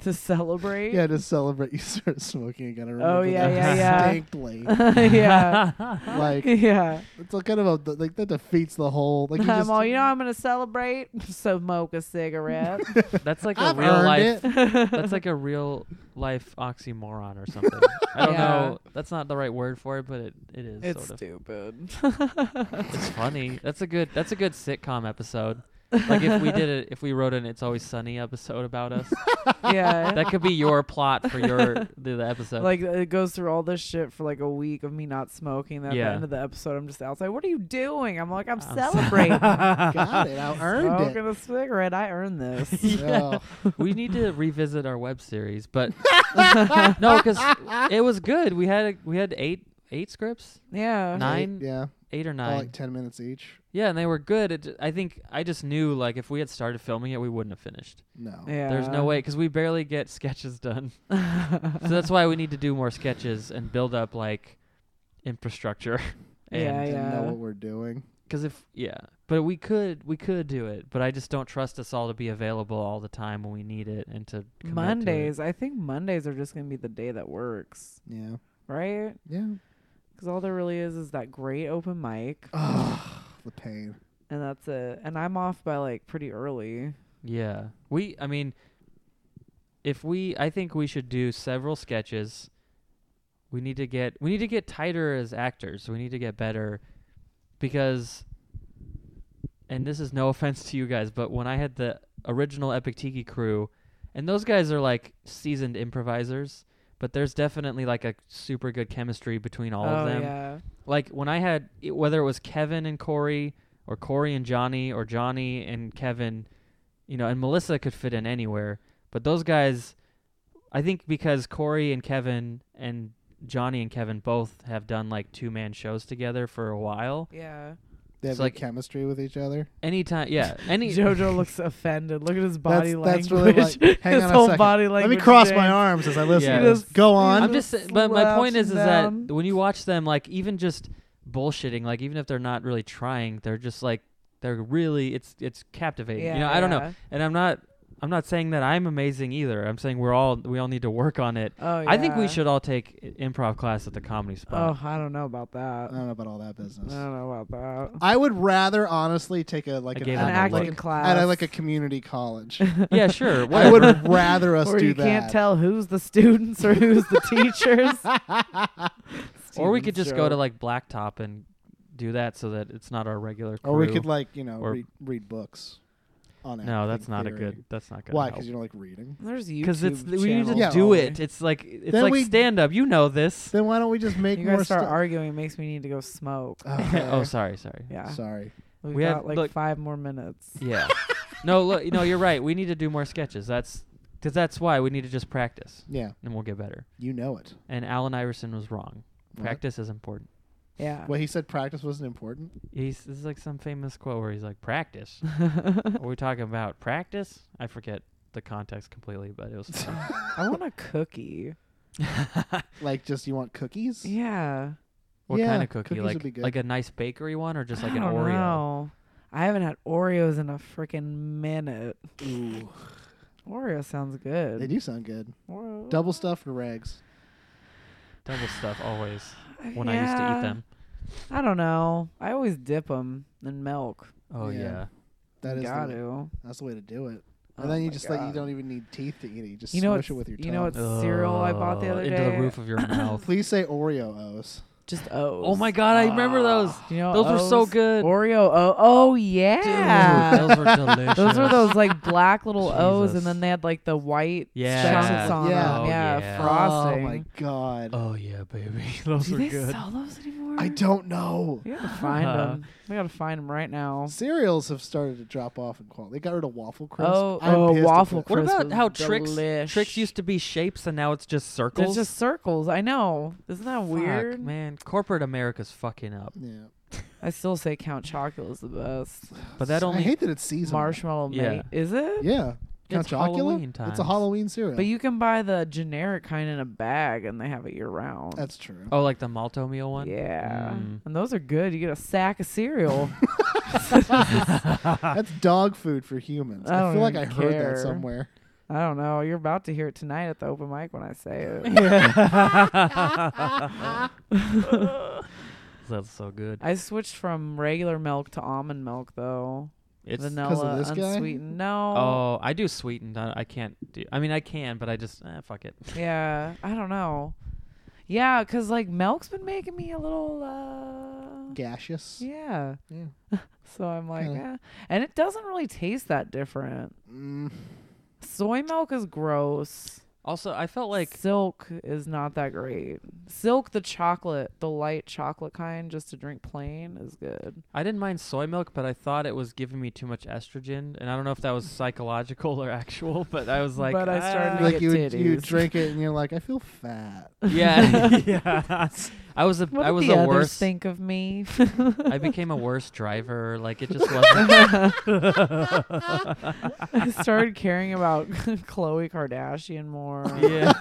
[SPEAKER 2] to celebrate,
[SPEAKER 1] yeah, to celebrate, you started smoking again. I remember
[SPEAKER 2] Oh, yeah,
[SPEAKER 1] that
[SPEAKER 3] yeah, yeah.
[SPEAKER 1] distinctly.
[SPEAKER 2] yeah,
[SPEAKER 1] like
[SPEAKER 2] yeah.
[SPEAKER 1] it's a kind of a like that defeats the whole like you
[SPEAKER 2] I'm
[SPEAKER 1] just,
[SPEAKER 2] all, you know, I'm gonna celebrate. Smoke a cigarette.
[SPEAKER 3] That's like a
[SPEAKER 1] I've
[SPEAKER 3] real
[SPEAKER 1] earned
[SPEAKER 3] life.
[SPEAKER 1] it.
[SPEAKER 3] That's like a real life oxymoron or something. I don't
[SPEAKER 2] Yeah.
[SPEAKER 3] know. That's not the right word for it, but it, it is
[SPEAKER 2] it's
[SPEAKER 3] sort of.
[SPEAKER 2] stupid.
[SPEAKER 3] It's funny. That's a good. That's a good sitcom episode. Like if we did it, if we wrote an "It's Always Sunny" episode about us,
[SPEAKER 2] yeah.
[SPEAKER 3] that could be your plot for your the, the episode.
[SPEAKER 2] like it goes through all this shit for like a week of me not smoking. Then at
[SPEAKER 3] Yeah.
[SPEAKER 2] the end of the episode, I'm just outside. What are you doing? I'm like, I'm,
[SPEAKER 3] I'm
[SPEAKER 2] celebrating.
[SPEAKER 1] Got it. I earned it. Oh,
[SPEAKER 2] Smoking a cigarette. I earned this.
[SPEAKER 1] Yeah.
[SPEAKER 3] we need to revisit our web series, but no, because it was good. We had we had eight eight scripts,
[SPEAKER 2] Uh-huh. yeah.
[SPEAKER 3] Not- Nine?
[SPEAKER 1] Yeah.
[SPEAKER 3] eight or
[SPEAKER 1] all
[SPEAKER 3] nine.
[SPEAKER 1] like ten minutes each.
[SPEAKER 3] yeah, and they were good. It, ju- I think I just knew like if we had started filming it, we wouldn't have finished.
[SPEAKER 1] No.
[SPEAKER 2] Yeah.
[SPEAKER 3] There's no way because we barely get sketches done, so that's why we need to do more sketches and build up like infrastructure.
[SPEAKER 2] Yeah,
[SPEAKER 1] And
[SPEAKER 3] and
[SPEAKER 1] know
[SPEAKER 2] yeah.
[SPEAKER 1] what we're doing.
[SPEAKER 3] because if yeah, but we could we could do it, but I just don't trust us all to be available all the time when we need it and to commit to it.
[SPEAKER 2] Mondays. I think Mondays are just gonna be the day that works,
[SPEAKER 1] Yeah.
[SPEAKER 2] right?
[SPEAKER 1] Yeah.
[SPEAKER 2] Because all there really is is that great open mic,
[SPEAKER 1] Oh, the pain.
[SPEAKER 2] and that's it. And I'm off by like pretty early.
[SPEAKER 3] Yeah. We I mean if we I think we should do several sketches. We need to get we need to get tighter as actors. We need to get better because and this is no offense to you guys, but when I had the original Epic Tiki crew and those guys are like seasoned improvisers, but there's definitely like a super good chemistry between all
[SPEAKER 2] oh
[SPEAKER 3] of them
[SPEAKER 2] yeah.
[SPEAKER 3] like when I had it- whether it was Kevin and Corey or Corey and Johnny or Johnny and Kevin, you know, and Melissa could fit in anywhere, but those guys, I think because Corey and Kevin and Johnny and Kevin both have done like two man shows together for a while.
[SPEAKER 2] Yeah.
[SPEAKER 1] They have
[SPEAKER 3] It's
[SPEAKER 1] good
[SPEAKER 3] like-
[SPEAKER 1] chemistry with each other.
[SPEAKER 3] Anytime, yeah, any
[SPEAKER 2] Jojo looks offended. Look at his body
[SPEAKER 1] That's- that's really
[SPEAKER 2] language.
[SPEAKER 1] like- hang
[SPEAKER 2] his
[SPEAKER 1] on a
[SPEAKER 2] whole
[SPEAKER 1] second.
[SPEAKER 2] body
[SPEAKER 1] Let
[SPEAKER 2] language.
[SPEAKER 1] me cross my
[SPEAKER 2] changed.
[SPEAKER 1] arms as I listen.
[SPEAKER 3] Yeah.
[SPEAKER 1] to this. Go on.
[SPEAKER 3] I'm just,
[SPEAKER 2] just
[SPEAKER 3] saying, but my
[SPEAKER 2] slaps
[SPEAKER 3] point is, is
[SPEAKER 2] down.
[SPEAKER 3] that when you watch them, like even just bullshitting, like even if they're not really trying, they're just like they're really it's it's captivating. you know, I don't know.
[SPEAKER 2] yeah.
[SPEAKER 3] and I'm not I'm not saying that I'm amazing either. I'm saying we're all we all need to work on it.
[SPEAKER 2] Oh, yeah.
[SPEAKER 3] I think we should all take i- improv class at the comedy spot.
[SPEAKER 2] Oh, I don't know about that.
[SPEAKER 1] I don't know about all that
[SPEAKER 2] I
[SPEAKER 1] business.
[SPEAKER 2] don't know about that.
[SPEAKER 1] I would rather honestly take a like
[SPEAKER 3] I
[SPEAKER 1] an,
[SPEAKER 3] gave
[SPEAKER 2] An
[SPEAKER 3] don't know,
[SPEAKER 1] act-
[SPEAKER 2] acting
[SPEAKER 1] like,
[SPEAKER 2] class.
[SPEAKER 1] at a, like a community college.
[SPEAKER 3] Yeah, sure.
[SPEAKER 1] I
[SPEAKER 3] Whatever.
[SPEAKER 1] would rather us
[SPEAKER 2] Where
[SPEAKER 1] do
[SPEAKER 2] you
[SPEAKER 1] that.
[SPEAKER 2] can't tell who's the students or who's the teachers.
[SPEAKER 3] or we could just go to like Blacktop and do that so that it's not our regular crew.
[SPEAKER 1] or we could like you know
[SPEAKER 3] Or-
[SPEAKER 1] read, read books on.
[SPEAKER 3] No,
[SPEAKER 1] acting
[SPEAKER 3] that's not a
[SPEAKER 1] theory.
[SPEAKER 3] good. That's not good.
[SPEAKER 1] Why? Because you don't like reading.
[SPEAKER 2] There's YouTube.
[SPEAKER 3] Because it's we need to
[SPEAKER 1] Yeah.
[SPEAKER 2] channels.
[SPEAKER 3] do
[SPEAKER 1] only.
[SPEAKER 3] it. It's like it's
[SPEAKER 1] Then
[SPEAKER 3] like
[SPEAKER 1] we-
[SPEAKER 3] stand up. You know this.
[SPEAKER 1] Then why don't we just make
[SPEAKER 2] You
[SPEAKER 1] more
[SPEAKER 2] guys start
[SPEAKER 1] stuff?
[SPEAKER 2] arguing. It makes me need to go smoke.
[SPEAKER 1] Okay.
[SPEAKER 3] oh, sorry, sorry.
[SPEAKER 2] Yeah.
[SPEAKER 1] Sorry.
[SPEAKER 2] We've
[SPEAKER 3] We
[SPEAKER 2] got
[SPEAKER 3] had-
[SPEAKER 2] like
[SPEAKER 3] look-
[SPEAKER 2] five more minutes.
[SPEAKER 3] Yeah. no, look, no, you're right. We need to do more sketches. That's because that's why we need to just practice,
[SPEAKER 1] Yeah,
[SPEAKER 3] and we'll get better.
[SPEAKER 1] you know it.
[SPEAKER 3] And Alan Iverson was wrong.
[SPEAKER 2] Uh-huh.
[SPEAKER 1] What?
[SPEAKER 3] Practice is important.
[SPEAKER 2] Yeah.
[SPEAKER 1] Well, he said practice wasn't important.
[SPEAKER 3] He's this is like some famous quote where he's like, "Practice." Are we talking about practice? I forget the context completely, but it was. funny.
[SPEAKER 2] I want a cookie.
[SPEAKER 1] Like, just you want cookies?
[SPEAKER 2] Yeah.
[SPEAKER 3] what
[SPEAKER 1] Yeah,
[SPEAKER 3] kind of cookie?
[SPEAKER 1] cookies
[SPEAKER 3] Like
[SPEAKER 1] would be good.
[SPEAKER 3] like a nice bakery one, or just like
[SPEAKER 2] I
[SPEAKER 3] an
[SPEAKER 2] don't
[SPEAKER 3] Oreo?
[SPEAKER 2] know. I haven't had Oreos in a freaking minute.
[SPEAKER 1] Ooh,
[SPEAKER 2] Oreo sounds
[SPEAKER 1] they
[SPEAKER 2] good.
[SPEAKER 1] do sound good.
[SPEAKER 2] Oreo.
[SPEAKER 1] Double stuffed or rags?
[SPEAKER 3] Double stuff always when I used to
[SPEAKER 2] Yeah.
[SPEAKER 3] eat them.
[SPEAKER 2] I don't know. I always dip them in milk.
[SPEAKER 3] Oh
[SPEAKER 1] Yeah.
[SPEAKER 3] yeah.
[SPEAKER 1] That is the
[SPEAKER 2] Got
[SPEAKER 1] way-
[SPEAKER 2] to.
[SPEAKER 1] that's the way to do it.
[SPEAKER 2] Oh
[SPEAKER 1] And then you
[SPEAKER 2] my
[SPEAKER 1] just like you
[SPEAKER 2] God.
[SPEAKER 1] don't even need teeth to eat it. You just
[SPEAKER 2] You know
[SPEAKER 1] smush it
[SPEAKER 2] what's-
[SPEAKER 1] with your
[SPEAKER 2] you know
[SPEAKER 1] tongue.
[SPEAKER 2] Cereal I bought the
[SPEAKER 3] Ugh,
[SPEAKER 2] other
[SPEAKER 3] into
[SPEAKER 2] day.
[SPEAKER 3] the roof of your mouth.
[SPEAKER 1] Please say Oreo O's.
[SPEAKER 2] Just O's.
[SPEAKER 3] oh my god, I remember those.
[SPEAKER 2] Do you know
[SPEAKER 3] Those were so
[SPEAKER 2] O's?
[SPEAKER 3] good.
[SPEAKER 2] Oreo O. Oh
[SPEAKER 3] Dude,
[SPEAKER 2] yeah.
[SPEAKER 3] those were delicious.
[SPEAKER 2] Those were those like black little O's,
[SPEAKER 3] Jesus.
[SPEAKER 2] and then they had like the white
[SPEAKER 3] Yeah.
[SPEAKER 2] chunks on
[SPEAKER 1] Yeah.
[SPEAKER 2] them.
[SPEAKER 3] Oh,
[SPEAKER 2] yeah,
[SPEAKER 3] yeah.
[SPEAKER 2] frosting.
[SPEAKER 1] Oh my god.
[SPEAKER 3] Oh yeah, baby. Those
[SPEAKER 2] Do
[SPEAKER 3] were
[SPEAKER 2] they
[SPEAKER 3] good.
[SPEAKER 2] sell those anymore?
[SPEAKER 1] I don't know.
[SPEAKER 2] We gotta find
[SPEAKER 3] Uh,
[SPEAKER 2] them. We gotta find them right now.
[SPEAKER 1] Cereals have started to drop off in quality. They got rid of waffle crisp.
[SPEAKER 2] Oh,
[SPEAKER 1] I'm
[SPEAKER 2] oh,
[SPEAKER 1] pissed at
[SPEAKER 2] waffle
[SPEAKER 1] that.
[SPEAKER 2] crisp.
[SPEAKER 3] What about
[SPEAKER 2] was
[SPEAKER 3] how tricks
[SPEAKER 2] delish.
[SPEAKER 3] tricks used to be shapes and now it's just
[SPEAKER 2] There's
[SPEAKER 3] circles?
[SPEAKER 2] just circles. I know. Isn't that
[SPEAKER 3] Fuck,
[SPEAKER 2] weird?
[SPEAKER 3] man. Corporate America's fucking up.
[SPEAKER 1] Yeah,
[SPEAKER 2] I still say Count Chocula is the best.
[SPEAKER 3] But that
[SPEAKER 1] I
[SPEAKER 3] only
[SPEAKER 1] hate that it's seasonal.
[SPEAKER 2] Marshmallow
[SPEAKER 3] Yeah.
[SPEAKER 2] Mate. Is it?
[SPEAKER 1] Yeah, Count
[SPEAKER 3] it's
[SPEAKER 1] Chocula.
[SPEAKER 3] Halloween time.
[SPEAKER 1] It's a Halloween cereal.
[SPEAKER 2] But you can buy the generic kind in a bag and they have it year round.
[SPEAKER 1] That's true.
[SPEAKER 3] Oh, like the malto meal one.
[SPEAKER 2] Yeah.
[SPEAKER 3] Mm.
[SPEAKER 2] And those are good. You get a sack of cereal.
[SPEAKER 1] That's dog food for humans.
[SPEAKER 2] I
[SPEAKER 1] I,
[SPEAKER 2] don't
[SPEAKER 1] feel like I
[SPEAKER 2] even
[SPEAKER 1] heard
[SPEAKER 2] care.
[SPEAKER 1] that somewhere.
[SPEAKER 2] I don't know. You're about to hear it tonight at the open mic when I say it.
[SPEAKER 3] That's so good.
[SPEAKER 2] I switched from regular milk to almond milk though.
[SPEAKER 3] It's
[SPEAKER 2] Vanilla
[SPEAKER 1] this guy?
[SPEAKER 2] unsweetened. No.
[SPEAKER 3] oh, I do sweetened. I, I can't do. I mean, I can, but I just eh, fuck it.
[SPEAKER 2] Yeah. I don't know. Yeah, cuz like milk's been making me a little uh
[SPEAKER 1] Gaseous.
[SPEAKER 2] Yeah.
[SPEAKER 1] Yeah.
[SPEAKER 2] So I'm like,
[SPEAKER 1] Kinda.
[SPEAKER 2] eh. and it doesn't really taste that different.
[SPEAKER 1] Mm,
[SPEAKER 2] Soy milk is gross.
[SPEAKER 3] Also, I felt like
[SPEAKER 2] silk is not that great. Silk, the chocolate, the light chocolate kind, just to drink plain is good.
[SPEAKER 3] I didn't mind soy milk, but I thought it was giving me too much estrogen, and I don't know if that was psychological or actual. But I was like,
[SPEAKER 2] But I started
[SPEAKER 3] "Ah."
[SPEAKER 2] to
[SPEAKER 1] like
[SPEAKER 2] get
[SPEAKER 1] you would, you
[SPEAKER 2] titties.
[SPEAKER 1] would drink it and you're like, I feel fat.
[SPEAKER 3] yeah, yeah. I was a,
[SPEAKER 2] What
[SPEAKER 3] I
[SPEAKER 2] did
[SPEAKER 3] was
[SPEAKER 2] the
[SPEAKER 3] a
[SPEAKER 2] others
[SPEAKER 3] worse.
[SPEAKER 2] think of me?
[SPEAKER 3] I became a worse driver. Like it just wasn't.
[SPEAKER 2] I started caring about Khloe Kardashian more.
[SPEAKER 3] yeah.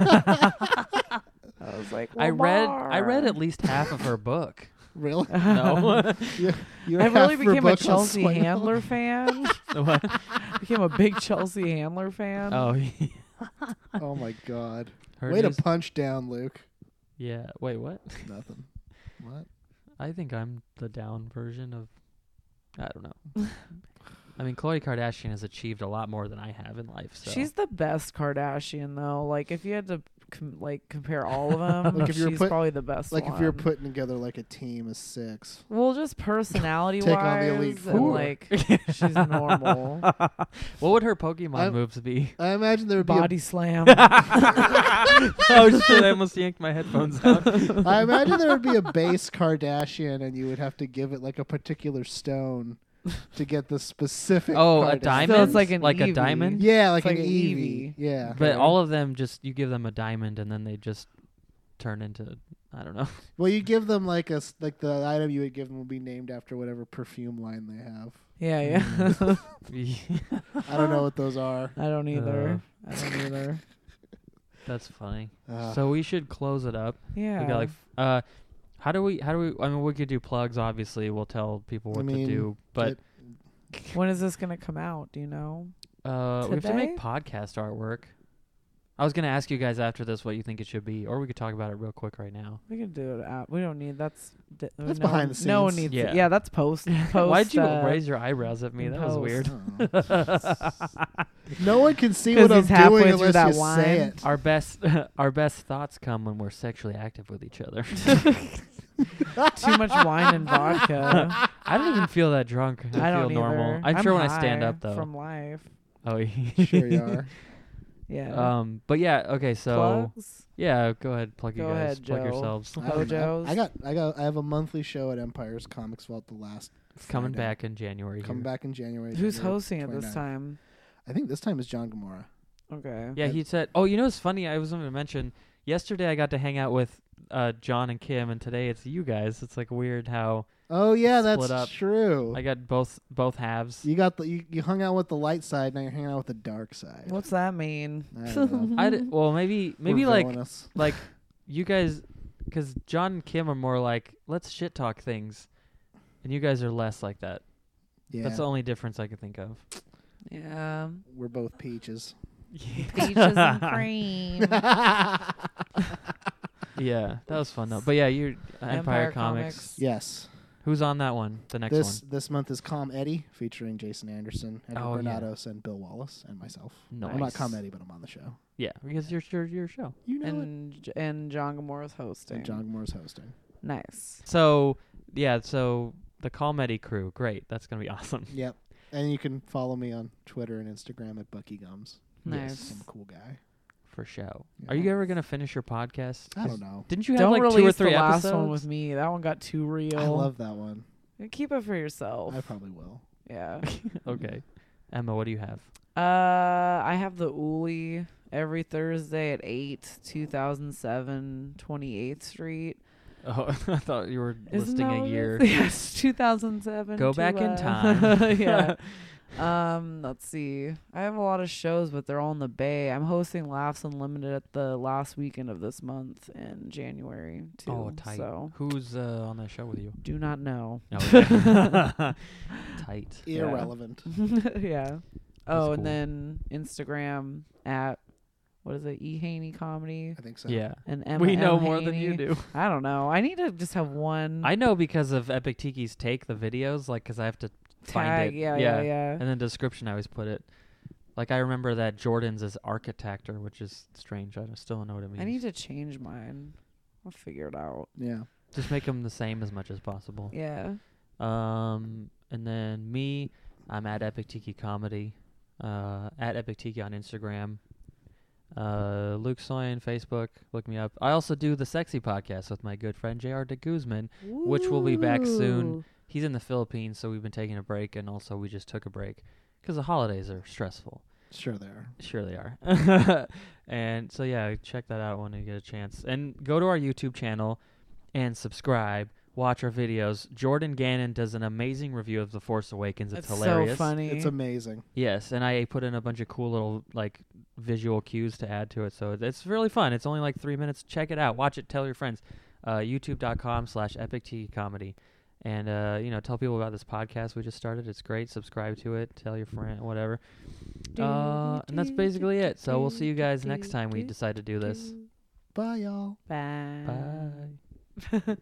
[SPEAKER 2] I was like,
[SPEAKER 3] I read I read
[SPEAKER 2] Lamar.
[SPEAKER 3] at least half of her book.
[SPEAKER 1] Really?
[SPEAKER 3] No.
[SPEAKER 1] you, you
[SPEAKER 2] I
[SPEAKER 1] have
[SPEAKER 2] really
[SPEAKER 1] for
[SPEAKER 2] became a
[SPEAKER 1] bucks on
[SPEAKER 2] Chelsea
[SPEAKER 1] soy milk?
[SPEAKER 2] Handler fan.
[SPEAKER 3] um,
[SPEAKER 2] became a big Chelsea Handler fan.
[SPEAKER 3] uh, oh, yeah.
[SPEAKER 1] Oh my god!
[SPEAKER 3] her
[SPEAKER 1] Way to
[SPEAKER 3] news-
[SPEAKER 1] punch down, Luke.
[SPEAKER 3] yeah. Wait, what?
[SPEAKER 1] Nothing. What?
[SPEAKER 3] I think I'm the down version of. I don't know. I mean, Khloe Kardashian has achieved a lot more than I have in life. So.
[SPEAKER 2] She's the best Kardashian though. Like if you had to com- like compare all of them,
[SPEAKER 1] Like, if you were
[SPEAKER 2] she's
[SPEAKER 1] put-
[SPEAKER 2] probably the best.
[SPEAKER 1] Like if you're
[SPEAKER 2] one.
[SPEAKER 1] putting together like a team of six.
[SPEAKER 2] well, just personality
[SPEAKER 1] Take on the elite
[SPEAKER 2] wise, and,
[SPEAKER 1] four.
[SPEAKER 2] like she's normal.
[SPEAKER 3] what would her Pokemon
[SPEAKER 1] I'm-
[SPEAKER 3] moves be? Um,
[SPEAKER 1] I imagine there would
[SPEAKER 2] Body slam.
[SPEAKER 3] oh shit! I almost yanked my headphones out.
[SPEAKER 1] be. A, I imagine there would be a base Kardashian, and you would have to give it like a particular stone to get the specific.
[SPEAKER 3] Oh, a
[SPEAKER 1] Kardashian.
[SPEAKER 3] diamond.
[SPEAKER 2] So it's like an
[SPEAKER 3] like a
[SPEAKER 2] Eevee.
[SPEAKER 3] diamond.
[SPEAKER 1] Yeah, like
[SPEAKER 2] It's
[SPEAKER 1] an
[SPEAKER 2] like an
[SPEAKER 1] Eevee. Yeah.
[SPEAKER 3] But all of them just you give them a diamond and then they just turn into I don't know.
[SPEAKER 1] well, you give them like a s- like the item you would give them would be named after whatever perfume line they have.
[SPEAKER 2] yeah, yeah.
[SPEAKER 3] Mm.
[SPEAKER 1] I don't know what those are.
[SPEAKER 2] I don't either.
[SPEAKER 3] Uh,
[SPEAKER 2] I don't either.
[SPEAKER 3] That's funny.
[SPEAKER 1] Uh,
[SPEAKER 3] so we should close it up.
[SPEAKER 2] Yeah.
[SPEAKER 3] We got like f- uh how do we how do we I mean we could do plugs obviously. We'll tell people
[SPEAKER 1] I
[SPEAKER 3] what
[SPEAKER 1] mean,
[SPEAKER 3] to do, but
[SPEAKER 2] when is this gonna come out? Do you know?
[SPEAKER 3] uh we have to make
[SPEAKER 2] today?
[SPEAKER 3] podcast artwork. I was going to ask you guys after this what you think it should be or we could talk about it real quick right now.
[SPEAKER 2] We can do it. At, we don't need that's. Di-
[SPEAKER 1] That's
[SPEAKER 2] no,
[SPEAKER 1] behind the
[SPEAKER 2] No one
[SPEAKER 1] scenes.
[SPEAKER 2] needs.
[SPEAKER 3] Yeah.
[SPEAKER 2] Yeah, yeah that's post. post
[SPEAKER 3] Why'd you
[SPEAKER 2] uh,
[SPEAKER 3] raise your eyebrows at me? That was
[SPEAKER 2] post.
[SPEAKER 3] weird.
[SPEAKER 1] I don't know. no one can see
[SPEAKER 2] 'Cause
[SPEAKER 1] what I'm
[SPEAKER 2] he's halfway
[SPEAKER 1] doing
[SPEAKER 2] through
[SPEAKER 1] unless
[SPEAKER 2] that
[SPEAKER 1] you
[SPEAKER 2] wine.
[SPEAKER 1] say it.
[SPEAKER 3] our best our best thoughts come when we're sexually active with each other.
[SPEAKER 2] too much wine and vodka.
[SPEAKER 3] I don't even feel that drunk. I,
[SPEAKER 2] Ah. I don't
[SPEAKER 3] feel normal.
[SPEAKER 2] either.
[SPEAKER 3] I'm, sure when I stand
[SPEAKER 2] high
[SPEAKER 3] up though.
[SPEAKER 2] from life.
[SPEAKER 3] oh,
[SPEAKER 1] Sure you are.
[SPEAKER 2] Yeah.
[SPEAKER 3] um, but yeah, okay, so
[SPEAKER 2] Plugs.
[SPEAKER 3] yeah, go ahead, plug you
[SPEAKER 2] Go
[SPEAKER 3] guys,
[SPEAKER 2] ahead,
[SPEAKER 3] plug
[SPEAKER 2] Joe.
[SPEAKER 3] yourselves.
[SPEAKER 1] I don't know.
[SPEAKER 2] Hojo's.
[SPEAKER 1] I got, I got, I have a monthly show at Empire's Comics Vault. The last
[SPEAKER 3] It's coming
[SPEAKER 1] Friday.
[SPEAKER 3] back in January.
[SPEAKER 1] Coming
[SPEAKER 3] here.
[SPEAKER 1] back in January.
[SPEAKER 2] Who's
[SPEAKER 1] January
[SPEAKER 2] hosting it this
[SPEAKER 1] 29th.
[SPEAKER 2] time?
[SPEAKER 1] I think this time is John Gamora.
[SPEAKER 2] Okay.
[SPEAKER 3] Yeah, he said. Oh, you know what's funny? I was going to mention yesterday. I got to hang out with uh, John and Kim, and today it's you guys. It's like weird how
[SPEAKER 1] Oh yeah,
[SPEAKER 3] Split
[SPEAKER 1] that's
[SPEAKER 3] up.
[SPEAKER 1] true.
[SPEAKER 3] I got both both halves.
[SPEAKER 1] you got the you, you hung out with the light side, now you're hanging out with the dark side.
[SPEAKER 2] What's that mean?
[SPEAKER 1] I don't know.
[SPEAKER 3] I d- well, maybe maybe
[SPEAKER 1] We're
[SPEAKER 3] like
[SPEAKER 1] villainous.
[SPEAKER 3] like you guys because john and kim are more like let's shit talk things and you guys are less like that
[SPEAKER 1] yeah,
[SPEAKER 3] that's the only difference i can think of
[SPEAKER 2] Yeah.
[SPEAKER 1] we're both peaches.
[SPEAKER 2] Peaches and cream.
[SPEAKER 3] yeah that was fun though but yeah you empire,
[SPEAKER 2] Empire
[SPEAKER 3] comics.
[SPEAKER 2] Comics.
[SPEAKER 1] Yes,
[SPEAKER 3] who's on that one the next
[SPEAKER 1] this this month is Com Eddie featuring Jason Anderson, Edward
[SPEAKER 3] Oh, yeah.
[SPEAKER 1] Granados, and Bill Wallace, and myself.
[SPEAKER 3] one
[SPEAKER 1] I'm not
[SPEAKER 3] Nice.
[SPEAKER 1] Com Eddie, but I'm on the show.
[SPEAKER 3] yeah because you're your, your show
[SPEAKER 1] You know it.
[SPEAKER 2] and J- and John Gamora's hosting.
[SPEAKER 1] And John Gamora's hosting.
[SPEAKER 2] Nice.
[SPEAKER 3] so yeah so the comedy crew great that's gonna be awesome
[SPEAKER 1] Yep. And you can follow me on Twitter and Instagram at Bucky Gums.
[SPEAKER 2] Nice.
[SPEAKER 1] I'm a cool guy.
[SPEAKER 3] for show
[SPEAKER 1] Yeah.
[SPEAKER 3] are you ever gonna finish your podcast
[SPEAKER 1] I
[SPEAKER 3] 'Cause
[SPEAKER 1] don't know.
[SPEAKER 3] didn't you have
[SPEAKER 2] Don't
[SPEAKER 3] like
[SPEAKER 2] release
[SPEAKER 3] two or three
[SPEAKER 2] the last
[SPEAKER 3] episodes
[SPEAKER 2] one with me. That one got too real.
[SPEAKER 1] I love that one.
[SPEAKER 2] Keep it for yourself.
[SPEAKER 1] I probably will.
[SPEAKER 2] yeah.
[SPEAKER 3] okay emma what do you have
[SPEAKER 2] Uh, I have the Uli every Thursday at 8, 2007, 28th Street.
[SPEAKER 3] Oh, I thought you were listing
[SPEAKER 2] that
[SPEAKER 3] a
[SPEAKER 2] what it
[SPEAKER 3] year.
[SPEAKER 2] is? Yes, 2007.
[SPEAKER 3] Go
[SPEAKER 2] to,
[SPEAKER 3] back in
[SPEAKER 2] uh,
[SPEAKER 3] time.
[SPEAKER 2] yeah. Um, let's see. I have a lot of shows, but they're all in the Bay. I'm hosting Laughs Unlimited at the last weekend of this month in January, too.
[SPEAKER 3] Oh, tight.
[SPEAKER 2] So,
[SPEAKER 3] Who's uh, on that show with you?
[SPEAKER 2] do not know.
[SPEAKER 3] No, okay. tight.
[SPEAKER 2] Yeah.
[SPEAKER 1] Irrelevant.
[SPEAKER 2] yeah. Oh,
[SPEAKER 3] cool.
[SPEAKER 2] and then Instagram at, what is it, E. Haney Comedy.
[SPEAKER 1] I think so.
[SPEAKER 3] Yeah,
[SPEAKER 2] And Emma
[SPEAKER 3] we
[SPEAKER 2] M.
[SPEAKER 3] know more than
[SPEAKER 2] Haney.
[SPEAKER 3] you do.
[SPEAKER 2] I don't know. I need to just have one
[SPEAKER 3] I know because of Epic Tiki's take the videos, like because I have to, find
[SPEAKER 2] tag.
[SPEAKER 3] it.
[SPEAKER 2] Yeah,
[SPEAKER 3] Yeah.
[SPEAKER 2] yeah, yeah.
[SPEAKER 3] and then description I always put it. Like I remember that Jordan's is architector, which is strange. I don't- still don't know what it means.
[SPEAKER 2] I need to change mine. I'll figure it out.
[SPEAKER 1] Yeah.
[SPEAKER 3] just make them the same as much as possible.
[SPEAKER 2] Yeah.
[SPEAKER 3] Um, and then me, I'm at Epic Tiki Comedy, uh, at Epic Tiki on Instagram. Uh, Luke Soyan, Facebook, look me up. I also do the Sexy Podcast with my good friend J.R. De Guzman. Which will be back soon.
[SPEAKER 2] Ooh.
[SPEAKER 3] He's in the Philippines, so we've been taking a break, and also we just took a break because the holidays are stressful.
[SPEAKER 1] Sure, there.
[SPEAKER 3] Sure they are. and so yeah, check that out when you get a chance. And go to our YouTube channel and subscribe. Watch our videos. Jordan Gannon does an amazing review of The Force Awakens. It's
[SPEAKER 2] That's
[SPEAKER 3] hilarious.
[SPEAKER 2] so funny.
[SPEAKER 1] It's amazing.
[SPEAKER 3] Yes, and I put in a bunch of cool little like visual cues to add to it, so it- it's really fun. It's only like three minutes. Check it out. Watch it. Tell your friends. Uh, YouTube.com/slash Epic Tea Comedy, and uh, you know, tell people about this podcast we just started. It's great. Subscribe to it. Tell your friend. Whatever. Uh, and that's basically it. So we'll see you guys next time we decide to do this.
[SPEAKER 1] Bye, y'all.
[SPEAKER 2] Bye.
[SPEAKER 3] Bye.
[SPEAKER 2] Bye.